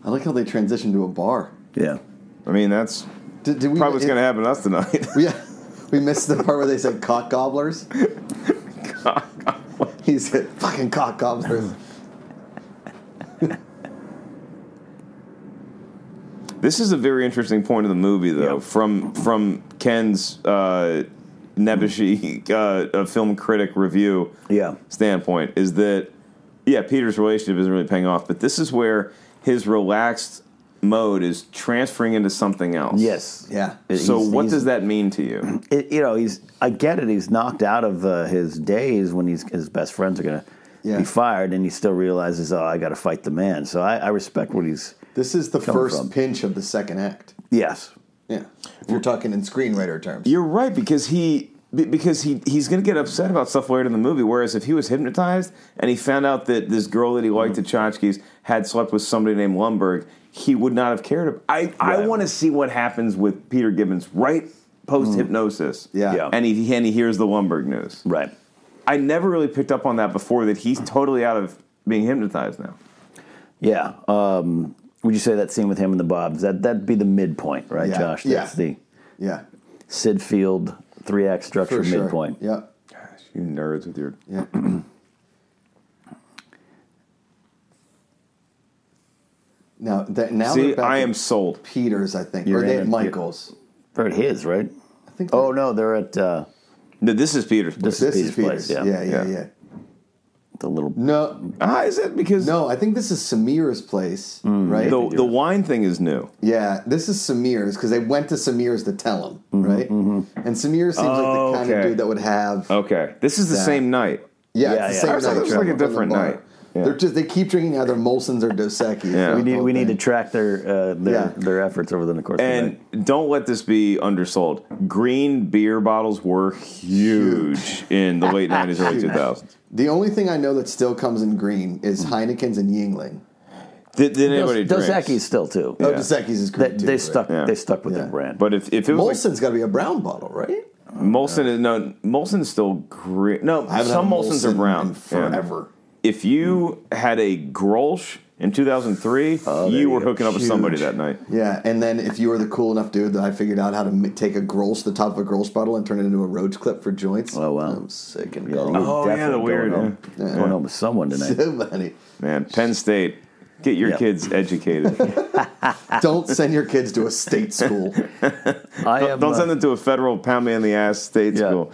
[SPEAKER 3] I like how they transitioned to a bar.
[SPEAKER 2] Yeah.
[SPEAKER 4] I mean, that's
[SPEAKER 3] Did, did we?
[SPEAKER 4] probably what's
[SPEAKER 3] it-
[SPEAKER 4] going to happen to us tonight.
[SPEAKER 3] Yeah, we missed the part where they said cock gobblers. he said fucking cock gobblers.
[SPEAKER 4] This is a very interesting point of the movie, though,
[SPEAKER 2] Yep.
[SPEAKER 4] from from Ken's uh, Nebuchadnezzar uh, a film critic review
[SPEAKER 2] Yeah.
[SPEAKER 4] standpoint is that yeah, Peter's relationship isn't really paying off, but this is where his relaxed mode is transferring into something else.
[SPEAKER 2] Yes.
[SPEAKER 3] Yeah.
[SPEAKER 4] So
[SPEAKER 2] He's-
[SPEAKER 4] what
[SPEAKER 2] he's-
[SPEAKER 4] does that mean to you?
[SPEAKER 2] it, you know, he's. I get it. He's knocked out of uh, his days when he's his best friends are gonna
[SPEAKER 3] Yeah.
[SPEAKER 2] be fired, and he still realizes, oh, I got to fight the man. So I, I respect what he's.
[SPEAKER 3] This is the
[SPEAKER 2] Coming
[SPEAKER 3] first
[SPEAKER 2] from.
[SPEAKER 3] pinch of the second act.
[SPEAKER 2] Yes.
[SPEAKER 3] Yeah, if you're talking in screenwriter terms.
[SPEAKER 4] You're right because he be- because he he's going to get upset about stuff later in the movie. Whereas if he was hypnotized and he found out that this girl that he liked at Tchotchkes had slept with somebody named Lumberg, he would not have cared. ab- I I
[SPEAKER 2] Right.
[SPEAKER 4] want to see what happens with Peter Gibbons right post hypnosis.
[SPEAKER 3] Yeah.
[SPEAKER 2] Yeah.
[SPEAKER 4] and he and he hears the Lumberg news.
[SPEAKER 2] Right.
[SPEAKER 4] I never really picked up on that before. That he's totally out of being hypnotized now.
[SPEAKER 2] Yeah. Um, would you say that scene with him and the Bobs? That that'd be the midpoint, right,
[SPEAKER 3] Yeah.
[SPEAKER 2] Josh?
[SPEAKER 3] Yeah.
[SPEAKER 2] That's the
[SPEAKER 3] Yeah,
[SPEAKER 2] Sid Field three act structure
[SPEAKER 3] for sure.
[SPEAKER 2] midpoint.
[SPEAKER 3] Yeah,
[SPEAKER 4] Gosh, you nerds with your
[SPEAKER 3] yeah. now that now
[SPEAKER 4] see.
[SPEAKER 3] they're back
[SPEAKER 4] I
[SPEAKER 3] at
[SPEAKER 4] am sold.
[SPEAKER 3] Peters, I think,
[SPEAKER 2] You're
[SPEAKER 3] or they
[SPEAKER 2] in
[SPEAKER 3] at
[SPEAKER 2] it, yeah.
[SPEAKER 3] Michaels.
[SPEAKER 2] They're at his, right?
[SPEAKER 3] I think.
[SPEAKER 2] Oh no, they're at uh,
[SPEAKER 4] No, this is Peter's. Place.
[SPEAKER 2] this,
[SPEAKER 3] this
[SPEAKER 2] is Peter's
[SPEAKER 3] is Peters.
[SPEAKER 2] place. Yeah.
[SPEAKER 3] yeah, yeah,
[SPEAKER 4] Yeah.
[SPEAKER 3] yeah.
[SPEAKER 2] The little
[SPEAKER 3] No,
[SPEAKER 4] Ah, is it because
[SPEAKER 3] no, I think this is Samir's place,
[SPEAKER 2] Mm.
[SPEAKER 3] right?
[SPEAKER 4] the the wine thing is new?
[SPEAKER 3] Yeah, this is Samir's because they went to Samir's to tell him,
[SPEAKER 2] Mm-hmm,
[SPEAKER 3] right? And Samir seems like
[SPEAKER 4] Oh,
[SPEAKER 3] the kind
[SPEAKER 4] okay. Oh,
[SPEAKER 3] of dude that would have.
[SPEAKER 4] Okay. This is the
[SPEAKER 3] That-
[SPEAKER 4] same night.
[SPEAKER 2] Yeah,
[SPEAKER 3] Yeah, it's
[SPEAKER 2] yeah.
[SPEAKER 3] the
[SPEAKER 2] I
[SPEAKER 3] same
[SPEAKER 4] always thought
[SPEAKER 3] night.
[SPEAKER 4] it was like a
[SPEAKER 3] Trevor, from the
[SPEAKER 4] different
[SPEAKER 3] bar.
[SPEAKER 4] night. Yeah.
[SPEAKER 3] They're just they keep drinking either Molson's or Dos Equis.
[SPEAKER 4] Yeah.
[SPEAKER 2] we need we need to
[SPEAKER 3] try.
[SPEAKER 2] track their uh, their,
[SPEAKER 3] Yeah.
[SPEAKER 2] their efforts over the course of the
[SPEAKER 4] And
[SPEAKER 2] night.
[SPEAKER 4] don't let this be undersold. Green beer bottles were huge in the late 90s, early 2000s.
[SPEAKER 3] The only thing I know that still comes in green
[SPEAKER 2] Mm.
[SPEAKER 3] is Heineken's and Yingling.
[SPEAKER 4] Did, did anybody
[SPEAKER 2] Dos, Dos
[SPEAKER 4] drink?
[SPEAKER 2] Equis still too.
[SPEAKER 3] Oh,
[SPEAKER 4] Yeah.
[SPEAKER 3] Dos Equis is green
[SPEAKER 2] They,
[SPEAKER 3] too.
[SPEAKER 2] they
[SPEAKER 3] right?
[SPEAKER 2] stuck
[SPEAKER 4] Yeah.
[SPEAKER 2] they stuck with
[SPEAKER 3] Yeah.
[SPEAKER 2] the brand.
[SPEAKER 4] But if, if it was like
[SPEAKER 3] Molson's got to be a brown bottle, right?
[SPEAKER 4] Molson, is, no, Molson's still green. No,
[SPEAKER 3] I haven't
[SPEAKER 4] some
[SPEAKER 3] had a
[SPEAKER 4] Molson's
[SPEAKER 3] Molson
[SPEAKER 4] are
[SPEAKER 3] in
[SPEAKER 4] brown. Yeah.
[SPEAKER 3] forever.
[SPEAKER 4] If you had a Grolsch In 2003,
[SPEAKER 2] Oh, there
[SPEAKER 4] you
[SPEAKER 2] you
[SPEAKER 4] were
[SPEAKER 2] go.
[SPEAKER 4] hooking up with somebody
[SPEAKER 2] Huge.
[SPEAKER 4] that night.
[SPEAKER 3] Yeah, and then if you were the cool enough dude that I figured out how to m- take a Grolsch, the top of a Grolsch bottle, and turn it into a Roach clip for joints.
[SPEAKER 2] Oh, wow.
[SPEAKER 3] I'm sick and
[SPEAKER 2] Yeah, you
[SPEAKER 3] gone.
[SPEAKER 2] were
[SPEAKER 4] Oh, yeah,
[SPEAKER 2] definitely
[SPEAKER 4] the weird,
[SPEAKER 2] Going home,
[SPEAKER 4] yeah.
[SPEAKER 2] going home with someone tonight.
[SPEAKER 3] So many.
[SPEAKER 4] Man, Penn State, get your
[SPEAKER 2] Yeah.
[SPEAKER 4] kids educated.
[SPEAKER 3] Don't send your kids to a state school.
[SPEAKER 2] I am, uh,
[SPEAKER 4] Don't send them to a federal pound me in the ass state
[SPEAKER 2] Yeah.
[SPEAKER 4] school.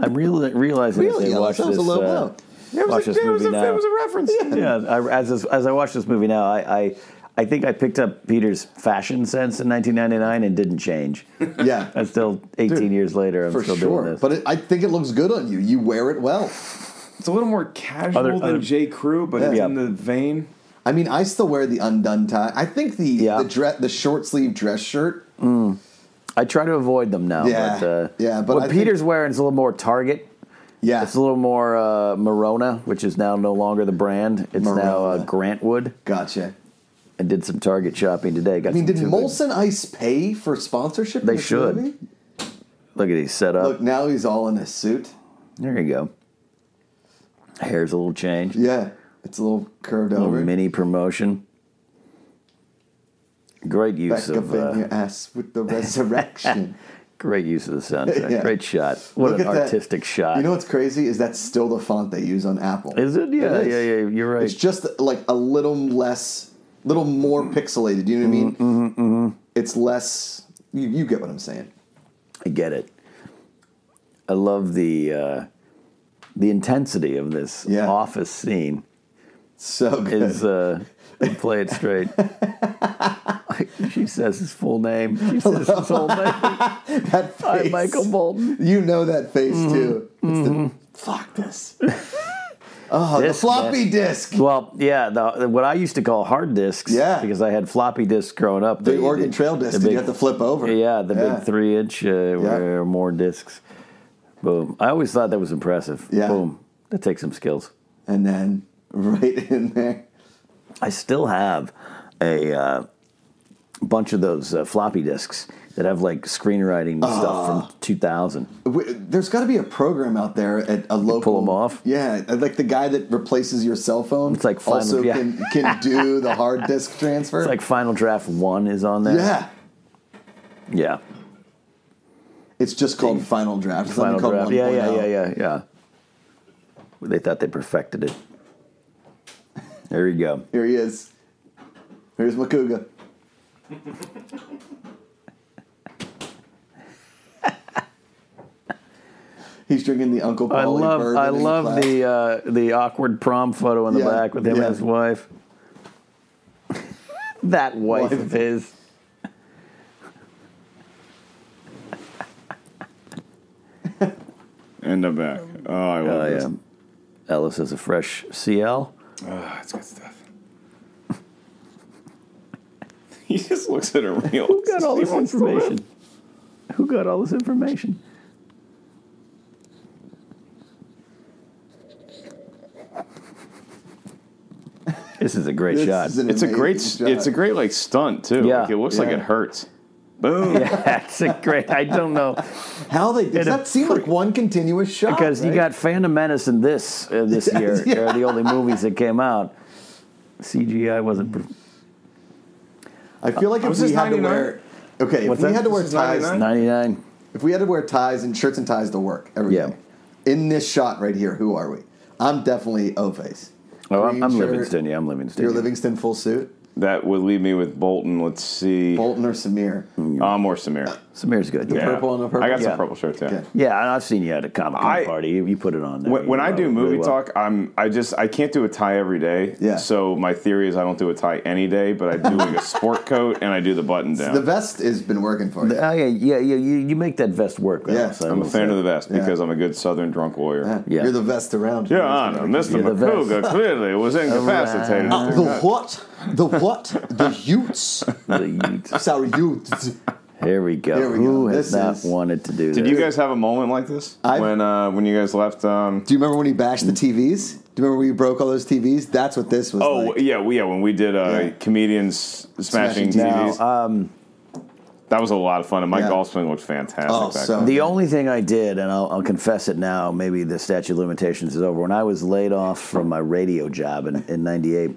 [SPEAKER 2] I'm real, realizing
[SPEAKER 3] Really?
[SPEAKER 2] as I
[SPEAKER 3] Yeah,
[SPEAKER 2] watch
[SPEAKER 3] that was
[SPEAKER 2] this,
[SPEAKER 3] a
[SPEAKER 2] uh,
[SPEAKER 3] low blow.
[SPEAKER 4] It was,
[SPEAKER 2] watch
[SPEAKER 4] a,
[SPEAKER 2] this
[SPEAKER 4] it was
[SPEAKER 2] movie
[SPEAKER 4] a-
[SPEAKER 2] now.
[SPEAKER 4] it was a reference.
[SPEAKER 2] yeah, I, as this, as I watch this movie now, I, I I think I picked up Peter's fashion sense in 1999 and didn't change.
[SPEAKER 3] Yeah,
[SPEAKER 2] I'm still 18 years later. I'm
[SPEAKER 3] for
[SPEAKER 2] still doing
[SPEAKER 3] sure.
[SPEAKER 2] this.
[SPEAKER 3] But it, I think it looks good on you. You wear it well.
[SPEAKER 4] It's a little more casual
[SPEAKER 2] Other- other-
[SPEAKER 4] than J. Crew, but it's
[SPEAKER 2] Yeah.
[SPEAKER 4] in the vein.
[SPEAKER 3] I mean, I still wear the undone tie. I think the
[SPEAKER 2] Yeah.
[SPEAKER 3] the, dress, the short sleeve dress shirt.
[SPEAKER 2] I try to avoid them now.
[SPEAKER 3] Yeah,
[SPEAKER 2] but, uh,
[SPEAKER 3] yeah, but
[SPEAKER 2] what
[SPEAKER 3] I think-
[SPEAKER 2] Peter's wearing is a little more Target.
[SPEAKER 3] Yeah,
[SPEAKER 2] It's a little more uh, Morona, which is now no longer the brand. It's now uh,
[SPEAKER 3] Morona.
[SPEAKER 2] Grantwood.
[SPEAKER 3] gotcha.
[SPEAKER 2] I did some Target shopping today. Got
[SPEAKER 3] I mean,
[SPEAKER 2] some
[SPEAKER 3] did
[SPEAKER 2] two good-
[SPEAKER 3] Molson Ice pay for sponsorship? in
[SPEAKER 2] They
[SPEAKER 3] this
[SPEAKER 2] should. Uh,
[SPEAKER 3] movie?
[SPEAKER 2] Look at these set up.
[SPEAKER 3] Look, now he's all in a suit.
[SPEAKER 2] There you go. Hair's a little changed.
[SPEAKER 3] Yeah, it's a little curved
[SPEAKER 2] little
[SPEAKER 3] over.
[SPEAKER 2] mini promotion. Great
[SPEAKER 3] Back
[SPEAKER 2] use
[SPEAKER 3] up
[SPEAKER 2] of
[SPEAKER 3] in
[SPEAKER 2] uh,
[SPEAKER 3] your ass with the resurrection.
[SPEAKER 2] great use of the soundtrack.
[SPEAKER 3] Yeah.
[SPEAKER 2] Great shot. What
[SPEAKER 3] Look
[SPEAKER 2] an
[SPEAKER 3] at that.
[SPEAKER 2] artistic shot.
[SPEAKER 3] you know what's crazy is that's still the font they use on Apple.
[SPEAKER 2] is it? Yeah,
[SPEAKER 3] It is.
[SPEAKER 2] yeah, yeah. You're right.
[SPEAKER 3] It's just like a little less, little more pixelated. You know what I mean? Mm-hmm, It's less. You, you get what I'm saying?
[SPEAKER 2] I get it. I love the uh, the intensity of this
[SPEAKER 3] Yeah.
[SPEAKER 2] office scene.
[SPEAKER 3] So good.
[SPEAKER 2] Is uh, they play it straight. she says his full name. She says his whole name.
[SPEAKER 3] that
[SPEAKER 2] I'm
[SPEAKER 3] face.
[SPEAKER 2] Michael Bolton.
[SPEAKER 3] You know that face
[SPEAKER 2] Mm-hmm,
[SPEAKER 3] too. It's the fuck this. oh,
[SPEAKER 2] Disc,
[SPEAKER 3] the floppy
[SPEAKER 2] man.
[SPEAKER 3] disk.
[SPEAKER 2] Well, yeah, the, the- what I used to call hard discs.
[SPEAKER 3] Yeah.
[SPEAKER 2] Because I had floppy discs growing up.
[SPEAKER 3] The Oregon Trail disc.
[SPEAKER 2] the
[SPEAKER 3] that
[SPEAKER 2] big-
[SPEAKER 3] you have to flip over.
[SPEAKER 2] Yeah, the big three inch uh,
[SPEAKER 3] Yeah.
[SPEAKER 2] or more discs. Boom. I always thought that was impressive.
[SPEAKER 3] Yeah.
[SPEAKER 2] Boom. That takes some skills.
[SPEAKER 3] And then right in there.
[SPEAKER 2] I still have a uh, bunch of those uh, floppy discs that have like screenwriting
[SPEAKER 3] Ah.
[SPEAKER 2] stuff from 2000.
[SPEAKER 3] W- There's got to be a program out there at a local.
[SPEAKER 2] pull 'em off?
[SPEAKER 3] Yeah, uh, like the guy that replaces your cell phone.
[SPEAKER 2] It's like fine-
[SPEAKER 3] also
[SPEAKER 2] yeah.
[SPEAKER 3] can can do the hard disk transfer.
[SPEAKER 2] It's like Final Draft 1 is on there.
[SPEAKER 3] yeah,
[SPEAKER 2] Yeah.
[SPEAKER 3] it's just called Final Draft. It's not
[SPEAKER 2] Final
[SPEAKER 3] even called
[SPEAKER 2] Draft. Yeah, yeah,
[SPEAKER 3] 1.0.
[SPEAKER 2] yeah, yeah, yeah. They thought they perfected it. There you go.
[SPEAKER 3] Here he is. Here's Makuga. He's drinking the Uncle Polly
[SPEAKER 2] I love
[SPEAKER 3] bourbon
[SPEAKER 2] I
[SPEAKER 3] in
[SPEAKER 2] love
[SPEAKER 3] class.
[SPEAKER 2] the uh, the awkward prom photo in the
[SPEAKER 3] Yeah,
[SPEAKER 2] back with him
[SPEAKER 3] yeah.
[SPEAKER 2] and his wife. that wife
[SPEAKER 3] Wife.
[SPEAKER 2] of his.
[SPEAKER 4] And I'm back. Oh, I love
[SPEAKER 2] Oh
[SPEAKER 4] this.
[SPEAKER 2] yeah. Ellis has a fresh CL.
[SPEAKER 4] Ah, it's good stuff. he just looks at her real.
[SPEAKER 2] Who got all this information? Who got all this information? This is a great
[SPEAKER 3] This
[SPEAKER 2] shot.
[SPEAKER 3] is an
[SPEAKER 4] It's a
[SPEAKER 3] amazing
[SPEAKER 4] great.
[SPEAKER 3] shot.
[SPEAKER 4] It's a great like stunt too.
[SPEAKER 2] Yeah.
[SPEAKER 4] Like, it looks like
[SPEAKER 3] Yeah.
[SPEAKER 4] it hurts. Boom.
[SPEAKER 2] That's a great. I don't know
[SPEAKER 3] How they does
[SPEAKER 2] a
[SPEAKER 3] that seem like one continuous shot?
[SPEAKER 2] because you
[SPEAKER 3] right?
[SPEAKER 2] got Phantom Menace and this uh, this year.
[SPEAKER 3] Yeah.
[SPEAKER 2] They're the only movies that came out. CGI wasn't. per-
[SPEAKER 3] I feel like if
[SPEAKER 4] was
[SPEAKER 3] we
[SPEAKER 4] this
[SPEAKER 3] had to
[SPEAKER 4] 99?
[SPEAKER 3] wear. Okay, if
[SPEAKER 2] What's
[SPEAKER 3] we
[SPEAKER 2] that?
[SPEAKER 3] had to wear
[SPEAKER 4] This is
[SPEAKER 3] ties,
[SPEAKER 4] 99?
[SPEAKER 2] Ninety nine.
[SPEAKER 3] if we had to wear ties and shirts and ties to work every day,
[SPEAKER 2] Yeah.
[SPEAKER 3] in this shot right here, who are we? I'm definitely O face.
[SPEAKER 2] Oh, I'm,
[SPEAKER 3] Green
[SPEAKER 2] I'm
[SPEAKER 3] shirt.
[SPEAKER 2] Livingston. Yeah, I'm Livingston.
[SPEAKER 3] You're Livingston full suit,
[SPEAKER 4] That would leave me with Bolton. Let's see.
[SPEAKER 3] Bolton or Samir?
[SPEAKER 4] Um, or Samir.
[SPEAKER 2] Samir's good. Yeah.
[SPEAKER 3] purple and the purple?
[SPEAKER 4] I got
[SPEAKER 2] Yeah.
[SPEAKER 4] some purple shirts. Yeah.
[SPEAKER 3] Okay.
[SPEAKER 2] Yeah, and I've seen you at a comic con
[SPEAKER 4] I-
[SPEAKER 2] party. You, you put it on. There.
[SPEAKER 4] When, when
[SPEAKER 2] You
[SPEAKER 4] I
[SPEAKER 2] know
[SPEAKER 4] do
[SPEAKER 2] it
[SPEAKER 4] movie
[SPEAKER 2] really well.
[SPEAKER 4] talk, I'm I just I can't do a tie every day.
[SPEAKER 3] Yeah.
[SPEAKER 4] So my theory is I don't do a tie any day, but I do like a sport coat and I do the button down.
[SPEAKER 3] The vest has been working for you.
[SPEAKER 2] Oh yeah, yeah, yeah. You, you make that vest work.
[SPEAKER 3] Yeah.
[SPEAKER 2] Alex, I
[SPEAKER 4] I'm
[SPEAKER 2] will
[SPEAKER 4] a fan
[SPEAKER 2] say.
[SPEAKER 4] of the vest
[SPEAKER 3] Yeah.
[SPEAKER 4] because I'm a good Southern drunk lawyer.
[SPEAKER 2] Yeah.
[SPEAKER 3] You're the best around.
[SPEAKER 4] Your Honor, Mr.
[SPEAKER 2] You're the
[SPEAKER 4] McCougar clearly was incapacitated.
[SPEAKER 2] Alright.
[SPEAKER 3] The what? The what? The Utes.
[SPEAKER 2] The youth.
[SPEAKER 3] Sorry, Utes.
[SPEAKER 2] Here we go.
[SPEAKER 3] Here we
[SPEAKER 2] Who
[SPEAKER 3] go.
[SPEAKER 2] has
[SPEAKER 3] This
[SPEAKER 2] not
[SPEAKER 3] is-
[SPEAKER 2] wanted to do
[SPEAKER 4] Did
[SPEAKER 2] this?
[SPEAKER 4] you guys have a moment like this
[SPEAKER 3] I've-
[SPEAKER 4] when uh, when you guys left? Um,
[SPEAKER 3] Do you remember when he bashed the TVs? Do you remember when you broke all those TVs? That's what this was.
[SPEAKER 4] oh
[SPEAKER 3] like.
[SPEAKER 4] yeah, we- yeah. When we did uh,
[SPEAKER 3] Yeah.
[SPEAKER 4] comedians
[SPEAKER 3] Smashing
[SPEAKER 4] smashing,
[SPEAKER 3] TVs.
[SPEAKER 4] TVs, that was a lot of fun, and my
[SPEAKER 3] Yeah.
[SPEAKER 4] golf swing looked fantastic.
[SPEAKER 3] Oh,
[SPEAKER 4] back
[SPEAKER 3] so-
[SPEAKER 4] then.
[SPEAKER 2] The only thing I did, and I'll, I'll confess it now, maybe the statute of limitations is over. When I was laid off from my radio job in, in 98,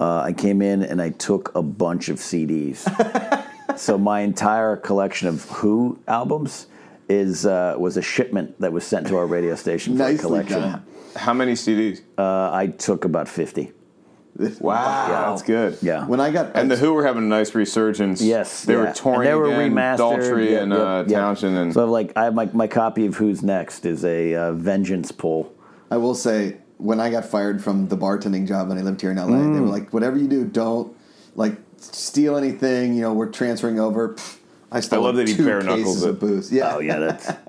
[SPEAKER 2] uh, I came in and I took a bunch of CDs. so my entire collection of Who albums is uh, was a shipment that was sent to our radio station for a
[SPEAKER 3] Nicely
[SPEAKER 2] collection.
[SPEAKER 3] done.
[SPEAKER 4] How many CDs?
[SPEAKER 2] Uh, I took about fifty.
[SPEAKER 4] wow, that's good.
[SPEAKER 2] Yeah.
[SPEAKER 3] When I got
[SPEAKER 4] And the Who were having a nice resurgence.
[SPEAKER 2] Yes,
[SPEAKER 4] they
[SPEAKER 2] yeah.
[SPEAKER 4] were touring.
[SPEAKER 2] And they were
[SPEAKER 4] again,
[SPEAKER 2] remastered.
[SPEAKER 4] Daltrey
[SPEAKER 2] Yep,
[SPEAKER 4] and
[SPEAKER 2] yep,
[SPEAKER 4] uh,
[SPEAKER 2] yep.
[SPEAKER 4] Townsend and
[SPEAKER 2] So like I have my, my copy of Who's Next is a uh, vengeance pull.
[SPEAKER 3] I will say, when I got fired from the bartending job and I lived here in LA, they
[SPEAKER 2] Mm.
[SPEAKER 3] were like, whatever you do, don't like steal anything. You know, we're transferring over. Pfft, I still
[SPEAKER 4] I love that he
[SPEAKER 3] two
[SPEAKER 4] bare knuckles
[SPEAKER 3] cases
[SPEAKER 4] it.
[SPEAKER 3] of booze. Yeah,
[SPEAKER 2] Oh yeah, that's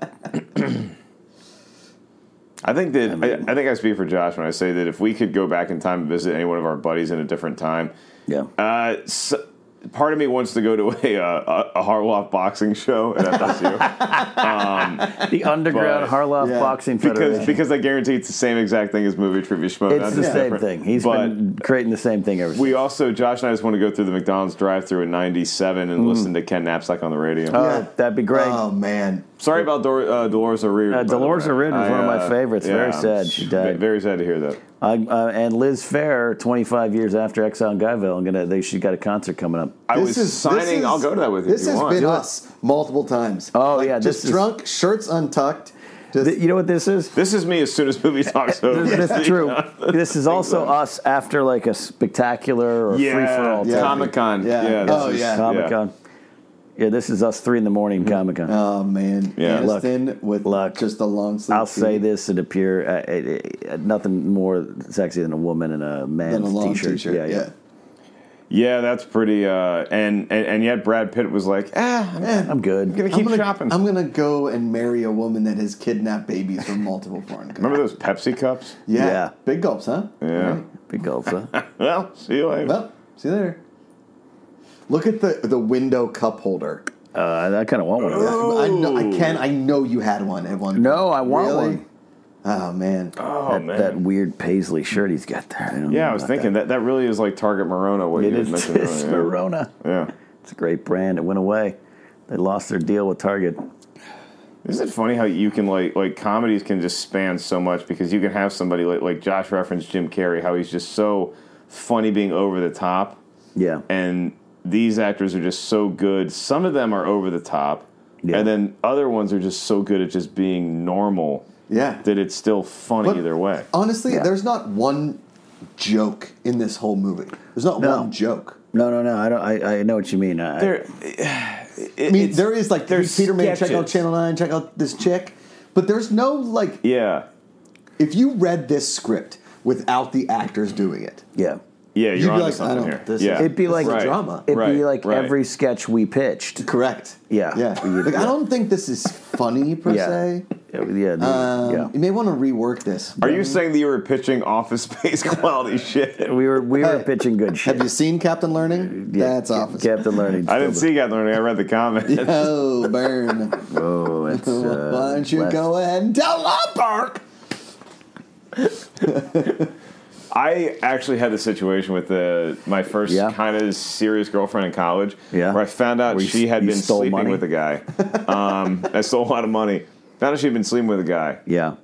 [SPEAKER 4] I think that I,
[SPEAKER 2] mean-
[SPEAKER 4] I think I speak for Josh when I say that if we could go back in time and visit any one of our buddies in a different time,
[SPEAKER 2] yeah.
[SPEAKER 4] uh, s part of me wants to go to a uh, a, a Harloff boxing show at FSU
[SPEAKER 2] the underground
[SPEAKER 4] but-
[SPEAKER 2] Harloff
[SPEAKER 3] Yeah.
[SPEAKER 2] Boxing
[SPEAKER 4] because
[SPEAKER 2] Federation.
[SPEAKER 4] because I guarantee it's the same exact thing as movie trivia schmo. not
[SPEAKER 2] it's the
[SPEAKER 4] just
[SPEAKER 2] same
[SPEAKER 4] different.
[SPEAKER 2] thing. He's
[SPEAKER 4] but
[SPEAKER 2] been creating the same thing ever since.
[SPEAKER 4] we also Josh and I just want to go through the McDonald's drive-through in '97
[SPEAKER 2] Mm.
[SPEAKER 4] and listen to Ken Knapsack on the radio.
[SPEAKER 2] Oh,
[SPEAKER 3] Yeah.
[SPEAKER 2] that'd be great.
[SPEAKER 3] Oh man,
[SPEAKER 4] Sorry about Dor- uh, Dolores O'Riordan.
[SPEAKER 2] Uh,
[SPEAKER 4] by the
[SPEAKER 2] Dolores
[SPEAKER 4] way.
[SPEAKER 2] O'Riordan was
[SPEAKER 4] I,
[SPEAKER 2] one of my
[SPEAKER 4] uh,
[SPEAKER 2] favorites. Very
[SPEAKER 4] yeah,
[SPEAKER 2] sad she
[SPEAKER 4] ve-
[SPEAKER 2] died.
[SPEAKER 4] Very sad to hear that.
[SPEAKER 2] I, uh, and Liz Fair, 25 years after Exile on Guyville, I'm gonna. They she got a concert coming up.
[SPEAKER 4] I
[SPEAKER 3] This
[SPEAKER 4] was
[SPEAKER 3] is- this
[SPEAKER 4] signing.
[SPEAKER 3] is-
[SPEAKER 4] I'll go to that with you.
[SPEAKER 3] This
[SPEAKER 4] if you
[SPEAKER 3] has
[SPEAKER 4] want.
[SPEAKER 3] been us multiple times.
[SPEAKER 2] Oh, yeah, this
[SPEAKER 3] just
[SPEAKER 2] is-
[SPEAKER 3] drunk, shirts untucked. Just
[SPEAKER 2] Th- you know what this is?
[SPEAKER 4] This is me as soon as movie talks over.
[SPEAKER 2] This, this is true. This is also us after like a spectacular or free for all
[SPEAKER 4] yeah. Comic Con.
[SPEAKER 3] Yeah.
[SPEAKER 4] Yeah.
[SPEAKER 3] Oh,
[SPEAKER 4] this is-
[SPEAKER 3] yeah.
[SPEAKER 2] Comic Con. Yeah. Mm-hmm. this is us three in the morning Comic Con.
[SPEAKER 3] oh man,
[SPEAKER 4] Yeah.
[SPEAKER 2] Look,
[SPEAKER 3] Aniston with
[SPEAKER 2] look,
[SPEAKER 3] just a long sleeve.
[SPEAKER 2] I'll say this: it appear uh, it, it, nothing more sexy than a woman in a
[SPEAKER 3] than
[SPEAKER 2] man's
[SPEAKER 3] a long
[SPEAKER 2] t-shirt.
[SPEAKER 3] t-shirt.
[SPEAKER 2] Yeah, yeah.
[SPEAKER 4] Yeah, that's pretty. Uh, and, and and yet Brad Pitt was like, ah, I'm
[SPEAKER 3] Eh,
[SPEAKER 2] I'm good.
[SPEAKER 4] gonna
[SPEAKER 3] I'm
[SPEAKER 4] keep
[SPEAKER 3] gonna,
[SPEAKER 4] shopping.
[SPEAKER 3] I'm gonna go and marry a woman that has kidnapped babies from multiple foreign countries.
[SPEAKER 4] Remember those Pepsi cups?
[SPEAKER 3] Yeah.
[SPEAKER 2] Yeah.
[SPEAKER 3] Big gulps, huh?
[SPEAKER 4] Yeah.
[SPEAKER 2] Big gulps, huh?
[SPEAKER 4] Well, see you later.
[SPEAKER 3] Well, see you later. Look at the the window cup holder.
[SPEAKER 2] Uh, I kind of want one of those.
[SPEAKER 3] I know I can I know you had one at one
[SPEAKER 2] No, I want
[SPEAKER 3] Really?
[SPEAKER 2] one.
[SPEAKER 3] Oh man.
[SPEAKER 4] oh man.
[SPEAKER 2] That weird paisley shirt he's got there. don't know
[SPEAKER 4] yeah, I was
[SPEAKER 2] about
[SPEAKER 4] thinking that. that really is like Target Morona. What
[SPEAKER 2] It
[SPEAKER 4] you
[SPEAKER 2] is
[SPEAKER 4] just mentioned
[SPEAKER 2] it's
[SPEAKER 4] earlier.
[SPEAKER 2] Verona.
[SPEAKER 4] Yeah.
[SPEAKER 2] It's a great brand. It went away. They lost their deal with Target.
[SPEAKER 4] Isn't it funny how you can like like comedies can just span so much because you can have somebody like like Josh referenced Jim Carrey how he's just so funny being over the top
[SPEAKER 2] Yeah.
[SPEAKER 4] and these actors are just so good. Some of them are over the top,
[SPEAKER 2] Yeah.
[SPEAKER 4] and then other ones are just so good at just being normal
[SPEAKER 3] Yeah.
[SPEAKER 4] that it's still funny
[SPEAKER 3] But
[SPEAKER 4] either way.
[SPEAKER 3] Honestly,
[SPEAKER 2] Yeah.
[SPEAKER 3] there's not one joke in this whole movie. There's not
[SPEAKER 2] No.
[SPEAKER 3] one joke.
[SPEAKER 2] no, no, no. I don't. I, I know what you mean. I,
[SPEAKER 4] There,
[SPEAKER 3] I mean, there is like
[SPEAKER 4] there's
[SPEAKER 3] Peter May, check out
[SPEAKER 4] sketches.
[SPEAKER 3] Channel 9, check out this chick. But there's no like
[SPEAKER 4] yeah,
[SPEAKER 3] if you read this script without the actors doing it.
[SPEAKER 2] yeah.
[SPEAKER 4] yeah,
[SPEAKER 3] You'd
[SPEAKER 4] you're
[SPEAKER 3] be
[SPEAKER 4] on
[SPEAKER 3] like, I
[SPEAKER 4] something
[SPEAKER 3] don't-
[SPEAKER 4] here.
[SPEAKER 3] this
[SPEAKER 4] yeah.
[SPEAKER 3] is-
[SPEAKER 2] It'd be
[SPEAKER 3] This
[SPEAKER 2] like
[SPEAKER 3] is
[SPEAKER 4] Right.
[SPEAKER 3] drama.
[SPEAKER 2] It'd
[SPEAKER 4] Right,
[SPEAKER 2] be like
[SPEAKER 4] right.
[SPEAKER 2] every sketch we pitched.
[SPEAKER 3] Correct.
[SPEAKER 2] Yeah.
[SPEAKER 3] Yeah.
[SPEAKER 2] You-
[SPEAKER 3] Like, I
[SPEAKER 2] yeah.
[SPEAKER 3] don't think this is funny per
[SPEAKER 2] Yeah.
[SPEAKER 3] se.
[SPEAKER 2] Yeah, dude.
[SPEAKER 3] Um, You may want to rework this.
[SPEAKER 4] Are you saying that you were pitching office space quality shit?
[SPEAKER 2] yeah. We were we were
[SPEAKER 3] Hey,
[SPEAKER 2] pitching good shit.
[SPEAKER 3] Have you seen Captain Learning?
[SPEAKER 2] Yeah,
[SPEAKER 3] That's
[SPEAKER 2] Ca-
[SPEAKER 3] office.
[SPEAKER 2] Captain Learning.
[SPEAKER 4] I didn't
[SPEAKER 2] still
[SPEAKER 4] see Cat Learning. I read the comments.
[SPEAKER 3] Oh, burn.
[SPEAKER 2] the- Oh, it's. Uh,
[SPEAKER 3] Why don't you
[SPEAKER 2] last-
[SPEAKER 3] go ahead and tell Lombark?
[SPEAKER 4] I actually had the situation with the my first
[SPEAKER 2] Yeah.
[SPEAKER 4] kind of serious girlfriend in college,
[SPEAKER 2] Yeah.
[SPEAKER 4] where I found out
[SPEAKER 2] Where you-
[SPEAKER 4] she had
[SPEAKER 2] you
[SPEAKER 4] been
[SPEAKER 2] stole
[SPEAKER 4] sleeping
[SPEAKER 2] money?
[SPEAKER 4] with a guy. Um, I stole a lot of money. Found out she had been sleeping with a guy.
[SPEAKER 2] Yeah.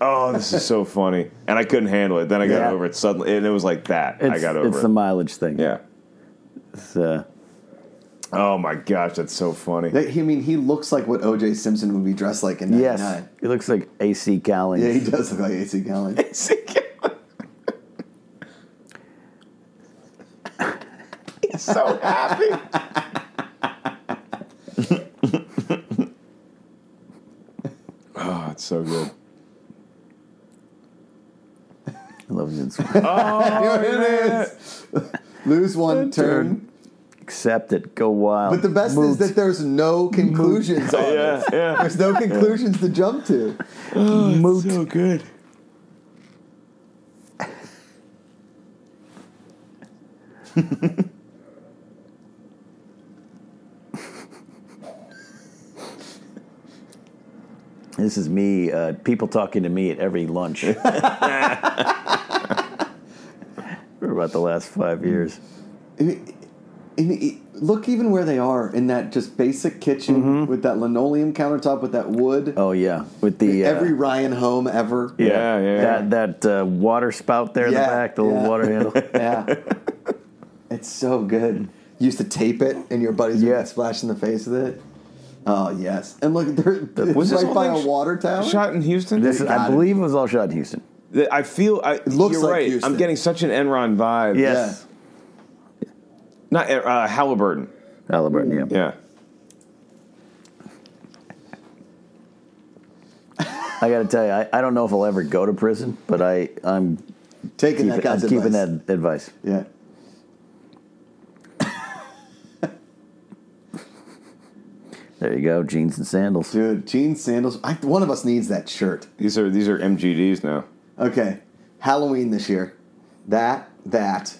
[SPEAKER 4] Oh, this is so funny, and I couldn't handle it. Then I got
[SPEAKER 2] Yeah.
[SPEAKER 4] over it suddenly, and it was like that.
[SPEAKER 2] It's,
[SPEAKER 4] I got over
[SPEAKER 2] It's
[SPEAKER 4] it.
[SPEAKER 2] the mileage thing.
[SPEAKER 4] yeah.
[SPEAKER 2] It's, uh,
[SPEAKER 4] Oh my gosh, that's so funny.
[SPEAKER 3] Like, he- I mean, he looks like what O.J. Simpson would be dressed like in '99.
[SPEAKER 2] yes. He looks like AC Cowling.
[SPEAKER 3] Yeah, he does look like AC Gallen.
[SPEAKER 4] He's so happy. oh, it's so good.
[SPEAKER 2] I love his
[SPEAKER 3] Lose one turn.
[SPEAKER 2] Accept it. Go wild.
[SPEAKER 3] But the best
[SPEAKER 2] Moved.
[SPEAKER 3] is that there's no conclusions on
[SPEAKER 4] Yeah,
[SPEAKER 3] this.
[SPEAKER 4] yeah.
[SPEAKER 3] There's no conclusions to jump to.
[SPEAKER 2] Moot.
[SPEAKER 4] Oh, So good.
[SPEAKER 2] This is me. Uh, people talking to me at every lunch. For about the last five years.
[SPEAKER 3] I mean, and it- look even where they are in that just basic kitchen
[SPEAKER 4] Mm-hmm.
[SPEAKER 3] with that linoleum countertop with that wood.
[SPEAKER 2] Oh yeah, with the uh,
[SPEAKER 3] Every Ryan home ever.
[SPEAKER 4] Yeah, yeah.
[SPEAKER 2] that that uh, water spout there in
[SPEAKER 3] Yeah,
[SPEAKER 2] the back, the little
[SPEAKER 3] yeah.
[SPEAKER 2] water handle.
[SPEAKER 3] Yeah. it's so good. You used to tape it, and your buddies would
[SPEAKER 2] Yeah.
[SPEAKER 3] get splashed in the face with it. Oh yes, and look, they're it's
[SPEAKER 4] Was this
[SPEAKER 3] right
[SPEAKER 4] whole
[SPEAKER 3] by
[SPEAKER 4] thing
[SPEAKER 3] a
[SPEAKER 4] sh-
[SPEAKER 3] water tower.
[SPEAKER 4] Shot in Houston.
[SPEAKER 2] This is, I
[SPEAKER 3] Got it.
[SPEAKER 2] believe it was all shot in Houston.
[SPEAKER 4] Th- I feel. I,
[SPEAKER 3] looks
[SPEAKER 4] you're
[SPEAKER 3] like
[SPEAKER 4] right.
[SPEAKER 3] Houston.
[SPEAKER 4] I'm getting such an Enron vibe.
[SPEAKER 2] Yes,
[SPEAKER 4] Not uh, Halliburton.
[SPEAKER 2] Halliburton. Yeah.
[SPEAKER 4] Yeah.
[SPEAKER 2] I got to tell you, I, I don't know if I'll ever go to prison, but I I'm,
[SPEAKER 3] taking
[SPEAKER 2] keep-
[SPEAKER 3] that
[SPEAKER 2] I'm
[SPEAKER 3] guy's
[SPEAKER 2] keeping
[SPEAKER 3] advice.
[SPEAKER 2] that advice.
[SPEAKER 3] Yeah.
[SPEAKER 2] There you go, jeans and sandals.
[SPEAKER 3] Dude, jeans, sandals. I, one of us needs that shirt.
[SPEAKER 4] These are these are MGDs now.
[SPEAKER 3] Okay, Halloween this year. That, that.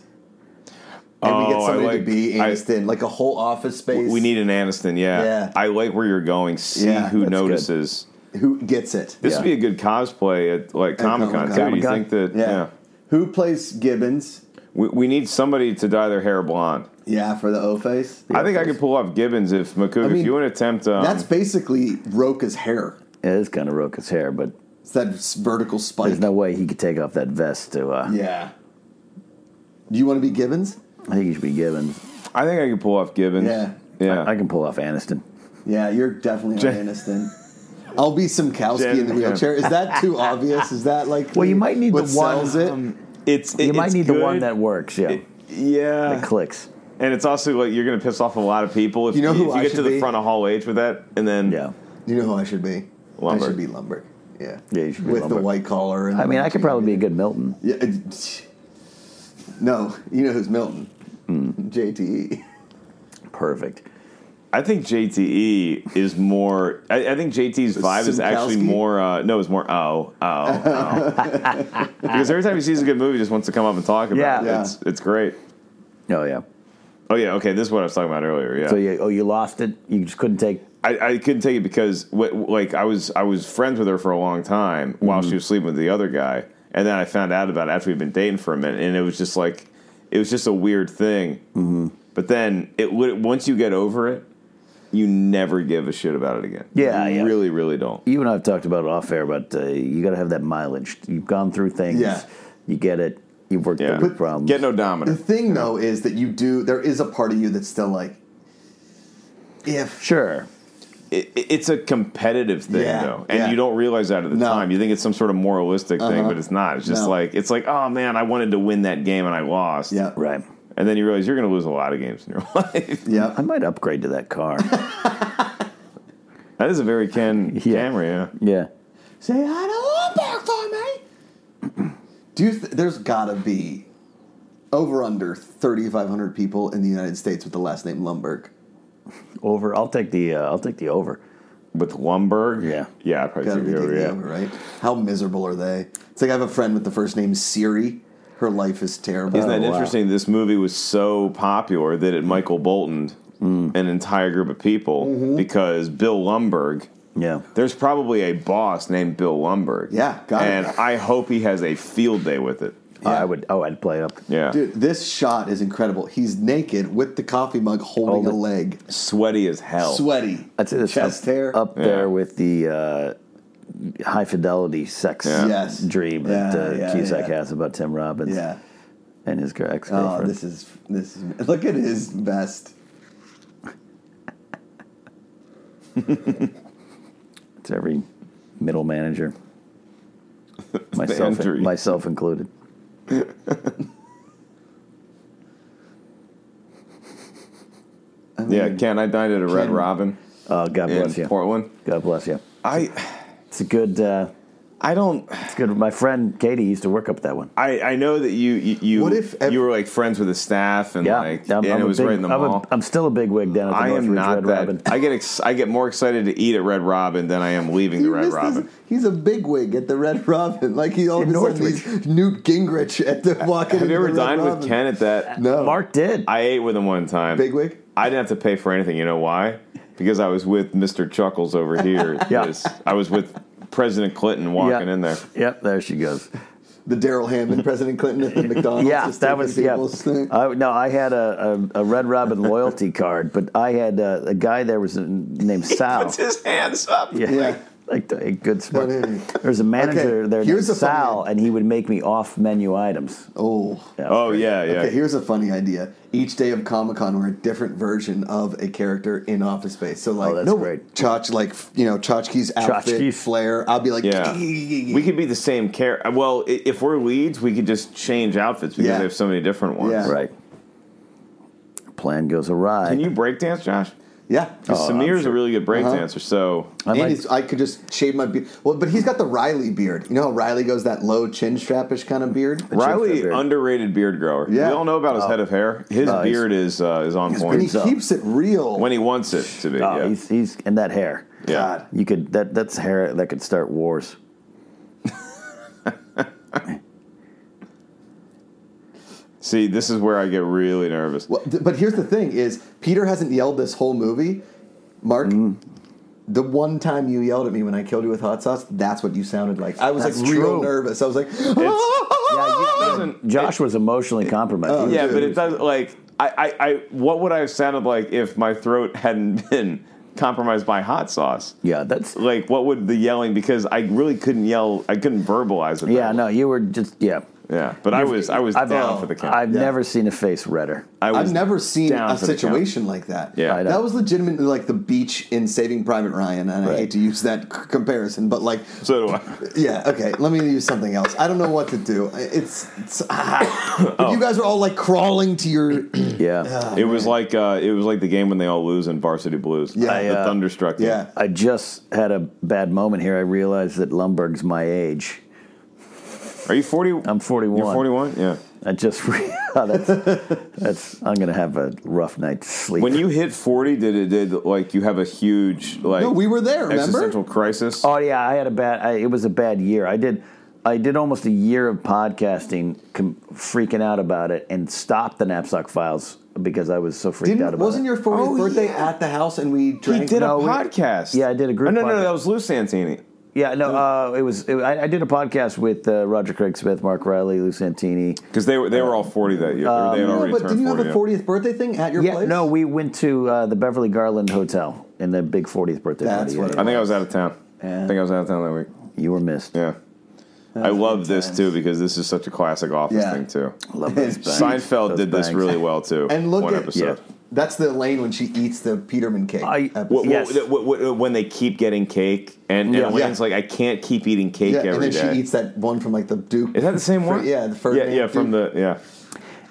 [SPEAKER 3] And we
[SPEAKER 4] Oh,
[SPEAKER 3] get
[SPEAKER 4] I
[SPEAKER 3] somebody to
[SPEAKER 4] like-
[SPEAKER 3] be
[SPEAKER 4] I-
[SPEAKER 3] Aniston, like a whole office space.
[SPEAKER 4] We need an Aniston. Yeah.
[SPEAKER 3] Yeah.
[SPEAKER 4] I like where you're going. See
[SPEAKER 3] Yeah,
[SPEAKER 4] who
[SPEAKER 3] that's
[SPEAKER 4] notices.
[SPEAKER 3] who gets it.
[SPEAKER 4] This
[SPEAKER 2] Yeah.
[SPEAKER 4] would be a good cosplay at like Comic Con.
[SPEAKER 3] Comic-Con.
[SPEAKER 4] Do you
[SPEAKER 2] Comic-Con?
[SPEAKER 4] think that?
[SPEAKER 3] Yeah.
[SPEAKER 4] Yeah.
[SPEAKER 3] Who plays Gibbons?
[SPEAKER 4] We, we need somebody to dye their hair blonde.
[SPEAKER 3] Yeah, for the O face.
[SPEAKER 4] I think I could pull off Gibbons if McCook.
[SPEAKER 3] I mean,
[SPEAKER 4] if you want to attempt, um,
[SPEAKER 3] That's basically Roka's hair.
[SPEAKER 2] It is kind of Roka's hair, but
[SPEAKER 3] It's that s- vertical spike.
[SPEAKER 2] there's no way he could take off that vest to. Uh,
[SPEAKER 3] yeah. Do you want to be Gibbons?
[SPEAKER 2] I think he should be given.
[SPEAKER 4] I think I could pull off Gibbons.
[SPEAKER 3] Yeah.
[SPEAKER 4] Yeah.
[SPEAKER 2] I can pull off Aniston.
[SPEAKER 3] Yeah, you're definitely
[SPEAKER 4] Jen-
[SPEAKER 3] on Aniston. I'll be Simkowski
[SPEAKER 4] Jen-
[SPEAKER 3] in the wheelchair. Is that too obvious? Is that like
[SPEAKER 2] Well, you might need
[SPEAKER 3] what
[SPEAKER 2] the one, um,
[SPEAKER 3] sells it?
[SPEAKER 4] it's it-
[SPEAKER 2] You might
[SPEAKER 4] it's
[SPEAKER 2] need the one
[SPEAKER 4] good. uh,
[SPEAKER 2] that works. Yeah,
[SPEAKER 4] yeah.
[SPEAKER 2] that clicks.
[SPEAKER 4] And it's also like you're going to piss off a lot of people if
[SPEAKER 3] You know
[SPEAKER 4] if
[SPEAKER 3] who I
[SPEAKER 4] get
[SPEAKER 3] should
[SPEAKER 4] to the
[SPEAKER 3] be?
[SPEAKER 4] front of Hall H with that, and then
[SPEAKER 2] Yeah.
[SPEAKER 3] You know who I should be? I
[SPEAKER 4] Lumberg.
[SPEAKER 3] should be Lumberg. Yeah.
[SPEAKER 2] Yeah, you should be
[SPEAKER 3] With the
[SPEAKER 2] Lumberg.
[SPEAKER 3] white collar. And
[SPEAKER 2] I mean, I could probably be a good Milton.
[SPEAKER 3] Yeah, it- no, you know who's Milton?
[SPEAKER 2] Hmm.
[SPEAKER 3] E. JTE.
[SPEAKER 2] Perfect.
[SPEAKER 4] I think JTE is more. I, I think JT's vibe is actually
[SPEAKER 3] Simkowski?
[SPEAKER 4] more. Uh, no, it's more. Oh, oh, oh. because every time he sees a good movie, he just wants to come up and talk about
[SPEAKER 2] Yeah.
[SPEAKER 4] it.
[SPEAKER 2] Yeah.
[SPEAKER 4] It's, it's great.
[SPEAKER 2] Oh yeah.
[SPEAKER 4] Oh yeah, okay. This is what I was talking about earlier. Yeah,
[SPEAKER 2] So you oh you lost it. You just couldn't take.
[SPEAKER 4] I, I couldn't take it because wh- like I was I was friends with her for a long time while
[SPEAKER 3] Mm-hmm.
[SPEAKER 4] she was sleeping with the other guy, and then I found out about it after we'd been dating for a minute, and it was just like it was just a weird thing. Mm-hmm. But then it would once you get over it, you never give a shit about it again.
[SPEAKER 2] Yeah,
[SPEAKER 4] you
[SPEAKER 2] yeah.
[SPEAKER 4] really, really don't.
[SPEAKER 2] You and I've talked about it off air, but uh, you got to have that mileage. You've gone through things.
[SPEAKER 3] Yeah.
[SPEAKER 2] You get it. You've worked
[SPEAKER 4] Yeah,
[SPEAKER 2] through the problems.
[SPEAKER 4] get no
[SPEAKER 3] The
[SPEAKER 4] dominant.
[SPEAKER 3] thing, though, is that you do, there is a part of you that's still like, if.
[SPEAKER 2] sure.
[SPEAKER 4] It, it- it's a competitive thing
[SPEAKER 3] Yeah,
[SPEAKER 4] though, and
[SPEAKER 3] yeah.
[SPEAKER 4] you don't realize that at the
[SPEAKER 3] No. Uh-huh.
[SPEAKER 4] time. You think it's some sort of moralistic thing, but it's not. It's just
[SPEAKER 3] No.
[SPEAKER 4] like it's like oh man, I wanted to win that game and I lost.
[SPEAKER 3] Yeah.
[SPEAKER 2] Right.
[SPEAKER 4] And then you realize you're going to lose a lot of games in your life.
[SPEAKER 2] I
[SPEAKER 3] Yeah.
[SPEAKER 2] might upgrade to that car.
[SPEAKER 4] That is a very Ken
[SPEAKER 2] Yeah.
[SPEAKER 4] Camry, yeah.
[SPEAKER 2] yeah.
[SPEAKER 3] Say hi to Lumberg for me. Do you, th- there's gotta be over under 3,500 people in the United States with the last name Lumberg.
[SPEAKER 2] Over. I'll take the. Uh, I'll take the over.
[SPEAKER 4] With Lumberg?
[SPEAKER 2] Yeah.
[SPEAKER 4] Yeah, I probably
[SPEAKER 3] Gotta
[SPEAKER 4] take
[SPEAKER 3] be
[SPEAKER 4] it
[SPEAKER 3] taking
[SPEAKER 4] over,
[SPEAKER 3] the
[SPEAKER 4] yeah.
[SPEAKER 3] over, right? How miserable are they? It's like I have a friend with the first name Siri. Her life is terrible.
[SPEAKER 4] Isn't that
[SPEAKER 2] wow.
[SPEAKER 4] interesting? This movie was so popular that it Michael Bolton
[SPEAKER 3] Mm.
[SPEAKER 4] an entire group of people
[SPEAKER 3] Mm-hmm.
[SPEAKER 4] because Bill Lumberg,
[SPEAKER 2] Yeah.
[SPEAKER 4] there's probably a boss named Bill Lumberg.
[SPEAKER 3] Yeah, got it.
[SPEAKER 4] And I hope he has a field day with it.
[SPEAKER 2] I would. Oh, I'd play up.
[SPEAKER 4] Yeah.
[SPEAKER 3] Dude, this shot is incredible. He's naked with the coffee mug holding
[SPEAKER 2] Hold it.
[SPEAKER 3] a leg.
[SPEAKER 4] Sweaty as hell.
[SPEAKER 3] Sweaty.
[SPEAKER 2] I'd say that's
[SPEAKER 3] Chest
[SPEAKER 2] up,
[SPEAKER 3] hair.
[SPEAKER 2] up
[SPEAKER 4] Yeah.
[SPEAKER 2] there with the uh, high fidelity sex
[SPEAKER 4] Yeah.
[SPEAKER 3] Yes.
[SPEAKER 2] dream that
[SPEAKER 3] Yeah,
[SPEAKER 2] uh,
[SPEAKER 3] yeah,
[SPEAKER 2] Cusack
[SPEAKER 3] yeah.
[SPEAKER 2] has about Tim Robbins
[SPEAKER 3] Yeah.
[SPEAKER 2] and his ex
[SPEAKER 3] Oh,
[SPEAKER 2] girlfriend.
[SPEAKER 3] this is this is look at his vest.
[SPEAKER 2] it's every middle manager, myself,
[SPEAKER 4] Andrew.
[SPEAKER 2] myself included.
[SPEAKER 4] Yeah, Ken, I dined at a Red
[SPEAKER 3] Ken-
[SPEAKER 4] Robin
[SPEAKER 2] Oh, God
[SPEAKER 4] in
[SPEAKER 2] bless you.
[SPEAKER 4] Portland.
[SPEAKER 2] God bless you.
[SPEAKER 4] I
[SPEAKER 2] It's a good. Uh,
[SPEAKER 4] I don't
[SPEAKER 2] it's good. My friend Katie used to work up that one.
[SPEAKER 4] I, I know that you you you,
[SPEAKER 3] What if ev-
[SPEAKER 4] you were like friends with the staff and
[SPEAKER 2] Yeah,
[SPEAKER 4] like
[SPEAKER 2] I'm-
[SPEAKER 4] and
[SPEAKER 2] I'm
[SPEAKER 4] it
[SPEAKER 2] a
[SPEAKER 4] was
[SPEAKER 2] big-
[SPEAKER 4] right in the
[SPEAKER 2] I'm a-
[SPEAKER 4] mall.
[SPEAKER 2] I'm still a big wig down at the
[SPEAKER 4] I
[SPEAKER 2] Northridge
[SPEAKER 4] am not
[SPEAKER 2] Red
[SPEAKER 4] that.
[SPEAKER 2] Robin.
[SPEAKER 4] I get ex- I get more excited to eat at Red Robin than I am leaving the
[SPEAKER 3] You
[SPEAKER 4] Red
[SPEAKER 3] missed his-
[SPEAKER 4] Robin.
[SPEAKER 3] he's a bigwig at the Red Robin. Like he all of a
[SPEAKER 2] In
[SPEAKER 3] sudden he's Newt Gingrich at the walking.
[SPEAKER 4] Have
[SPEAKER 3] into
[SPEAKER 4] you ever
[SPEAKER 3] the Red
[SPEAKER 4] dined with
[SPEAKER 3] Robin.
[SPEAKER 4] Ken at that?
[SPEAKER 3] No.
[SPEAKER 2] Mark did.
[SPEAKER 4] I ate with him one time.
[SPEAKER 3] Bigwig?
[SPEAKER 4] I didn't have to pay for anything. You know why? Because I was with Mr. Chuckles over here.
[SPEAKER 2] Yeah.
[SPEAKER 4] Yes. I was with President Clinton walking
[SPEAKER 2] Yeah.
[SPEAKER 4] in there.
[SPEAKER 2] Yep, there she goes.
[SPEAKER 3] the Daryl Hammond, President Clinton at the McDonald's.
[SPEAKER 2] Yeah,
[SPEAKER 3] just
[SPEAKER 2] that
[SPEAKER 3] taking
[SPEAKER 2] was yeah.
[SPEAKER 3] people's thing.
[SPEAKER 4] Uh,
[SPEAKER 2] I, no, I had a, a, a Red Robin loyalty card, but I had uh, a guy there was named Sal.
[SPEAKER 4] Puts his hands up.
[SPEAKER 2] Yeah.
[SPEAKER 3] Yeah.
[SPEAKER 2] Like the- a good sport.
[SPEAKER 3] No, no, no.
[SPEAKER 2] There was a manager
[SPEAKER 3] Okay,
[SPEAKER 2] there named
[SPEAKER 3] here's a funny
[SPEAKER 2] Sal,
[SPEAKER 3] one.
[SPEAKER 2] and he would make me off menu items.
[SPEAKER 3] Oh.
[SPEAKER 2] That was
[SPEAKER 4] Oh
[SPEAKER 2] great.
[SPEAKER 4] yeah, yeah.
[SPEAKER 3] Okay, here's a funny idea. Each day of Comic Con, we're a different version of a character in Office Space. So
[SPEAKER 4] Oh,
[SPEAKER 3] like,
[SPEAKER 2] that's great.
[SPEAKER 3] Chach, like f- you know, Chachki's outfit,
[SPEAKER 2] Tchotchke.
[SPEAKER 3] flair. I'll be like,
[SPEAKER 4] Yeah. We could be the same character. Well, i- if we're leads, we could just change outfits because
[SPEAKER 3] Yeah.
[SPEAKER 4] we have so many different ones.
[SPEAKER 3] Yeah.
[SPEAKER 2] Right. Plan goes awry.
[SPEAKER 4] Can you break dance, Josh?
[SPEAKER 3] yeah. Oh,
[SPEAKER 4] Because Samir's a really good break
[SPEAKER 3] Uh-huh.
[SPEAKER 4] dancer, so
[SPEAKER 2] I
[SPEAKER 3] and
[SPEAKER 2] like-
[SPEAKER 3] he's- I could just shave my beard. Well, but he's got the Riley beard. You know how Riley goes that low chin strapish kind of beard.
[SPEAKER 4] Riley,
[SPEAKER 2] beard.
[SPEAKER 4] underrated beard grower.
[SPEAKER 3] Yeah.
[SPEAKER 4] We all know about his head of hair. His
[SPEAKER 2] Oh, he's-
[SPEAKER 4] beard is uh, is on
[SPEAKER 3] And he
[SPEAKER 4] point
[SPEAKER 2] up.
[SPEAKER 3] keeps it real.
[SPEAKER 4] when he wants it to be.
[SPEAKER 2] Oh,
[SPEAKER 4] yeah.
[SPEAKER 2] he's, he's and that hair.
[SPEAKER 4] Yeah.
[SPEAKER 3] God.
[SPEAKER 2] You could that that's hair that could start wars.
[SPEAKER 4] See, this is where I get really nervous.
[SPEAKER 3] Well, th- but here's the thing: is Peter hasn't yelled this whole movie, Mark. The one time you yelled at me when I killed you with hot sauce, that's what you sounded like. I was
[SPEAKER 2] That's
[SPEAKER 3] like real
[SPEAKER 2] true.
[SPEAKER 3] nervous. I was like, "Ah."
[SPEAKER 2] Yeah, you,
[SPEAKER 4] Doesn't-
[SPEAKER 2] Josh was emotionally compromised. He was-
[SPEAKER 4] Oh, yeah, but it does like I, I, I what would I have sounded like if my throat hadn't been compromised by hot sauce?
[SPEAKER 2] yeah, that's
[SPEAKER 4] Like what would the yelling because I really couldn't yell I couldn't verbalize it. that
[SPEAKER 2] yeah.
[SPEAKER 4] well.
[SPEAKER 2] No, you were just yeah.
[SPEAKER 4] Yeah, but I was I was
[SPEAKER 2] I've-
[SPEAKER 4] down for the count.
[SPEAKER 2] I've never seen a face redder.
[SPEAKER 4] I was
[SPEAKER 3] I've never seen
[SPEAKER 4] down
[SPEAKER 3] a
[SPEAKER 4] for the count.
[SPEAKER 3] situation like that.
[SPEAKER 4] Yeah. I know.
[SPEAKER 3] that was legitimately like the beach in Saving Private Ryan, and I hate to use that c- comparison, but like,
[SPEAKER 4] So do I.
[SPEAKER 3] yeah, okay, let me use something else. I don't know what to do. It's, it's ah.
[SPEAKER 4] Oh.
[SPEAKER 3] But you guys are all like crawling to your
[SPEAKER 2] Yeah.
[SPEAKER 4] It was like uh, it was like the game when they all lose in Varsity Blues.
[SPEAKER 3] Yeah.
[SPEAKER 4] the
[SPEAKER 3] I,
[SPEAKER 2] uh,
[SPEAKER 4] thunderstruck. game.
[SPEAKER 3] yeah.
[SPEAKER 2] I just had a bad moment here. I realized that Lumberg's my age.
[SPEAKER 4] Are you forty?
[SPEAKER 2] I'm 41.
[SPEAKER 4] You're forty-one. Yeah.
[SPEAKER 2] I just re- that's, that's I'm gonna have a rough night's sleep.
[SPEAKER 4] When you hit forty, did it did like you have a huge like?
[SPEAKER 3] No, we were there, remember?
[SPEAKER 4] Existential crisis.
[SPEAKER 2] oh yeah, I had a bad. I, it was a bad year. I did. I did almost a year of podcasting, com- freaking out about it, and stopped the knapsack files because I was so freaked out
[SPEAKER 3] Didn't,
[SPEAKER 2] about
[SPEAKER 3] wasn't
[SPEAKER 2] it.
[SPEAKER 3] your 40th
[SPEAKER 4] Oh,
[SPEAKER 3] birthday
[SPEAKER 4] yeah.
[SPEAKER 3] at the house and we
[SPEAKER 4] he
[SPEAKER 3] drank?
[SPEAKER 4] did
[SPEAKER 2] No,
[SPEAKER 4] a
[SPEAKER 2] we-
[SPEAKER 4] podcast.
[SPEAKER 2] Yeah, I did a group
[SPEAKER 4] Oh, no, no, no,
[SPEAKER 2] podcast.
[SPEAKER 4] that was Lou Santini.
[SPEAKER 2] yeah, no, uh,
[SPEAKER 3] Oh.
[SPEAKER 2] it was. It, I, I did a podcast with uh, Roger Craig Smith, Mark Riley, Lou Santini.
[SPEAKER 4] Because they were they were all forty that year. They
[SPEAKER 2] Um,
[SPEAKER 4] were- they had
[SPEAKER 3] No,
[SPEAKER 4] already
[SPEAKER 3] but
[SPEAKER 4] turned
[SPEAKER 3] didn't you have
[SPEAKER 4] forty.
[SPEAKER 3] a
[SPEAKER 4] yeah.
[SPEAKER 3] 40th birthday thing at your
[SPEAKER 2] Yeah,
[SPEAKER 3] place?
[SPEAKER 2] no, we went to uh, the Beverly Garland Hotel in the big 40th birthday
[SPEAKER 3] That's
[SPEAKER 2] party.
[SPEAKER 3] what
[SPEAKER 2] Yeah,
[SPEAKER 4] I think I was out of town.
[SPEAKER 2] Yeah.
[SPEAKER 4] I think I was out of town that week.
[SPEAKER 2] yeah. you were missed.
[SPEAKER 4] Yeah. I love this too because this is such a classic office
[SPEAKER 3] Yeah.
[SPEAKER 4] thing too.
[SPEAKER 2] Love those
[SPEAKER 3] And
[SPEAKER 2] bangs.
[SPEAKER 4] Seinfeld
[SPEAKER 2] Those
[SPEAKER 4] did this
[SPEAKER 2] bangs.
[SPEAKER 4] really well too.
[SPEAKER 3] And look
[SPEAKER 4] one
[SPEAKER 3] at-
[SPEAKER 4] episode.
[SPEAKER 2] Yeah.
[SPEAKER 3] That's the Elaine when she eats the Peterman cake.
[SPEAKER 2] I-
[SPEAKER 3] episode.
[SPEAKER 4] What,
[SPEAKER 2] Yes.
[SPEAKER 4] what, what, what, when they keep getting cake, and, and
[SPEAKER 2] Yeah.
[SPEAKER 4] Elaine's
[SPEAKER 3] Yeah.
[SPEAKER 4] like, I can't keep eating cake
[SPEAKER 3] yeah,
[SPEAKER 4] every day.
[SPEAKER 3] and then she eats that one from like the Duke.
[SPEAKER 4] Is that the same
[SPEAKER 3] Fr-
[SPEAKER 4] one?
[SPEAKER 3] yeah, the Ferdinand
[SPEAKER 4] Yeah, yeah, from the yeah.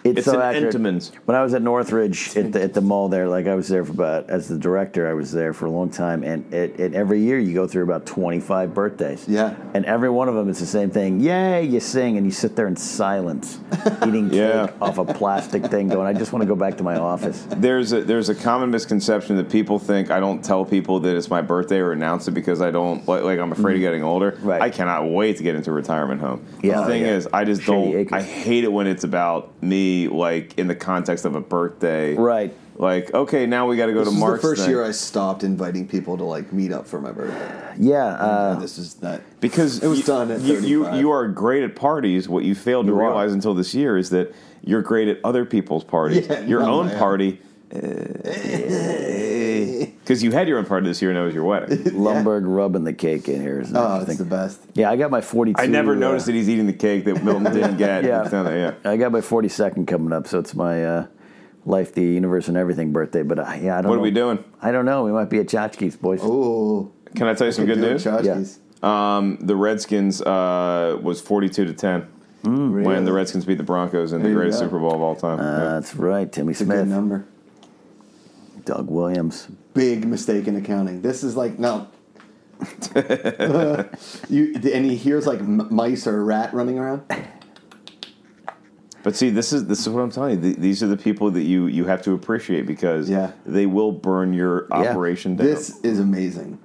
[SPEAKER 2] It's,
[SPEAKER 4] It's
[SPEAKER 2] so
[SPEAKER 4] an
[SPEAKER 2] accurate.
[SPEAKER 4] Entenmann's.
[SPEAKER 2] When I was at Northridge at the, at the mall there, like I was there for about as the director, I was there for a long time, and it, it, every year you go through about twenty five birthdays.
[SPEAKER 3] Yeah.
[SPEAKER 2] and every one of them is the same thing. Yay, you sing, and you sit there in silence, eating cake
[SPEAKER 4] Yeah.
[SPEAKER 2] off a plastic thing, going, "I just want to go back to my office."
[SPEAKER 4] There's a there's a common misconception that people think I don't tell people that it's my birthday or announce it because I don't like, like I'm afraid of getting older.
[SPEAKER 2] Right.
[SPEAKER 4] I cannot wait to get into a retirement home.
[SPEAKER 2] Yeah.
[SPEAKER 4] the thing
[SPEAKER 2] Oh, yeah.
[SPEAKER 4] is, I just
[SPEAKER 2] Shady
[SPEAKER 4] don't.
[SPEAKER 2] acres.
[SPEAKER 4] I hate it when it's about me, like in the context of a birthday.
[SPEAKER 2] Right.
[SPEAKER 4] Like, okay, now we got to go
[SPEAKER 3] This
[SPEAKER 4] to
[SPEAKER 3] is the
[SPEAKER 4] Mark's
[SPEAKER 3] first
[SPEAKER 4] thing.
[SPEAKER 3] year I stopped inviting people to like meet up for my birthday.
[SPEAKER 2] Yeah, uh,
[SPEAKER 3] this is not
[SPEAKER 4] because
[SPEAKER 3] it was
[SPEAKER 4] you,
[SPEAKER 3] done at
[SPEAKER 4] you, you
[SPEAKER 3] 35.
[SPEAKER 4] you are great at parties. What you failed to
[SPEAKER 2] You are.
[SPEAKER 4] realize until this year is that you're great at other people's parties.
[SPEAKER 3] Yeah,
[SPEAKER 4] your
[SPEAKER 3] no,
[SPEAKER 4] own
[SPEAKER 3] I am.
[SPEAKER 4] party, because you had your own party this year and it was your wedding.
[SPEAKER 2] Lumberg rubbing the cake in here. Is
[SPEAKER 3] Oh, it's the best.
[SPEAKER 2] Yeah, I got my uh, forty two.
[SPEAKER 4] I
[SPEAKER 3] uh,
[SPEAKER 4] never noticed that he's eating the cake that Milton didn't get.
[SPEAKER 2] Yeah.
[SPEAKER 4] It's not that- yeah.
[SPEAKER 2] I got my 42nd coming up, so it's my uh, life, the universe, and everything birthday. But I, yeah, I don't.
[SPEAKER 4] What are
[SPEAKER 2] know.
[SPEAKER 4] we doing?
[SPEAKER 2] I don't know. We might be at Tchotchke's, boys.
[SPEAKER 3] Oh,
[SPEAKER 4] Can I tell you some good news?
[SPEAKER 3] Tchotchkes.
[SPEAKER 4] Um, the Redskins uh, was forty-two to ten when Hmm. the Redskins beat the Broncos in the
[SPEAKER 3] There you
[SPEAKER 4] greatest
[SPEAKER 3] go.
[SPEAKER 4] Super Bowl of all time.
[SPEAKER 2] Uh, that's right, Timmy
[SPEAKER 3] It's a good
[SPEAKER 2] Smith,
[SPEAKER 3] number.
[SPEAKER 2] Doug Williams.
[SPEAKER 3] Big mistake in accounting. This is like no. you and he hears like m- mice or a rat running around.
[SPEAKER 4] But see, this is this is what I'm telling you. Th- These are the people that you you have to appreciate because
[SPEAKER 3] Yeah.
[SPEAKER 4] they will burn your operation down.
[SPEAKER 3] This is amazing.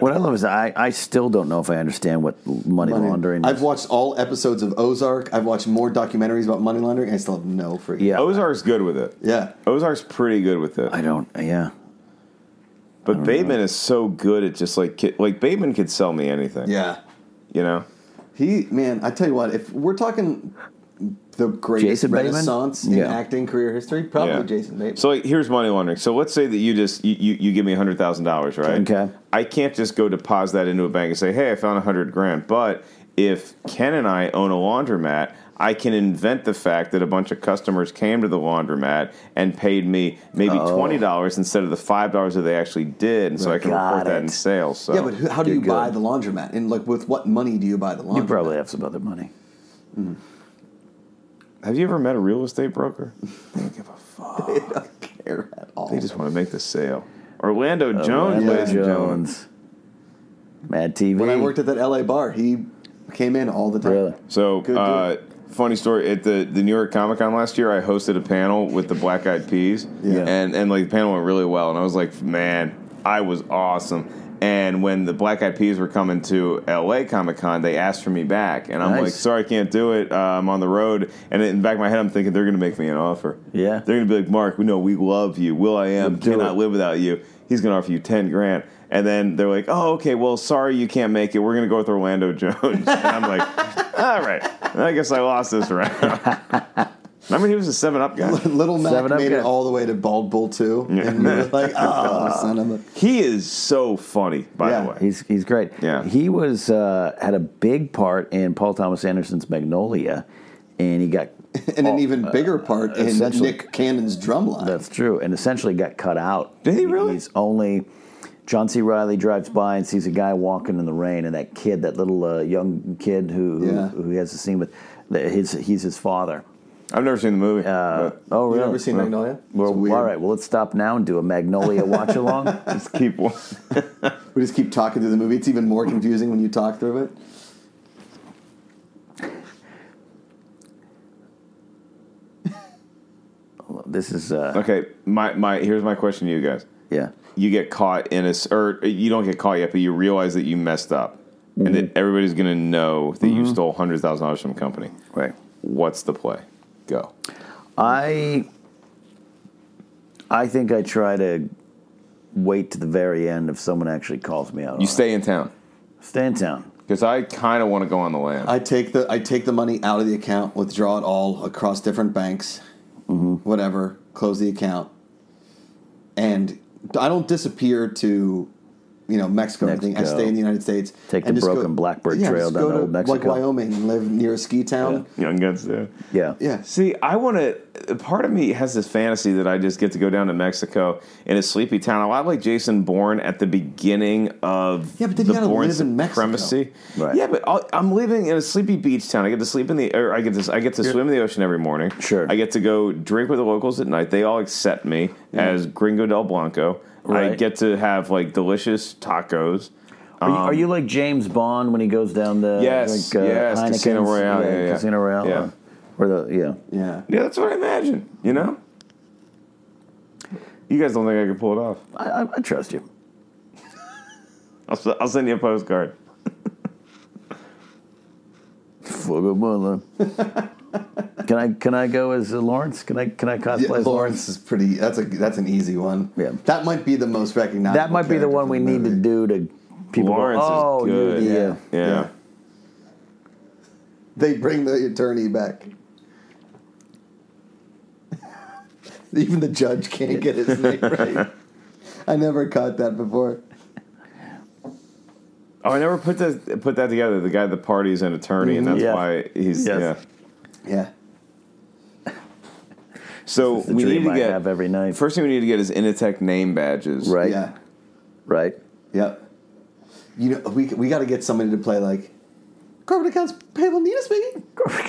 [SPEAKER 2] what I love is I, I still don't know if I understand what money, laundering.
[SPEAKER 3] I've
[SPEAKER 2] is.
[SPEAKER 3] watched all episodes of Ozark. I've watched more documentaries about money laundering. And I still have no freaking
[SPEAKER 2] yeah,
[SPEAKER 4] Ozark's good with Oh, it.
[SPEAKER 3] yeah.
[SPEAKER 4] Ozark's pretty good with it.
[SPEAKER 2] I don't. Yeah,
[SPEAKER 4] But Bateman is so good at just like ki- like Bateman could sell me anything.
[SPEAKER 3] Yeah.
[SPEAKER 4] You know,
[SPEAKER 3] He, man, I tell you what, if we're talking the greatest
[SPEAKER 2] Jason Bateman?
[SPEAKER 3] renaissance in
[SPEAKER 2] Yeah.
[SPEAKER 3] acting career history, probably
[SPEAKER 4] Yeah.
[SPEAKER 3] Jason Bateman.
[SPEAKER 4] So like, here's money laundering. So let's say that you just you, you, you give me hundred thousand dollars, right?
[SPEAKER 2] Okay.
[SPEAKER 4] I can't just go deposit that into a bank and say, hey, I found a hundred grand. But if Ken and I own a laundromat, I can invent the fact that a bunch of customers came to the laundromat and paid me maybe
[SPEAKER 2] Oh.
[SPEAKER 4] twenty dollars instead of the five dollars that they actually did, and so I can
[SPEAKER 2] Got
[SPEAKER 4] report that
[SPEAKER 2] it.
[SPEAKER 4] in sales. So
[SPEAKER 3] yeah, but who, how do you
[SPEAKER 2] You're good.
[SPEAKER 3] buy the laundromat? And like, with what money do you buy the laundromat?
[SPEAKER 2] You probably have some other money.
[SPEAKER 4] have you ever met a real estate broker? They don't give a fuck.
[SPEAKER 3] I don't care at all.
[SPEAKER 4] They just want to make the sale. Orlando Jones,
[SPEAKER 2] Orlando
[SPEAKER 4] ladies and gentlemen.
[SPEAKER 2] Jones. Mad TV.
[SPEAKER 3] when I worked at that LA bar, he came in all the time.
[SPEAKER 2] Really?
[SPEAKER 4] So,
[SPEAKER 3] Good
[SPEAKER 4] uh, funny story at the, the New York Comic Con last year, I hosted a panel with the Black Eyed Peas,
[SPEAKER 3] Yeah.
[SPEAKER 4] and and like the panel went really well, and I was like, man, I was awesome. And when the Black Eyed Peas were coming to LA Comic Con, they asked for me back, and I'm
[SPEAKER 2] Nice.
[SPEAKER 4] like, sorry, I can't do it. Uh, I'm on the road, and in the back of my head, I'm thinking they're going to make me an offer.
[SPEAKER 2] Yeah.
[SPEAKER 4] they're going to be like, Mark, we know we love you. Will I am
[SPEAKER 2] We'll do
[SPEAKER 4] cannot
[SPEAKER 2] it.
[SPEAKER 4] live without you. He's going to offer you ten grand. And then they're like, "Oh, okay. Well, sorry, you can't make it. We're gonna go with Orlando Jones." And I'm like, All right. I guess I lost this round. Remember, he was a 7 up guy.
[SPEAKER 3] Little Mac
[SPEAKER 2] Seven Up
[SPEAKER 3] made it
[SPEAKER 2] guy.
[SPEAKER 3] all the way to Bald Bull 2. And we were like, oh, son of a.
[SPEAKER 4] He is so funny, by
[SPEAKER 3] Yeah,
[SPEAKER 4] the way.
[SPEAKER 2] He's he's great.
[SPEAKER 4] Yeah.
[SPEAKER 2] He was uh, had a big part in Paul Thomas Anderson's Magnolia, and he got
[SPEAKER 3] And an even bigger part in
[SPEAKER 2] uh, essentially-
[SPEAKER 3] Nick Cannon's drumline.
[SPEAKER 2] that's true, and essentially got cut out.
[SPEAKER 4] Did he really?
[SPEAKER 2] He's only. John C. Riley drives by and sees a guy walking in the rain, and that kid, that little uh, young kid who who,
[SPEAKER 3] Yeah.
[SPEAKER 2] who he has a scene with, that his he's his father.
[SPEAKER 4] I've never seen the movie. but
[SPEAKER 2] Oh,
[SPEAKER 3] You
[SPEAKER 2] really?
[SPEAKER 3] ever seen Magnolia?
[SPEAKER 2] Well,
[SPEAKER 3] It's weird.
[SPEAKER 2] all right. Well, let's stop now and do a Magnolia watch along.
[SPEAKER 4] just keep one.
[SPEAKER 3] We just keep talking through the movie. It's even more confusing when you talk through it.
[SPEAKER 2] this is uh,
[SPEAKER 4] Okay, my, my here's my question to you guys.
[SPEAKER 2] yeah.
[SPEAKER 4] You get caught in a s- or you don't get caught yet, but you realize that you messed up, and that everybody's gonna know that you stole hundred thousand dollars from a company.
[SPEAKER 2] Right.
[SPEAKER 4] What's the play? Go.
[SPEAKER 2] I I think I try to wait to the very end if someone actually calls me out.
[SPEAKER 4] You
[SPEAKER 2] on
[SPEAKER 4] stay in town
[SPEAKER 2] it. stay in town.
[SPEAKER 4] because I kind of want to go on the land.
[SPEAKER 3] I take the I take the money out of the account, withdraw it all across different banks,
[SPEAKER 2] Mm-hmm.
[SPEAKER 3] whatever, close the account, and I don't disappear to, you know, Mexico or anything. I
[SPEAKER 2] Mexico.
[SPEAKER 3] stay in the United States.
[SPEAKER 2] Take the
[SPEAKER 3] and just
[SPEAKER 2] broken Blackbird
[SPEAKER 3] yeah,
[SPEAKER 2] Trail
[SPEAKER 3] just
[SPEAKER 2] down
[SPEAKER 3] go
[SPEAKER 2] to old
[SPEAKER 3] Like
[SPEAKER 2] Mexico.
[SPEAKER 3] Wyoming and live near a ski town.
[SPEAKER 4] Young Guns do.
[SPEAKER 2] Yeah.
[SPEAKER 3] Yeah,
[SPEAKER 4] See, I want to. Part of me has this fantasy that I just get to go down to Mexico in a sleepy town, a lot like Jason Bourne at the beginning of
[SPEAKER 3] Yeah, but then
[SPEAKER 4] the
[SPEAKER 3] you gotta
[SPEAKER 4] Bourne
[SPEAKER 3] live in Mexico.
[SPEAKER 4] supremacy.
[SPEAKER 2] Right.
[SPEAKER 4] Yeah, but I'll, I'm living in a sleepy beach town. I get to sleep in the, or I get to, I get to swim in the ocean every morning.
[SPEAKER 2] Sure.
[SPEAKER 4] I get to go drink with the locals at night. They all accept me as Gringo del Blanco. I
[SPEAKER 2] Right.
[SPEAKER 4] get to have like delicious tacos.
[SPEAKER 2] Are, you, are you like James Bond when he goes down the
[SPEAKER 4] Um, Yes,
[SPEAKER 2] like,
[SPEAKER 4] yes, Casino
[SPEAKER 2] Heineken's?
[SPEAKER 4] Royale, yeah, yeah.
[SPEAKER 2] Casino Royale,
[SPEAKER 4] Yeah.
[SPEAKER 2] or, or the yeah.
[SPEAKER 3] yeah.
[SPEAKER 4] Yeah, that's what I imagine. You know. You guys don't think I could pull it off?
[SPEAKER 2] I, I, I trust you.
[SPEAKER 4] I'll, s- I'll send you a postcard.
[SPEAKER 2] Fuck a mother. can I can I go as uh, Lawrence? Can I can I
[SPEAKER 3] Yeah,
[SPEAKER 2] cosplay as Lawrence?
[SPEAKER 3] Lawrence is pretty. That's a that's an easy one.
[SPEAKER 2] Yeah.
[SPEAKER 3] that might be the most recognizable.
[SPEAKER 2] That might be the
[SPEAKER 3] character
[SPEAKER 2] one
[SPEAKER 3] from
[SPEAKER 2] we
[SPEAKER 3] the
[SPEAKER 2] need to
[SPEAKER 3] movie.
[SPEAKER 2] do to people. go,
[SPEAKER 4] Lawrence is
[SPEAKER 2] oh, you're
[SPEAKER 4] good."
[SPEAKER 2] the,
[SPEAKER 3] Yeah.
[SPEAKER 2] uh,
[SPEAKER 4] Yeah.
[SPEAKER 3] Yeah. They bring the attorney back. Even the judge can't get his name right. I never caught that before.
[SPEAKER 4] Oh, I never put that put that together. The guy at the party is an attorney, and that's
[SPEAKER 2] Yeah.
[SPEAKER 4] why he's
[SPEAKER 2] Yes.
[SPEAKER 4] yeah.
[SPEAKER 3] Yeah.
[SPEAKER 4] So
[SPEAKER 2] the
[SPEAKER 4] we need
[SPEAKER 2] dream
[SPEAKER 4] to
[SPEAKER 2] I
[SPEAKER 4] get
[SPEAKER 2] have every night.
[SPEAKER 4] First thing we need to get is Initech name badges.
[SPEAKER 2] right,
[SPEAKER 3] Yeah.
[SPEAKER 2] right.
[SPEAKER 3] Yep. You know, we, we got to get somebody to play like corporate accounts payable Nina speaking.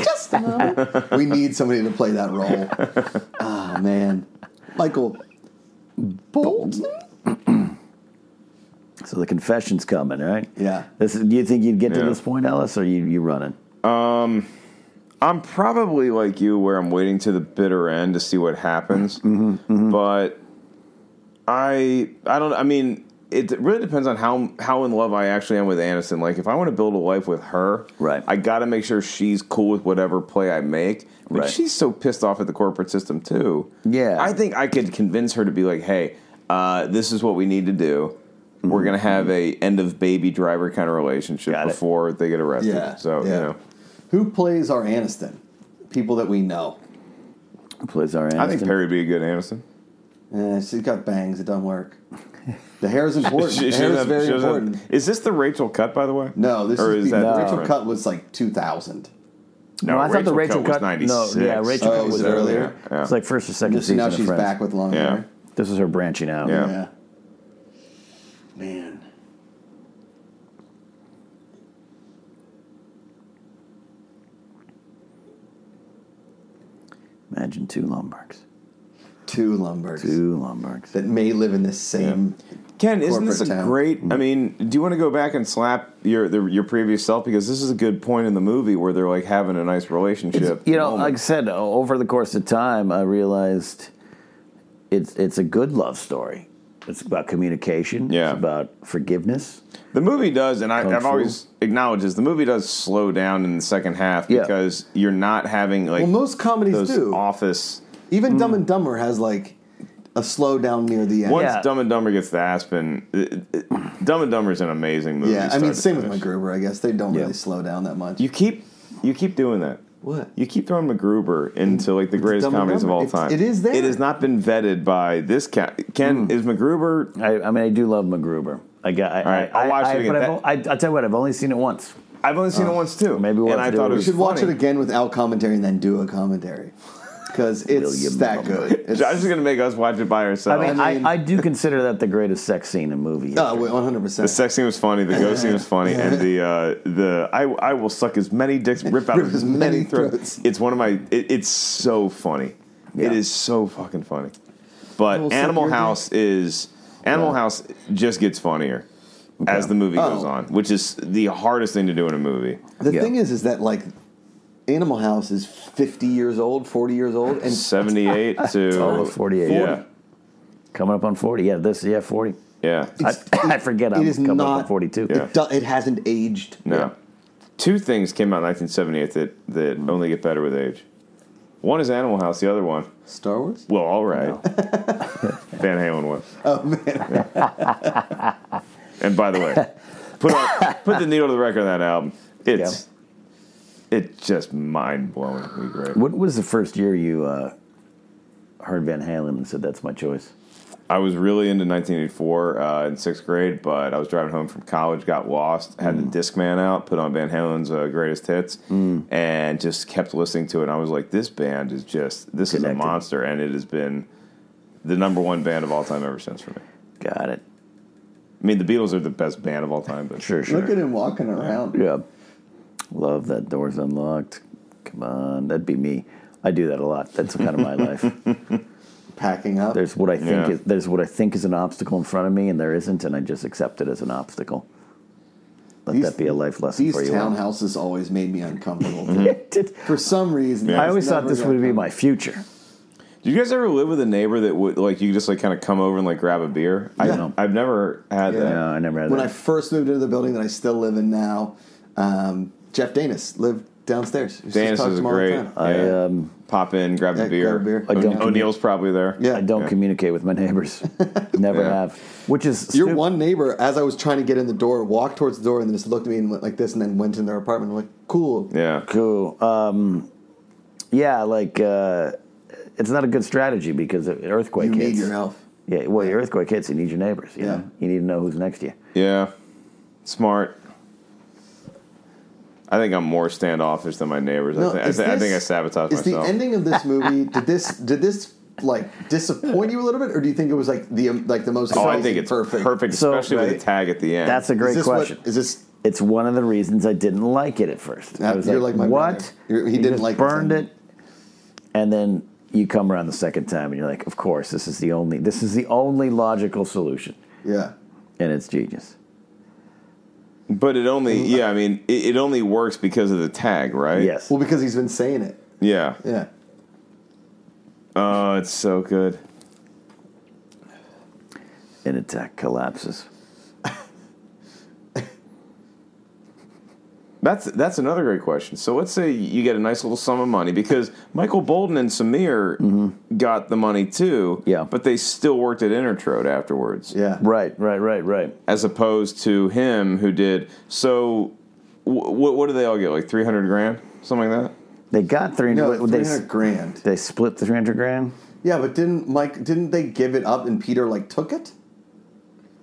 [SPEAKER 3] Just a moment. we need somebody to play that role. Oh man, Michael Bolton.
[SPEAKER 2] So the confession's coming, right?
[SPEAKER 3] Yeah.
[SPEAKER 2] This is, do you think you'd get to
[SPEAKER 4] Yeah.
[SPEAKER 2] this point, Ellis, or you you running?
[SPEAKER 4] I'm probably like you, where I'm waiting to the bitter end to see what happens. But I, I don't. I mean, it really depends on how how in love I actually am with Aniston. Like, if I want to build a life with her,
[SPEAKER 2] Right.
[SPEAKER 4] I got to make sure she's cool with whatever play I make. But
[SPEAKER 2] Right.
[SPEAKER 4] she's so pissed off at the corporate system too.
[SPEAKER 2] Yeah.
[SPEAKER 4] I think I could convince her to be like, "Hey, uh, this is what we need to do." we're going to have a end of baby driver kind of relationship
[SPEAKER 6] Got it.
[SPEAKER 4] before they get arrested.
[SPEAKER 3] Yeah.
[SPEAKER 4] So
[SPEAKER 3] yeah.
[SPEAKER 4] you know,
[SPEAKER 3] Who plays our Aniston? People that we know.
[SPEAKER 2] Plays our
[SPEAKER 4] I think Perry would be a good Aniston.
[SPEAKER 3] Eh, she's got bangs. It doesn't work. The hair is important.
[SPEAKER 4] She-
[SPEAKER 3] the
[SPEAKER 4] she
[SPEAKER 3] hair is
[SPEAKER 4] doesn't-
[SPEAKER 3] very
[SPEAKER 4] she doesn't-
[SPEAKER 3] important.
[SPEAKER 4] Is this the Rachel cut, by the way?
[SPEAKER 3] No, this
[SPEAKER 4] or
[SPEAKER 3] is,
[SPEAKER 4] is
[SPEAKER 3] the,
[SPEAKER 4] that
[SPEAKER 3] the Rachel
[SPEAKER 4] different?
[SPEAKER 3] cut was like 2000.
[SPEAKER 4] No,
[SPEAKER 2] No, I thought the Rachel
[SPEAKER 4] was
[SPEAKER 2] cut- no,
[SPEAKER 4] 96.
[SPEAKER 2] yeah, Rachel
[SPEAKER 3] Oh, cut was was earlier. earlier.
[SPEAKER 4] Yeah.
[SPEAKER 2] It's like first or second
[SPEAKER 3] Just
[SPEAKER 2] season.
[SPEAKER 3] now
[SPEAKER 2] of
[SPEAKER 3] she's
[SPEAKER 2] Friends.
[SPEAKER 3] back with long
[SPEAKER 4] Yeah.
[SPEAKER 3] hair.
[SPEAKER 2] This is her branching out.
[SPEAKER 4] Yeah.
[SPEAKER 3] Yeah. Man.
[SPEAKER 2] Imagine two Lombards.
[SPEAKER 3] Two Lumbergs
[SPEAKER 2] Two Lombards.
[SPEAKER 3] that may live in the same.
[SPEAKER 4] Ken, isn't
[SPEAKER 3] corporate
[SPEAKER 4] this a
[SPEAKER 3] town.
[SPEAKER 4] great? I mean, do you want to go back and slap your the, your previous self because this is a good point in the movie where they're like having a nice relationship.
[SPEAKER 2] You know,
[SPEAKER 4] moment.
[SPEAKER 2] like I said, o- over the course of time, I realized it's it's a good love story. It's about communication.
[SPEAKER 4] Yeah.
[SPEAKER 2] It's about forgiveness.
[SPEAKER 4] the movie does, and I,
[SPEAKER 2] Kung
[SPEAKER 4] I've
[SPEAKER 2] Fu.
[SPEAKER 4] always acknowledged this. The movie does slow down in the second half
[SPEAKER 2] Yeah.
[SPEAKER 4] because you're not having like
[SPEAKER 3] Well, most comedies
[SPEAKER 4] those
[SPEAKER 3] do.
[SPEAKER 4] office.
[SPEAKER 3] Even Dumb and Dumber has like a slowdown near the end.
[SPEAKER 4] Once
[SPEAKER 2] Yeah.
[SPEAKER 4] Dumb and Dumber gets to Aspen, it, it, Dumb and Dumber is an amazing movie.
[SPEAKER 3] Yeah, I
[SPEAKER 4] start
[SPEAKER 3] mean,
[SPEAKER 4] to
[SPEAKER 3] same with
[SPEAKER 4] finish.
[SPEAKER 3] MacGruber. I guess they don't
[SPEAKER 2] Yeah.
[SPEAKER 3] really slow down that much.
[SPEAKER 4] You keep you keep doing that.
[SPEAKER 3] what?
[SPEAKER 4] You keep throwing MacGruber into like the greatest
[SPEAKER 3] Dumb and
[SPEAKER 4] comedies of
[SPEAKER 3] Dumber.
[SPEAKER 4] all
[SPEAKER 3] It's-
[SPEAKER 4] time.
[SPEAKER 3] it is there. Hmm.
[SPEAKER 4] It has not been vetted by this cat. Ken is MacGruber.
[SPEAKER 2] I, I mean, I do love MacGruber. I got. I,
[SPEAKER 4] right,
[SPEAKER 2] I,
[SPEAKER 4] I'll watch
[SPEAKER 2] I,
[SPEAKER 4] it again.
[SPEAKER 2] But I've,
[SPEAKER 4] That-
[SPEAKER 2] o- I, will tell you what. I've only seen it once.
[SPEAKER 4] I've only seen
[SPEAKER 3] Uh,
[SPEAKER 4] it once too.
[SPEAKER 2] maybe we'll
[SPEAKER 4] and
[SPEAKER 2] have to
[SPEAKER 4] I
[SPEAKER 2] do
[SPEAKER 4] thought
[SPEAKER 2] it.
[SPEAKER 4] it
[SPEAKER 3] You
[SPEAKER 4] was
[SPEAKER 3] should watch it
[SPEAKER 4] funny.
[SPEAKER 3] again without commentary and then do a commentary because it's
[SPEAKER 2] William
[SPEAKER 3] that
[SPEAKER 2] Lumberg.
[SPEAKER 3] good. It's,
[SPEAKER 4] Josh is going to make us watch it by
[SPEAKER 2] I
[SPEAKER 4] ourselves.
[SPEAKER 2] mean, I,
[SPEAKER 3] I mean-
[SPEAKER 2] I, do consider that the greatest sex scene in movie. history.
[SPEAKER 3] uh, 100.
[SPEAKER 4] the
[SPEAKER 3] percent
[SPEAKER 4] sex scene was funny. The ghost scene was funny, and the uh, the I, I will suck as many dicks, rip out
[SPEAKER 3] Rip
[SPEAKER 4] as many throats.
[SPEAKER 3] throats.
[SPEAKER 4] It's one of my. It, it's so funny.
[SPEAKER 2] Yeah.
[SPEAKER 4] It is so fucking
[SPEAKER 3] I
[SPEAKER 4] funny.
[SPEAKER 3] will
[SPEAKER 4] But
[SPEAKER 3] suck
[SPEAKER 4] Animal
[SPEAKER 3] your dick.
[SPEAKER 4] House is Animal House just gets funnier as the movie
[SPEAKER 3] Oh.
[SPEAKER 4] goes on, which is the hardest thing to do in a movie.
[SPEAKER 3] The
[SPEAKER 2] Yeah.
[SPEAKER 3] thing is, is that like Animal House is 50 years old, 40 years old, and
[SPEAKER 4] 78 to
[SPEAKER 2] Oh, 48.
[SPEAKER 4] Yeah.
[SPEAKER 2] Coming up on forty. Yeah. This. Yeah. Forty.
[SPEAKER 4] Yeah.
[SPEAKER 2] I, I forget. I'm
[SPEAKER 3] it is
[SPEAKER 2] coming up on
[SPEAKER 3] not
[SPEAKER 2] forty-two.
[SPEAKER 4] Yeah.
[SPEAKER 3] It, do, it hasn't aged.
[SPEAKER 4] No. Two things came out in 1978 that, that only get better with age. One is Animal House, the other one,
[SPEAKER 3] Star Wars.
[SPEAKER 4] well, all right. Van Halen was.
[SPEAKER 3] Oh man,
[SPEAKER 4] And by the way, put, on, put the needle to the record of that album. It's it's just mind blowingly great.
[SPEAKER 2] What was the first year you uh, heard Van Halen and said that's my choice?
[SPEAKER 4] I was really into 1984 uh, in sixth grade, but I was driving home from college, got lost, had
[SPEAKER 3] Mm.
[SPEAKER 4] the Discman out, put on Van Halen's uh, Greatest Hits, and just kept listening to it. And I was like, this band is just, this is
[SPEAKER 2] Connected.
[SPEAKER 4] a monster. And it has been the number one band of all time ever since for me.
[SPEAKER 2] Got it.
[SPEAKER 4] I mean, the Beatles are the best band of all time, but
[SPEAKER 2] Sure. Sure.
[SPEAKER 3] look at him walking around.
[SPEAKER 2] Yeah. Love that door's unlocked. Come on, that'd be me. I do that a lot. That's kind of my life.
[SPEAKER 3] Packing up.
[SPEAKER 2] There's what I think
[SPEAKER 4] Yeah.
[SPEAKER 2] is there's what I think is an obstacle in front of me, and there isn't, and I just accept it as an obstacle. Let
[SPEAKER 3] These-
[SPEAKER 2] that be a life lesson
[SPEAKER 3] These
[SPEAKER 2] for you. Mm-hmm. all.
[SPEAKER 3] townhouses always made me uncomfortable.
[SPEAKER 2] It did-
[SPEAKER 3] For some reason,
[SPEAKER 2] I always thought this would be my future.
[SPEAKER 4] Do you guys ever live with a neighbor that would like you just like kind of come over and like grab a beer?
[SPEAKER 2] Yeah.
[SPEAKER 4] I, I've never had
[SPEAKER 3] Yeah.
[SPEAKER 4] that.
[SPEAKER 2] No, I never had
[SPEAKER 3] when I
[SPEAKER 2] that.
[SPEAKER 3] first moved into the building that I still live in now, um, Jeff Danis lived downstairs. We used to
[SPEAKER 4] Danis
[SPEAKER 3] talk to
[SPEAKER 4] is
[SPEAKER 3] him all the
[SPEAKER 4] great.
[SPEAKER 3] time.
[SPEAKER 2] I,
[SPEAKER 4] Yeah.
[SPEAKER 2] um,
[SPEAKER 4] Pop in, grab
[SPEAKER 3] Yeah,
[SPEAKER 4] a beer.
[SPEAKER 3] grab a beer.
[SPEAKER 2] I
[SPEAKER 4] O-
[SPEAKER 2] don't-
[SPEAKER 4] O'Neill's probably there.
[SPEAKER 3] Yeah.
[SPEAKER 2] I don't communicate with my neighbors. Never
[SPEAKER 4] Yeah.
[SPEAKER 2] have. Which is
[SPEAKER 3] Your
[SPEAKER 2] stupid.
[SPEAKER 3] one neighbor, as I was trying to get in the door, walked towards the door and then just looked at me and went like this, and then went in their apartment. I'm like, cool.
[SPEAKER 4] Yeah.
[SPEAKER 2] Cool. Um, yeah, like uh, it's not a good strategy because of earthquake
[SPEAKER 3] You need
[SPEAKER 2] hits.
[SPEAKER 3] your help.
[SPEAKER 2] Yeah, well, your earthquake hits. You need your neighbors. You
[SPEAKER 3] Yeah.
[SPEAKER 2] know, you need to know who's next to you.
[SPEAKER 4] Yeah. Smart. I think I'm more standoffish than my neighbors. I, thi- I,
[SPEAKER 3] is
[SPEAKER 4] thi- I
[SPEAKER 3] this-
[SPEAKER 4] think I sabotage
[SPEAKER 3] Is
[SPEAKER 4] myself.
[SPEAKER 3] the ending of this movie? did this? Did this like disappoint you a little bit, or do you think it was like the um, like the most?
[SPEAKER 4] oh, I
[SPEAKER 3] amazing,
[SPEAKER 4] think it's perfect,
[SPEAKER 2] So-
[SPEAKER 4] especially with
[SPEAKER 3] Right.
[SPEAKER 4] the tag at the end.
[SPEAKER 2] That's a
[SPEAKER 3] Is
[SPEAKER 2] great
[SPEAKER 3] this
[SPEAKER 2] question.
[SPEAKER 3] What, is this?
[SPEAKER 2] it's one of the reasons I didn't like it at first. I
[SPEAKER 3] Uh,
[SPEAKER 2] was
[SPEAKER 3] you're like my
[SPEAKER 2] what?
[SPEAKER 3] brother. You're- he
[SPEAKER 2] You
[SPEAKER 3] didn't
[SPEAKER 2] just
[SPEAKER 3] like it
[SPEAKER 2] burned
[SPEAKER 3] then.
[SPEAKER 2] it, and then you come around the second time, and you're like, of course, this is the only this is the only logical solution,
[SPEAKER 3] Yeah.
[SPEAKER 2] and it's genius.
[SPEAKER 4] but it only, yeah, I mean, it, it only works because of the tag, right?
[SPEAKER 2] Mm. Yes.
[SPEAKER 3] Well, because he's been saying it.
[SPEAKER 4] Yeah.
[SPEAKER 3] Yeah.
[SPEAKER 4] Oh, it's so good.
[SPEAKER 2] An attack collapses.
[SPEAKER 4] That's that's another great question. So let's say you get a nice little sum of money because Michael Bolden and Samir got the money too.
[SPEAKER 2] Yeah.
[SPEAKER 4] but they still worked at Intertrode afterwards.
[SPEAKER 3] Yeah.
[SPEAKER 2] Right, right, right, right.
[SPEAKER 4] as opposed to him who did. So wh- what what do they all get? Like three hundred grand, something like that.
[SPEAKER 2] They got three
[SPEAKER 3] No,
[SPEAKER 2] hundred.
[SPEAKER 3] like
[SPEAKER 2] they,
[SPEAKER 3] 300 grand.
[SPEAKER 2] they split the three hundred grand.
[SPEAKER 3] Yeah, but didn't Mike? Didn't they give it up and Peter like took it?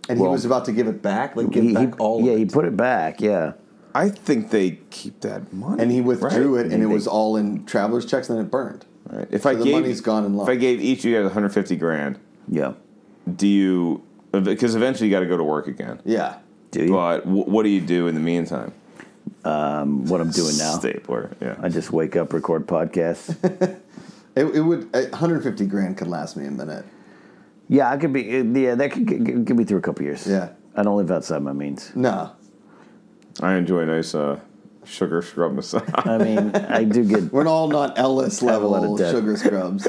[SPEAKER 3] And
[SPEAKER 2] Well-
[SPEAKER 3] he was about to give it back, like give
[SPEAKER 2] He- he-
[SPEAKER 3] back all
[SPEAKER 2] yeah,
[SPEAKER 3] of
[SPEAKER 2] he
[SPEAKER 3] it.
[SPEAKER 2] put it back. Yeah,
[SPEAKER 4] I think they keep that money.
[SPEAKER 3] and he withdrew it, and it
[SPEAKER 2] They-
[SPEAKER 3] was all in traveler's checks, and then it burned.
[SPEAKER 4] Right. If
[SPEAKER 3] So
[SPEAKER 4] I
[SPEAKER 3] the
[SPEAKER 4] gave,
[SPEAKER 3] money's gone in
[SPEAKER 4] If
[SPEAKER 3] lump.
[SPEAKER 4] I gave each of you guys one hundred fifty grand,
[SPEAKER 2] yeah.
[SPEAKER 4] do you? Because eventually you got to go to work again.
[SPEAKER 3] Yeah,
[SPEAKER 2] Do you?
[SPEAKER 4] But wh- what do you do in the meantime?
[SPEAKER 2] what I'm doing now?
[SPEAKER 4] Stapler. Yeah.
[SPEAKER 2] I just wake up, record podcasts.
[SPEAKER 3] it, it would. uh, 150 grand could last me a minute.
[SPEAKER 2] yeah, I could be. Yeah, that could get, get me through a couple years.
[SPEAKER 3] Yeah.
[SPEAKER 2] I don't live outside my means.
[SPEAKER 3] No,
[SPEAKER 4] I enjoy a nice uh, sugar scrub massage.
[SPEAKER 2] I mean, I do get.
[SPEAKER 3] we're all not Ellis
[SPEAKER 2] Have a
[SPEAKER 3] level
[SPEAKER 2] lot of debt.
[SPEAKER 3] sugar scrubs.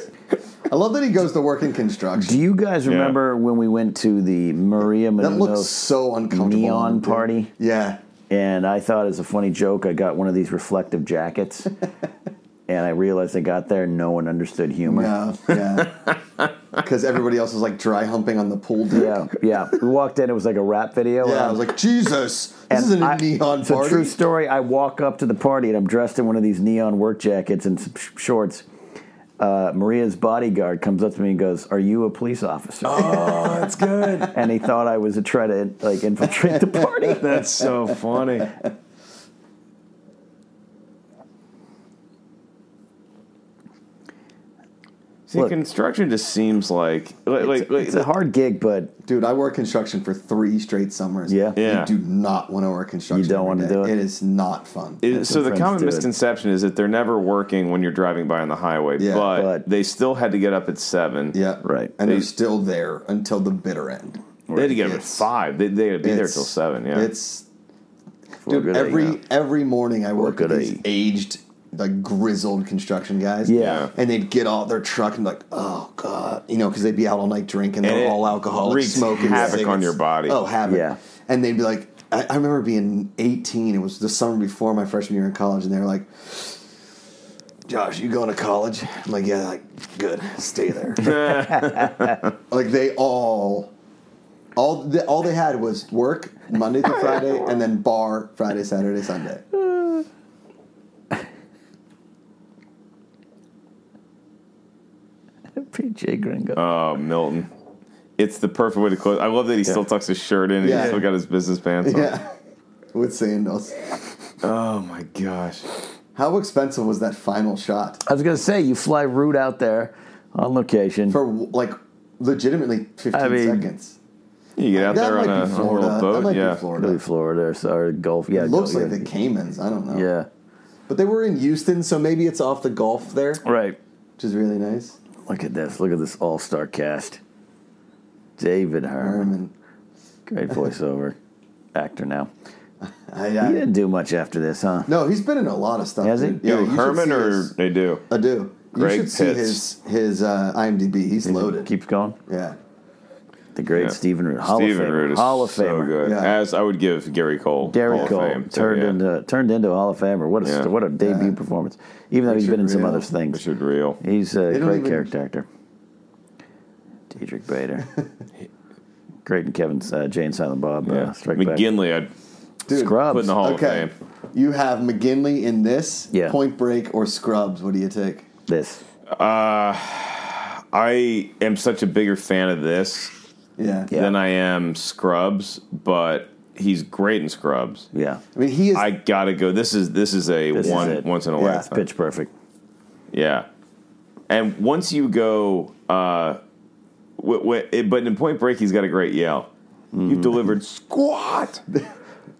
[SPEAKER 3] I love that he goes to work in construction.
[SPEAKER 2] Do you guys remember when we went to the Maria
[SPEAKER 3] that looks
[SPEAKER 2] Menounos
[SPEAKER 3] so uncomfortable. on him,
[SPEAKER 2] neon
[SPEAKER 3] dude.
[SPEAKER 2] party?
[SPEAKER 3] Yeah,
[SPEAKER 2] And I thought as a funny joke, I got one of these reflective jackets. and I realized I got there, no one understood humor.
[SPEAKER 3] no, yeah. Because everybody else was like dry humping on the pool deck.
[SPEAKER 2] Yeah, yeah. We walked in. It was like a rap video.
[SPEAKER 3] Yeah, I
[SPEAKER 2] um,
[SPEAKER 3] was like, Jesus, this
[SPEAKER 2] and
[SPEAKER 3] isn't a
[SPEAKER 2] I-
[SPEAKER 3] neon
[SPEAKER 2] it's a
[SPEAKER 3] party.
[SPEAKER 2] true story. I walk up to the party and I'm dressed in one of these neon work jackets and some sh- shorts. Uh, Maria's bodyguard comes up to me and goes, "Are you a police officer?"
[SPEAKER 4] oh, that's good.
[SPEAKER 2] And he thought I was a try to like infiltrate the party.
[SPEAKER 4] That's so funny. See,
[SPEAKER 2] Look.
[SPEAKER 4] construction just seems like like like, like
[SPEAKER 2] it's a hard gig, but
[SPEAKER 3] Dude, I worked construction for three straight summers.
[SPEAKER 2] Yeah.
[SPEAKER 4] Yeah.
[SPEAKER 3] You do not want to work construction.
[SPEAKER 2] You don't
[SPEAKER 3] every
[SPEAKER 2] wanna
[SPEAKER 3] day.
[SPEAKER 2] do it?
[SPEAKER 3] It is not fun.
[SPEAKER 4] It-
[SPEAKER 2] That's
[SPEAKER 4] so
[SPEAKER 2] what
[SPEAKER 4] the
[SPEAKER 2] friends
[SPEAKER 4] common
[SPEAKER 2] do it.
[SPEAKER 4] misconception is that they're never working when you're driving by on the highway,
[SPEAKER 3] Yeah,
[SPEAKER 4] but,
[SPEAKER 2] but-
[SPEAKER 4] they still had to get up at seven.
[SPEAKER 3] yeah.
[SPEAKER 2] Right.
[SPEAKER 3] And
[SPEAKER 4] They-
[SPEAKER 3] they're still there until the bitter end.
[SPEAKER 4] they had to get up at
[SPEAKER 3] It's-
[SPEAKER 4] five. They, they had to be there
[SPEAKER 3] It's-
[SPEAKER 4] till seven. Yeah,
[SPEAKER 3] It's
[SPEAKER 2] Well,
[SPEAKER 3] dude,
[SPEAKER 2] good at
[SPEAKER 3] every
[SPEAKER 2] you.
[SPEAKER 3] every morning I worked
[SPEAKER 2] good
[SPEAKER 3] with
[SPEAKER 2] at
[SPEAKER 3] these
[SPEAKER 2] you.
[SPEAKER 3] aged like grizzled construction guys.
[SPEAKER 2] Yeah.
[SPEAKER 3] And they'd get all their truck and like, oh god, you know, because they'd be out all night drinking.
[SPEAKER 4] And
[SPEAKER 3] They're
[SPEAKER 4] it
[SPEAKER 3] all alcoholics,
[SPEAKER 4] wreaks
[SPEAKER 3] smoking
[SPEAKER 4] havoc
[SPEAKER 3] cigarettes.
[SPEAKER 4] on your body.
[SPEAKER 3] Oh, havoc.
[SPEAKER 2] Yeah.
[SPEAKER 3] And they'd be like, I, I remember being 18. It was the summer before my freshman year in college, and they were like. Josh, you going to college? I'm like, yeah, like, good, stay there. like they all, all, the, all they had was work Monday through Friday, and then bar Friday, Saturday, Sunday.
[SPEAKER 2] Uh-huh. PJ Gringo.
[SPEAKER 4] oh Milton, it's the perfect way to close. I love that he still tucks his shirt in and
[SPEAKER 3] Yeah.
[SPEAKER 4] he's still got his business pants on.
[SPEAKER 3] Yeah, with sandals.
[SPEAKER 4] Oh my gosh,
[SPEAKER 3] How expensive was that final shot
[SPEAKER 2] I was gonna say you fly route out there on location.
[SPEAKER 3] for like legitimately 15
[SPEAKER 2] I mean,
[SPEAKER 3] seconds?
[SPEAKER 4] you get out
[SPEAKER 3] That
[SPEAKER 4] there
[SPEAKER 3] might
[SPEAKER 4] on a,
[SPEAKER 3] be
[SPEAKER 4] on a little
[SPEAKER 3] Florida.
[SPEAKER 4] boat.
[SPEAKER 3] That might
[SPEAKER 4] yeah,
[SPEAKER 3] be Florida.
[SPEAKER 2] Really Florida or, so- or Gulf. Oh, Yeah,
[SPEAKER 3] It looks
[SPEAKER 2] Gulf,
[SPEAKER 3] like the Caymans. I don't know.
[SPEAKER 2] yeah.
[SPEAKER 3] But they were in Houston, so maybe it's off the Gulf there,
[SPEAKER 2] yeah. Right.
[SPEAKER 3] which is really nice.
[SPEAKER 2] Look at this. Look at this all star cast. David Herman.
[SPEAKER 3] Herman.
[SPEAKER 2] Great voiceover actor now.
[SPEAKER 3] I, I,
[SPEAKER 2] He didn't do much after this, huh?
[SPEAKER 3] No, he's been in a lot of stuff.
[SPEAKER 2] Has he?
[SPEAKER 3] dude.
[SPEAKER 4] Yo,
[SPEAKER 3] you should
[SPEAKER 4] Herman
[SPEAKER 3] see
[SPEAKER 4] or
[SPEAKER 3] his-
[SPEAKER 4] they do.
[SPEAKER 3] I do.
[SPEAKER 4] Greg
[SPEAKER 3] you should see
[SPEAKER 4] Pitts.
[SPEAKER 3] his his uh, IMDb. He's loaded.
[SPEAKER 2] Keeps going.
[SPEAKER 3] yeah,
[SPEAKER 2] The great
[SPEAKER 4] Yeah.
[SPEAKER 2] Stephen Root. Hall
[SPEAKER 4] Stephen
[SPEAKER 2] of Famer.
[SPEAKER 4] Root is
[SPEAKER 2] Hall of
[SPEAKER 4] so
[SPEAKER 2] Famer.
[SPEAKER 4] good.
[SPEAKER 3] Yeah.
[SPEAKER 4] As I would give Gary Cole,
[SPEAKER 2] Gary
[SPEAKER 4] Hall of
[SPEAKER 2] Cole
[SPEAKER 4] Fame, too,
[SPEAKER 2] turned
[SPEAKER 4] yeah.
[SPEAKER 2] into turned into a Hall of Famer. What a
[SPEAKER 4] Yeah.
[SPEAKER 2] what a debut
[SPEAKER 3] Yeah.
[SPEAKER 2] performance. Even though he's
[SPEAKER 3] Richard
[SPEAKER 2] been in some
[SPEAKER 3] Reel.
[SPEAKER 2] other things.
[SPEAKER 4] Richard Reel.
[SPEAKER 2] He's a
[SPEAKER 3] They don't
[SPEAKER 2] great
[SPEAKER 3] even-
[SPEAKER 2] character actor. Diedrich Bader. great and Kevin uh, Jane Silent Bob.
[SPEAKER 4] Yeah.
[SPEAKER 2] Uh, strike Back.
[SPEAKER 4] McGinley, I'd
[SPEAKER 3] dude.
[SPEAKER 2] Scrubs.
[SPEAKER 4] put in the Hall
[SPEAKER 3] Okay,
[SPEAKER 4] of Fame.
[SPEAKER 3] you have McGinley in this
[SPEAKER 2] Yeah.
[SPEAKER 3] Point Break or Scrubs. What do you take?
[SPEAKER 2] This.
[SPEAKER 4] I am such a bigger fan of this
[SPEAKER 3] Yeah,
[SPEAKER 2] Yeah.
[SPEAKER 4] than I am Scrubs, but he's great in Scrubs.
[SPEAKER 2] Yeah.
[SPEAKER 3] I mean he is.
[SPEAKER 4] I gotta go. This is this is a
[SPEAKER 2] This is
[SPEAKER 4] one
[SPEAKER 2] it.
[SPEAKER 4] once in a
[SPEAKER 3] Yeah.
[SPEAKER 4] lifetime.
[SPEAKER 2] Pitch perfect.
[SPEAKER 4] Yeah, and once you go, uh, w- w- it- but in Point Break, he's got a great yell.
[SPEAKER 2] Mm-hmm.
[SPEAKER 4] You've delivered squat.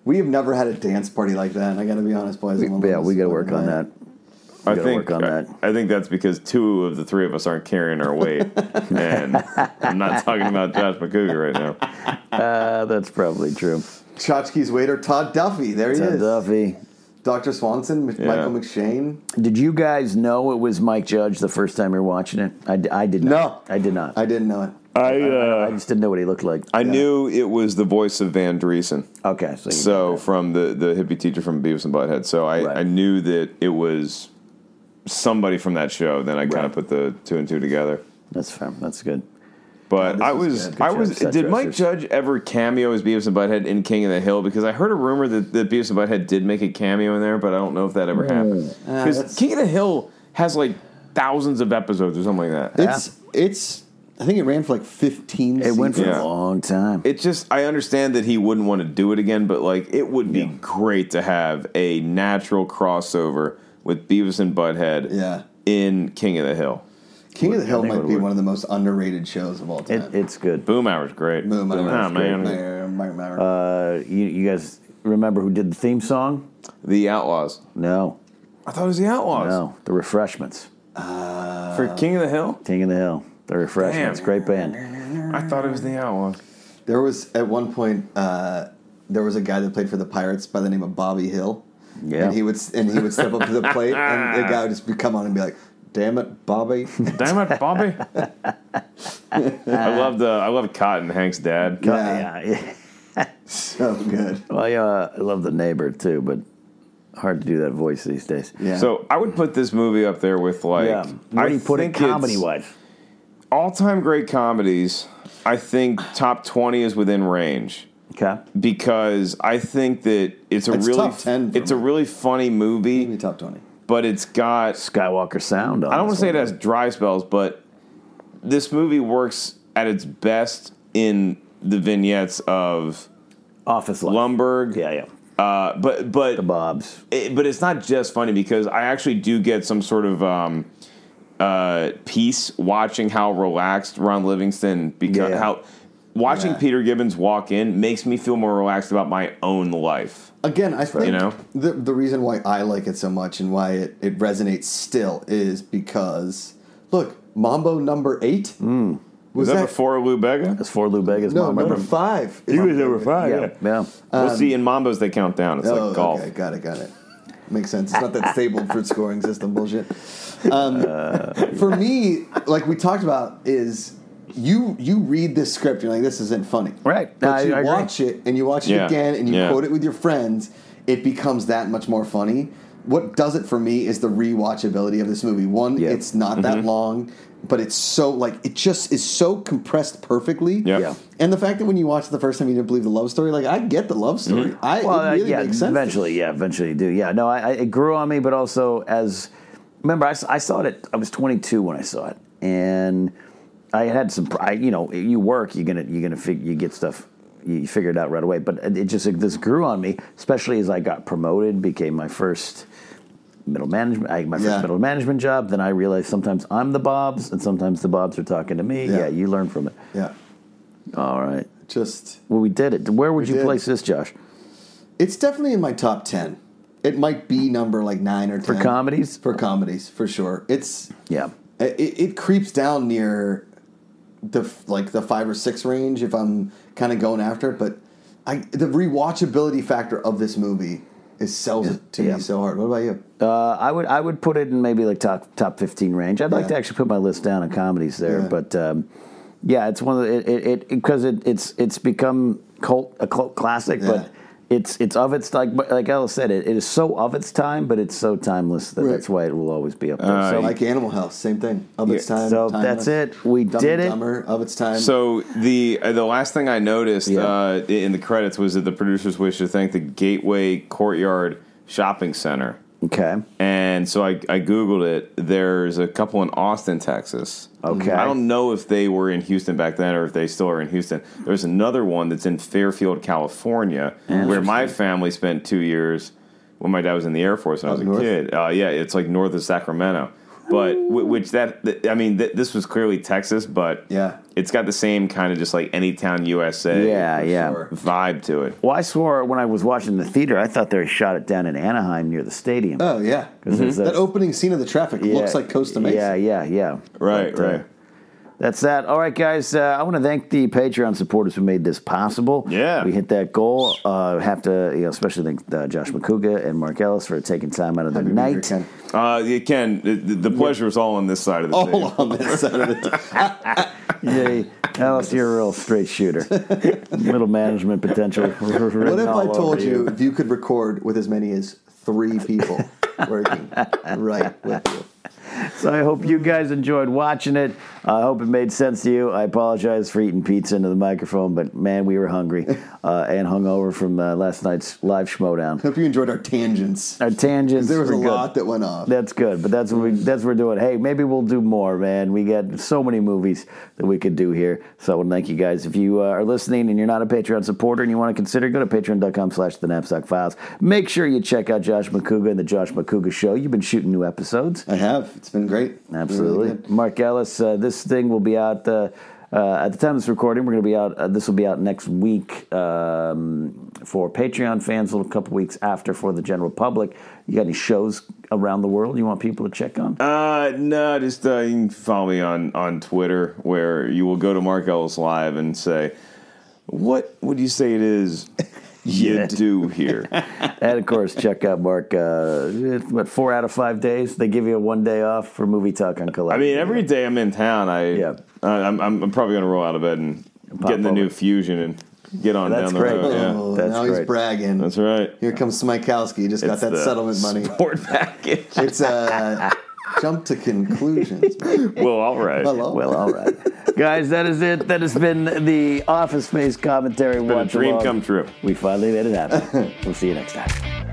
[SPEAKER 3] we have never had a dance party like that. And I got to be honest, boys. I'm a
[SPEAKER 2] Yeah,
[SPEAKER 3] little
[SPEAKER 2] we got to work on
[SPEAKER 3] disappointed by
[SPEAKER 2] that.
[SPEAKER 3] it.
[SPEAKER 4] I
[SPEAKER 2] gotta
[SPEAKER 4] think
[SPEAKER 2] work on
[SPEAKER 4] I-
[SPEAKER 2] that.
[SPEAKER 4] I, think that's because two of the three of us aren't carrying our weight, and I'm not talking about Josh McCougar right now.
[SPEAKER 2] Uh, that's probably true.
[SPEAKER 3] Tchotchke's waiter Todd Duffy. There he
[SPEAKER 2] Ted
[SPEAKER 3] is.
[SPEAKER 2] Duffy.
[SPEAKER 3] Doctor Swanson, M-
[SPEAKER 4] Yeah.
[SPEAKER 3] Michael McShane.
[SPEAKER 2] Did you guys know it was Mike Judge the first time you were watching it? I, d- I did not.
[SPEAKER 3] No.
[SPEAKER 2] I did not.
[SPEAKER 3] I didn't know it.
[SPEAKER 4] I uh,
[SPEAKER 2] I just didn't know what he looked like.
[SPEAKER 4] I knew it was the voice of Van Dreesen.
[SPEAKER 2] Okay, so, you-
[SPEAKER 4] So from the the hippie teacher from Beavis and Butthead. So I,
[SPEAKER 2] Right.
[SPEAKER 4] I knew that it was somebody from that show. Then I kind of
[SPEAKER 2] Right.
[SPEAKER 4] put the two and two together.
[SPEAKER 2] that's fair. That's good.
[SPEAKER 4] But I
[SPEAKER 2] is
[SPEAKER 4] was
[SPEAKER 2] good. Good
[SPEAKER 4] I
[SPEAKER 2] job,
[SPEAKER 4] was
[SPEAKER 2] set
[SPEAKER 4] did Mike
[SPEAKER 2] dressers.
[SPEAKER 4] Judge ever cameo as Beavis and Butthead in King of the Hill? Because I heard a rumor that, that Beavis and Butthead did make a cameo in there, but I don't know if that ever happened. Because
[SPEAKER 3] that's-
[SPEAKER 4] King of the Hill has like thousands of episodes or something like that.
[SPEAKER 3] It's it's. I think it ran for like fifteen.
[SPEAKER 2] It went for
[SPEAKER 4] Yeah.
[SPEAKER 2] a long time.
[SPEAKER 4] it just I understand that he wouldn't want to do it again, but like it would be great to have a natural crossover with Beavis and Butthead
[SPEAKER 3] Yeah.
[SPEAKER 4] in King of the Hill.
[SPEAKER 3] King of the Hill
[SPEAKER 2] think it
[SPEAKER 3] might
[SPEAKER 2] would
[SPEAKER 3] be
[SPEAKER 2] work.
[SPEAKER 3] one of the most underrated shows of all time.
[SPEAKER 2] it, it's good.
[SPEAKER 4] Boom hour's great.
[SPEAKER 3] Boom,
[SPEAKER 2] Ah,
[SPEAKER 3] I don't know.
[SPEAKER 4] Nah, man.
[SPEAKER 3] Uh,
[SPEAKER 2] Uh, you, you guys remember who did the theme song?
[SPEAKER 4] The Outlaws.
[SPEAKER 2] No,
[SPEAKER 4] I thought it was the Outlaws.
[SPEAKER 2] no, the Refreshments,
[SPEAKER 4] For King of the Hill?
[SPEAKER 2] King of the Hill, the Refreshments,
[SPEAKER 4] Damn.
[SPEAKER 2] great band.
[SPEAKER 4] I thought it was the Outlaws.
[SPEAKER 3] There was at one point uh, there was a guy that played for the Pirates by the name of Bobby Hill.
[SPEAKER 2] Yeah.
[SPEAKER 3] And he would and he would step up to the plate and the guy would just be, come on and be like, "Damn it, Bobby."
[SPEAKER 4] Damn it, Bobby. I loved uh, I loved Cotton, Hank's dad.
[SPEAKER 3] yeah,
[SPEAKER 2] Yeah, yeah.
[SPEAKER 3] so good.
[SPEAKER 2] Well, yeah, I love the neighbor too, but hard to do that voice these days.
[SPEAKER 3] Yeah.
[SPEAKER 4] So I would put this movie up there with like
[SPEAKER 2] yeah. What
[SPEAKER 4] I
[SPEAKER 2] do you put it
[SPEAKER 4] think it's-
[SPEAKER 2] comedy wise?
[SPEAKER 4] all-time great comedies. I think top 20 is within range.
[SPEAKER 2] Okay.
[SPEAKER 4] because I think that it's a
[SPEAKER 3] It's
[SPEAKER 4] really
[SPEAKER 3] top 10 for
[SPEAKER 4] it's a
[SPEAKER 3] me.
[SPEAKER 4] really funny
[SPEAKER 3] Maybe
[SPEAKER 4] movie,
[SPEAKER 3] top twenty.
[SPEAKER 4] but it's got
[SPEAKER 2] Skywalker Sound. On
[SPEAKER 4] I don't want
[SPEAKER 2] this
[SPEAKER 4] to say it
[SPEAKER 2] one.
[SPEAKER 4] has dry spells, but this movie works at its best in the vignettes of
[SPEAKER 2] Office Life.
[SPEAKER 4] Lumberg.
[SPEAKER 2] Yeah, yeah.
[SPEAKER 4] Uh, but but
[SPEAKER 2] The Bobs.
[SPEAKER 4] it, Eh, but it's not just funny because I actually do get some sort of um, uh, peace watching how relaxed Ron Livingston because
[SPEAKER 2] Yeah.
[SPEAKER 4] how watching
[SPEAKER 3] Yeah.
[SPEAKER 4] Peter Gibbons walk in makes me feel more relaxed about my own life.
[SPEAKER 3] Again, I think
[SPEAKER 4] You know?
[SPEAKER 3] the the reason why I like it so much and why it, it resonates still is because look, Mambo number eight
[SPEAKER 4] Hmm.
[SPEAKER 3] was
[SPEAKER 4] Was that, before Lou Bega?
[SPEAKER 2] That's for Lou Bega's
[SPEAKER 3] No,
[SPEAKER 2] mom.
[SPEAKER 3] number
[SPEAKER 2] Remember-
[SPEAKER 3] five.
[SPEAKER 4] He was number five.
[SPEAKER 2] Yeah, yeah.
[SPEAKER 4] we'll see. In Mambos, they count down. It's like golf.
[SPEAKER 3] Oh, Okay, got it, got it. Makes sense. It's not that stable fruit scoring system bullshit. Um, for me, like we talked about, is you you read this script, you're like, this isn't funny,
[SPEAKER 2] Right. No,
[SPEAKER 3] But
[SPEAKER 2] I-
[SPEAKER 3] you
[SPEAKER 2] I agree.
[SPEAKER 3] watch it and you watch it
[SPEAKER 4] Yeah.
[SPEAKER 3] again and you
[SPEAKER 4] Yeah.
[SPEAKER 3] quote it with your friends, it becomes that much more funny. What does it for me is the rewatchability of this movie. One,
[SPEAKER 2] Yeah.
[SPEAKER 3] it's not that
[SPEAKER 4] Mm-hmm.
[SPEAKER 3] long, but it's so like it just is so compressed perfectly.
[SPEAKER 4] Yeah.
[SPEAKER 2] Yeah.
[SPEAKER 3] And the fact that when you watch it the first time you didn't believe the love story, like I get the love story.
[SPEAKER 4] Mm-hmm.
[SPEAKER 3] I
[SPEAKER 2] Well, uh,
[SPEAKER 3] it really
[SPEAKER 2] yeah,
[SPEAKER 3] makes sense.
[SPEAKER 2] eventually, yeah, eventually you do. Yeah, no, I, I, it grew on me, but also as remember, I, s- I saw it. At, I was 22 when I saw it, and I had some. pr- I, you know, you work, you're gonna you're gonna fig, you get stuff. You figure it out right away, but it it just it, this grew on me, especially as I got promoted, became my first middle management, I, my first
[SPEAKER 3] Yeah.
[SPEAKER 2] middle management job. Then I realized sometimes I'm the Bobs, and sometimes the Bobs are talking to me.
[SPEAKER 3] Yeah.
[SPEAKER 2] Yeah, you learn from it.
[SPEAKER 3] Yeah,
[SPEAKER 2] All right,
[SPEAKER 3] just
[SPEAKER 2] well, we did it. Where would you
[SPEAKER 3] did.
[SPEAKER 2] place this, Josh?
[SPEAKER 3] it's definitely in my top ten. It might be number like nine or ten
[SPEAKER 2] For comedies?
[SPEAKER 3] For comedies, for sure. It's
[SPEAKER 2] Yeah.
[SPEAKER 3] it, it creeps down near the f- like the five or six range if I'm kind of going after it. But I the rewatchability factor of this movie is sells it to
[SPEAKER 2] Yeah.
[SPEAKER 3] me so hard. What about you?
[SPEAKER 2] Uh, I would I would put it in maybe like top top fifteen range. I'd like
[SPEAKER 3] Yeah.
[SPEAKER 2] to actually put my list down on comedies there,
[SPEAKER 3] Yeah.
[SPEAKER 2] but um, yeah, it's one of the, it it because it, it's it's become cult a cult classic, but it's it's of its like but like Ella said, it, it is so of its time, but it's so timeless that
[SPEAKER 3] Right.
[SPEAKER 2] that's why it will always be up there.
[SPEAKER 4] Uh,
[SPEAKER 2] so
[SPEAKER 3] like Animal House, same thing. Of its
[SPEAKER 4] Yeah.
[SPEAKER 3] time.
[SPEAKER 2] so
[SPEAKER 3] timeless.
[SPEAKER 2] that's it. We
[SPEAKER 3] Dumb
[SPEAKER 2] did
[SPEAKER 3] and
[SPEAKER 2] it.
[SPEAKER 3] Dumber, of its time.
[SPEAKER 4] So the uh, the last thing I noticed
[SPEAKER 2] Yeah.
[SPEAKER 4] uh, i- in the credits was that the producers wish to thank the Gateway Courtyard Shopping Center,
[SPEAKER 2] Okay,
[SPEAKER 4] and so I, I googled it. There's a couple in Austin, Texas.
[SPEAKER 2] Okay.
[SPEAKER 4] I don't know if they were in Houston back then or if they still are in Houston. There's another one that's in Fairfield, California, where my family spent two years when my dad was in the Air Force and I was a
[SPEAKER 3] north?
[SPEAKER 4] kid. Uh, yeah, it's like north of Sacramento. But wh- which that th- I mean, th- this was clearly Texas, but
[SPEAKER 3] Yeah.
[SPEAKER 4] it's got the same kind of just like Anytown USA
[SPEAKER 2] yeah, yeah.
[SPEAKER 3] sure.
[SPEAKER 4] vibe to it.
[SPEAKER 2] Well, I swore when I was watching the theater, I thought they shot it down in Anaheim near the stadium.
[SPEAKER 3] oh yeah,
[SPEAKER 2] 'Cause there's
[SPEAKER 3] that
[SPEAKER 2] those-
[SPEAKER 3] opening scene of the traffic
[SPEAKER 2] Yeah,
[SPEAKER 3] looks like Costa Mesa.
[SPEAKER 2] Yeah, yeah, yeah.
[SPEAKER 4] Right,
[SPEAKER 2] But, uh,
[SPEAKER 4] right.
[SPEAKER 2] That's that. All right, guys. Uh, I want to thank the Patreon supporters who made this possible.
[SPEAKER 4] Yeah.
[SPEAKER 2] we hit that goal. Uh, have to, you know, especially thank uh, Josh McCuga and Mark Ellis for taking time out of their
[SPEAKER 3] Happy New Year,
[SPEAKER 2] night.
[SPEAKER 3] Ken.
[SPEAKER 4] Uh, yeah, Ken, the, the pleasure is all on this side of the table.
[SPEAKER 3] all on this side of the
[SPEAKER 2] Jay, Alice, you're a real straight shooter. Middle management potential.
[SPEAKER 3] What if I told you, if you could record with as many as three people working right with you?
[SPEAKER 2] So I hope you guys enjoyed watching it. I hope it made sense to you. I apologize for eating pizza into the microphone, but man, we were hungry uh, and hungover from uh, last night's live schmodown.
[SPEAKER 3] Hope you enjoyed our tangents.
[SPEAKER 2] Our tangents.
[SPEAKER 3] There was
[SPEAKER 2] were
[SPEAKER 3] a
[SPEAKER 2] good.
[SPEAKER 3] lot that went off.
[SPEAKER 2] That's good, but that's what we that's what we're doing. Hey, maybe we'll do more, man. We got so many movies that we could do here. So thank you guys. If you uh, are listening and you're not a Patreon supporter and you want to consider, go to patreon.com slash the knapsack files. Make sure you check out Josh McCouga and the Josh McCouga show. You've been shooting new episodes.
[SPEAKER 3] I have. It's been great.
[SPEAKER 2] Absolutely.
[SPEAKER 3] Really good.
[SPEAKER 2] Mark Ellis, uh, this thing will be out uh, uh, at the time of this recording. We're going to be out. Uh, this will be out next week um, for Patreon fans. A little couple weeks after for the general public. You got any shows around the world you want people to check on?
[SPEAKER 4] Uh, no, just uh, you can follow me on, on Twitter where you will go to Mark Ellis Live and say, What would you say it is you do here?
[SPEAKER 2] and of course, check out Mark. Uh, it's what four out of five days they give you a one day off for movie talk on
[SPEAKER 4] I
[SPEAKER 2] Collective.
[SPEAKER 4] mean, every day I'm in town, I,
[SPEAKER 2] Yeah.
[SPEAKER 4] uh, I'm, I'm I'm probably going to roll out of bed and
[SPEAKER 2] Pop
[SPEAKER 4] get in the new
[SPEAKER 2] over.
[SPEAKER 4] fusion and get on
[SPEAKER 2] That's
[SPEAKER 4] down the
[SPEAKER 2] great.
[SPEAKER 4] road. Yeah.
[SPEAKER 3] Oh,
[SPEAKER 2] That's
[SPEAKER 3] now he's
[SPEAKER 2] great.
[SPEAKER 3] bragging.
[SPEAKER 4] That's right.
[SPEAKER 3] Here comes Smikowski. He just got
[SPEAKER 4] It's
[SPEAKER 3] that
[SPEAKER 4] the
[SPEAKER 3] settlement money.
[SPEAKER 4] Support package.
[SPEAKER 3] It's uh, jump to conclusions.
[SPEAKER 4] well, all right.
[SPEAKER 3] Hello.
[SPEAKER 2] well, all right, guys, that is it. That has been the Office Space commentary.
[SPEAKER 4] Been a
[SPEAKER 2] Watch
[SPEAKER 4] dream
[SPEAKER 2] along.
[SPEAKER 4] come true.
[SPEAKER 2] We finally made it happen. we'll see you next time.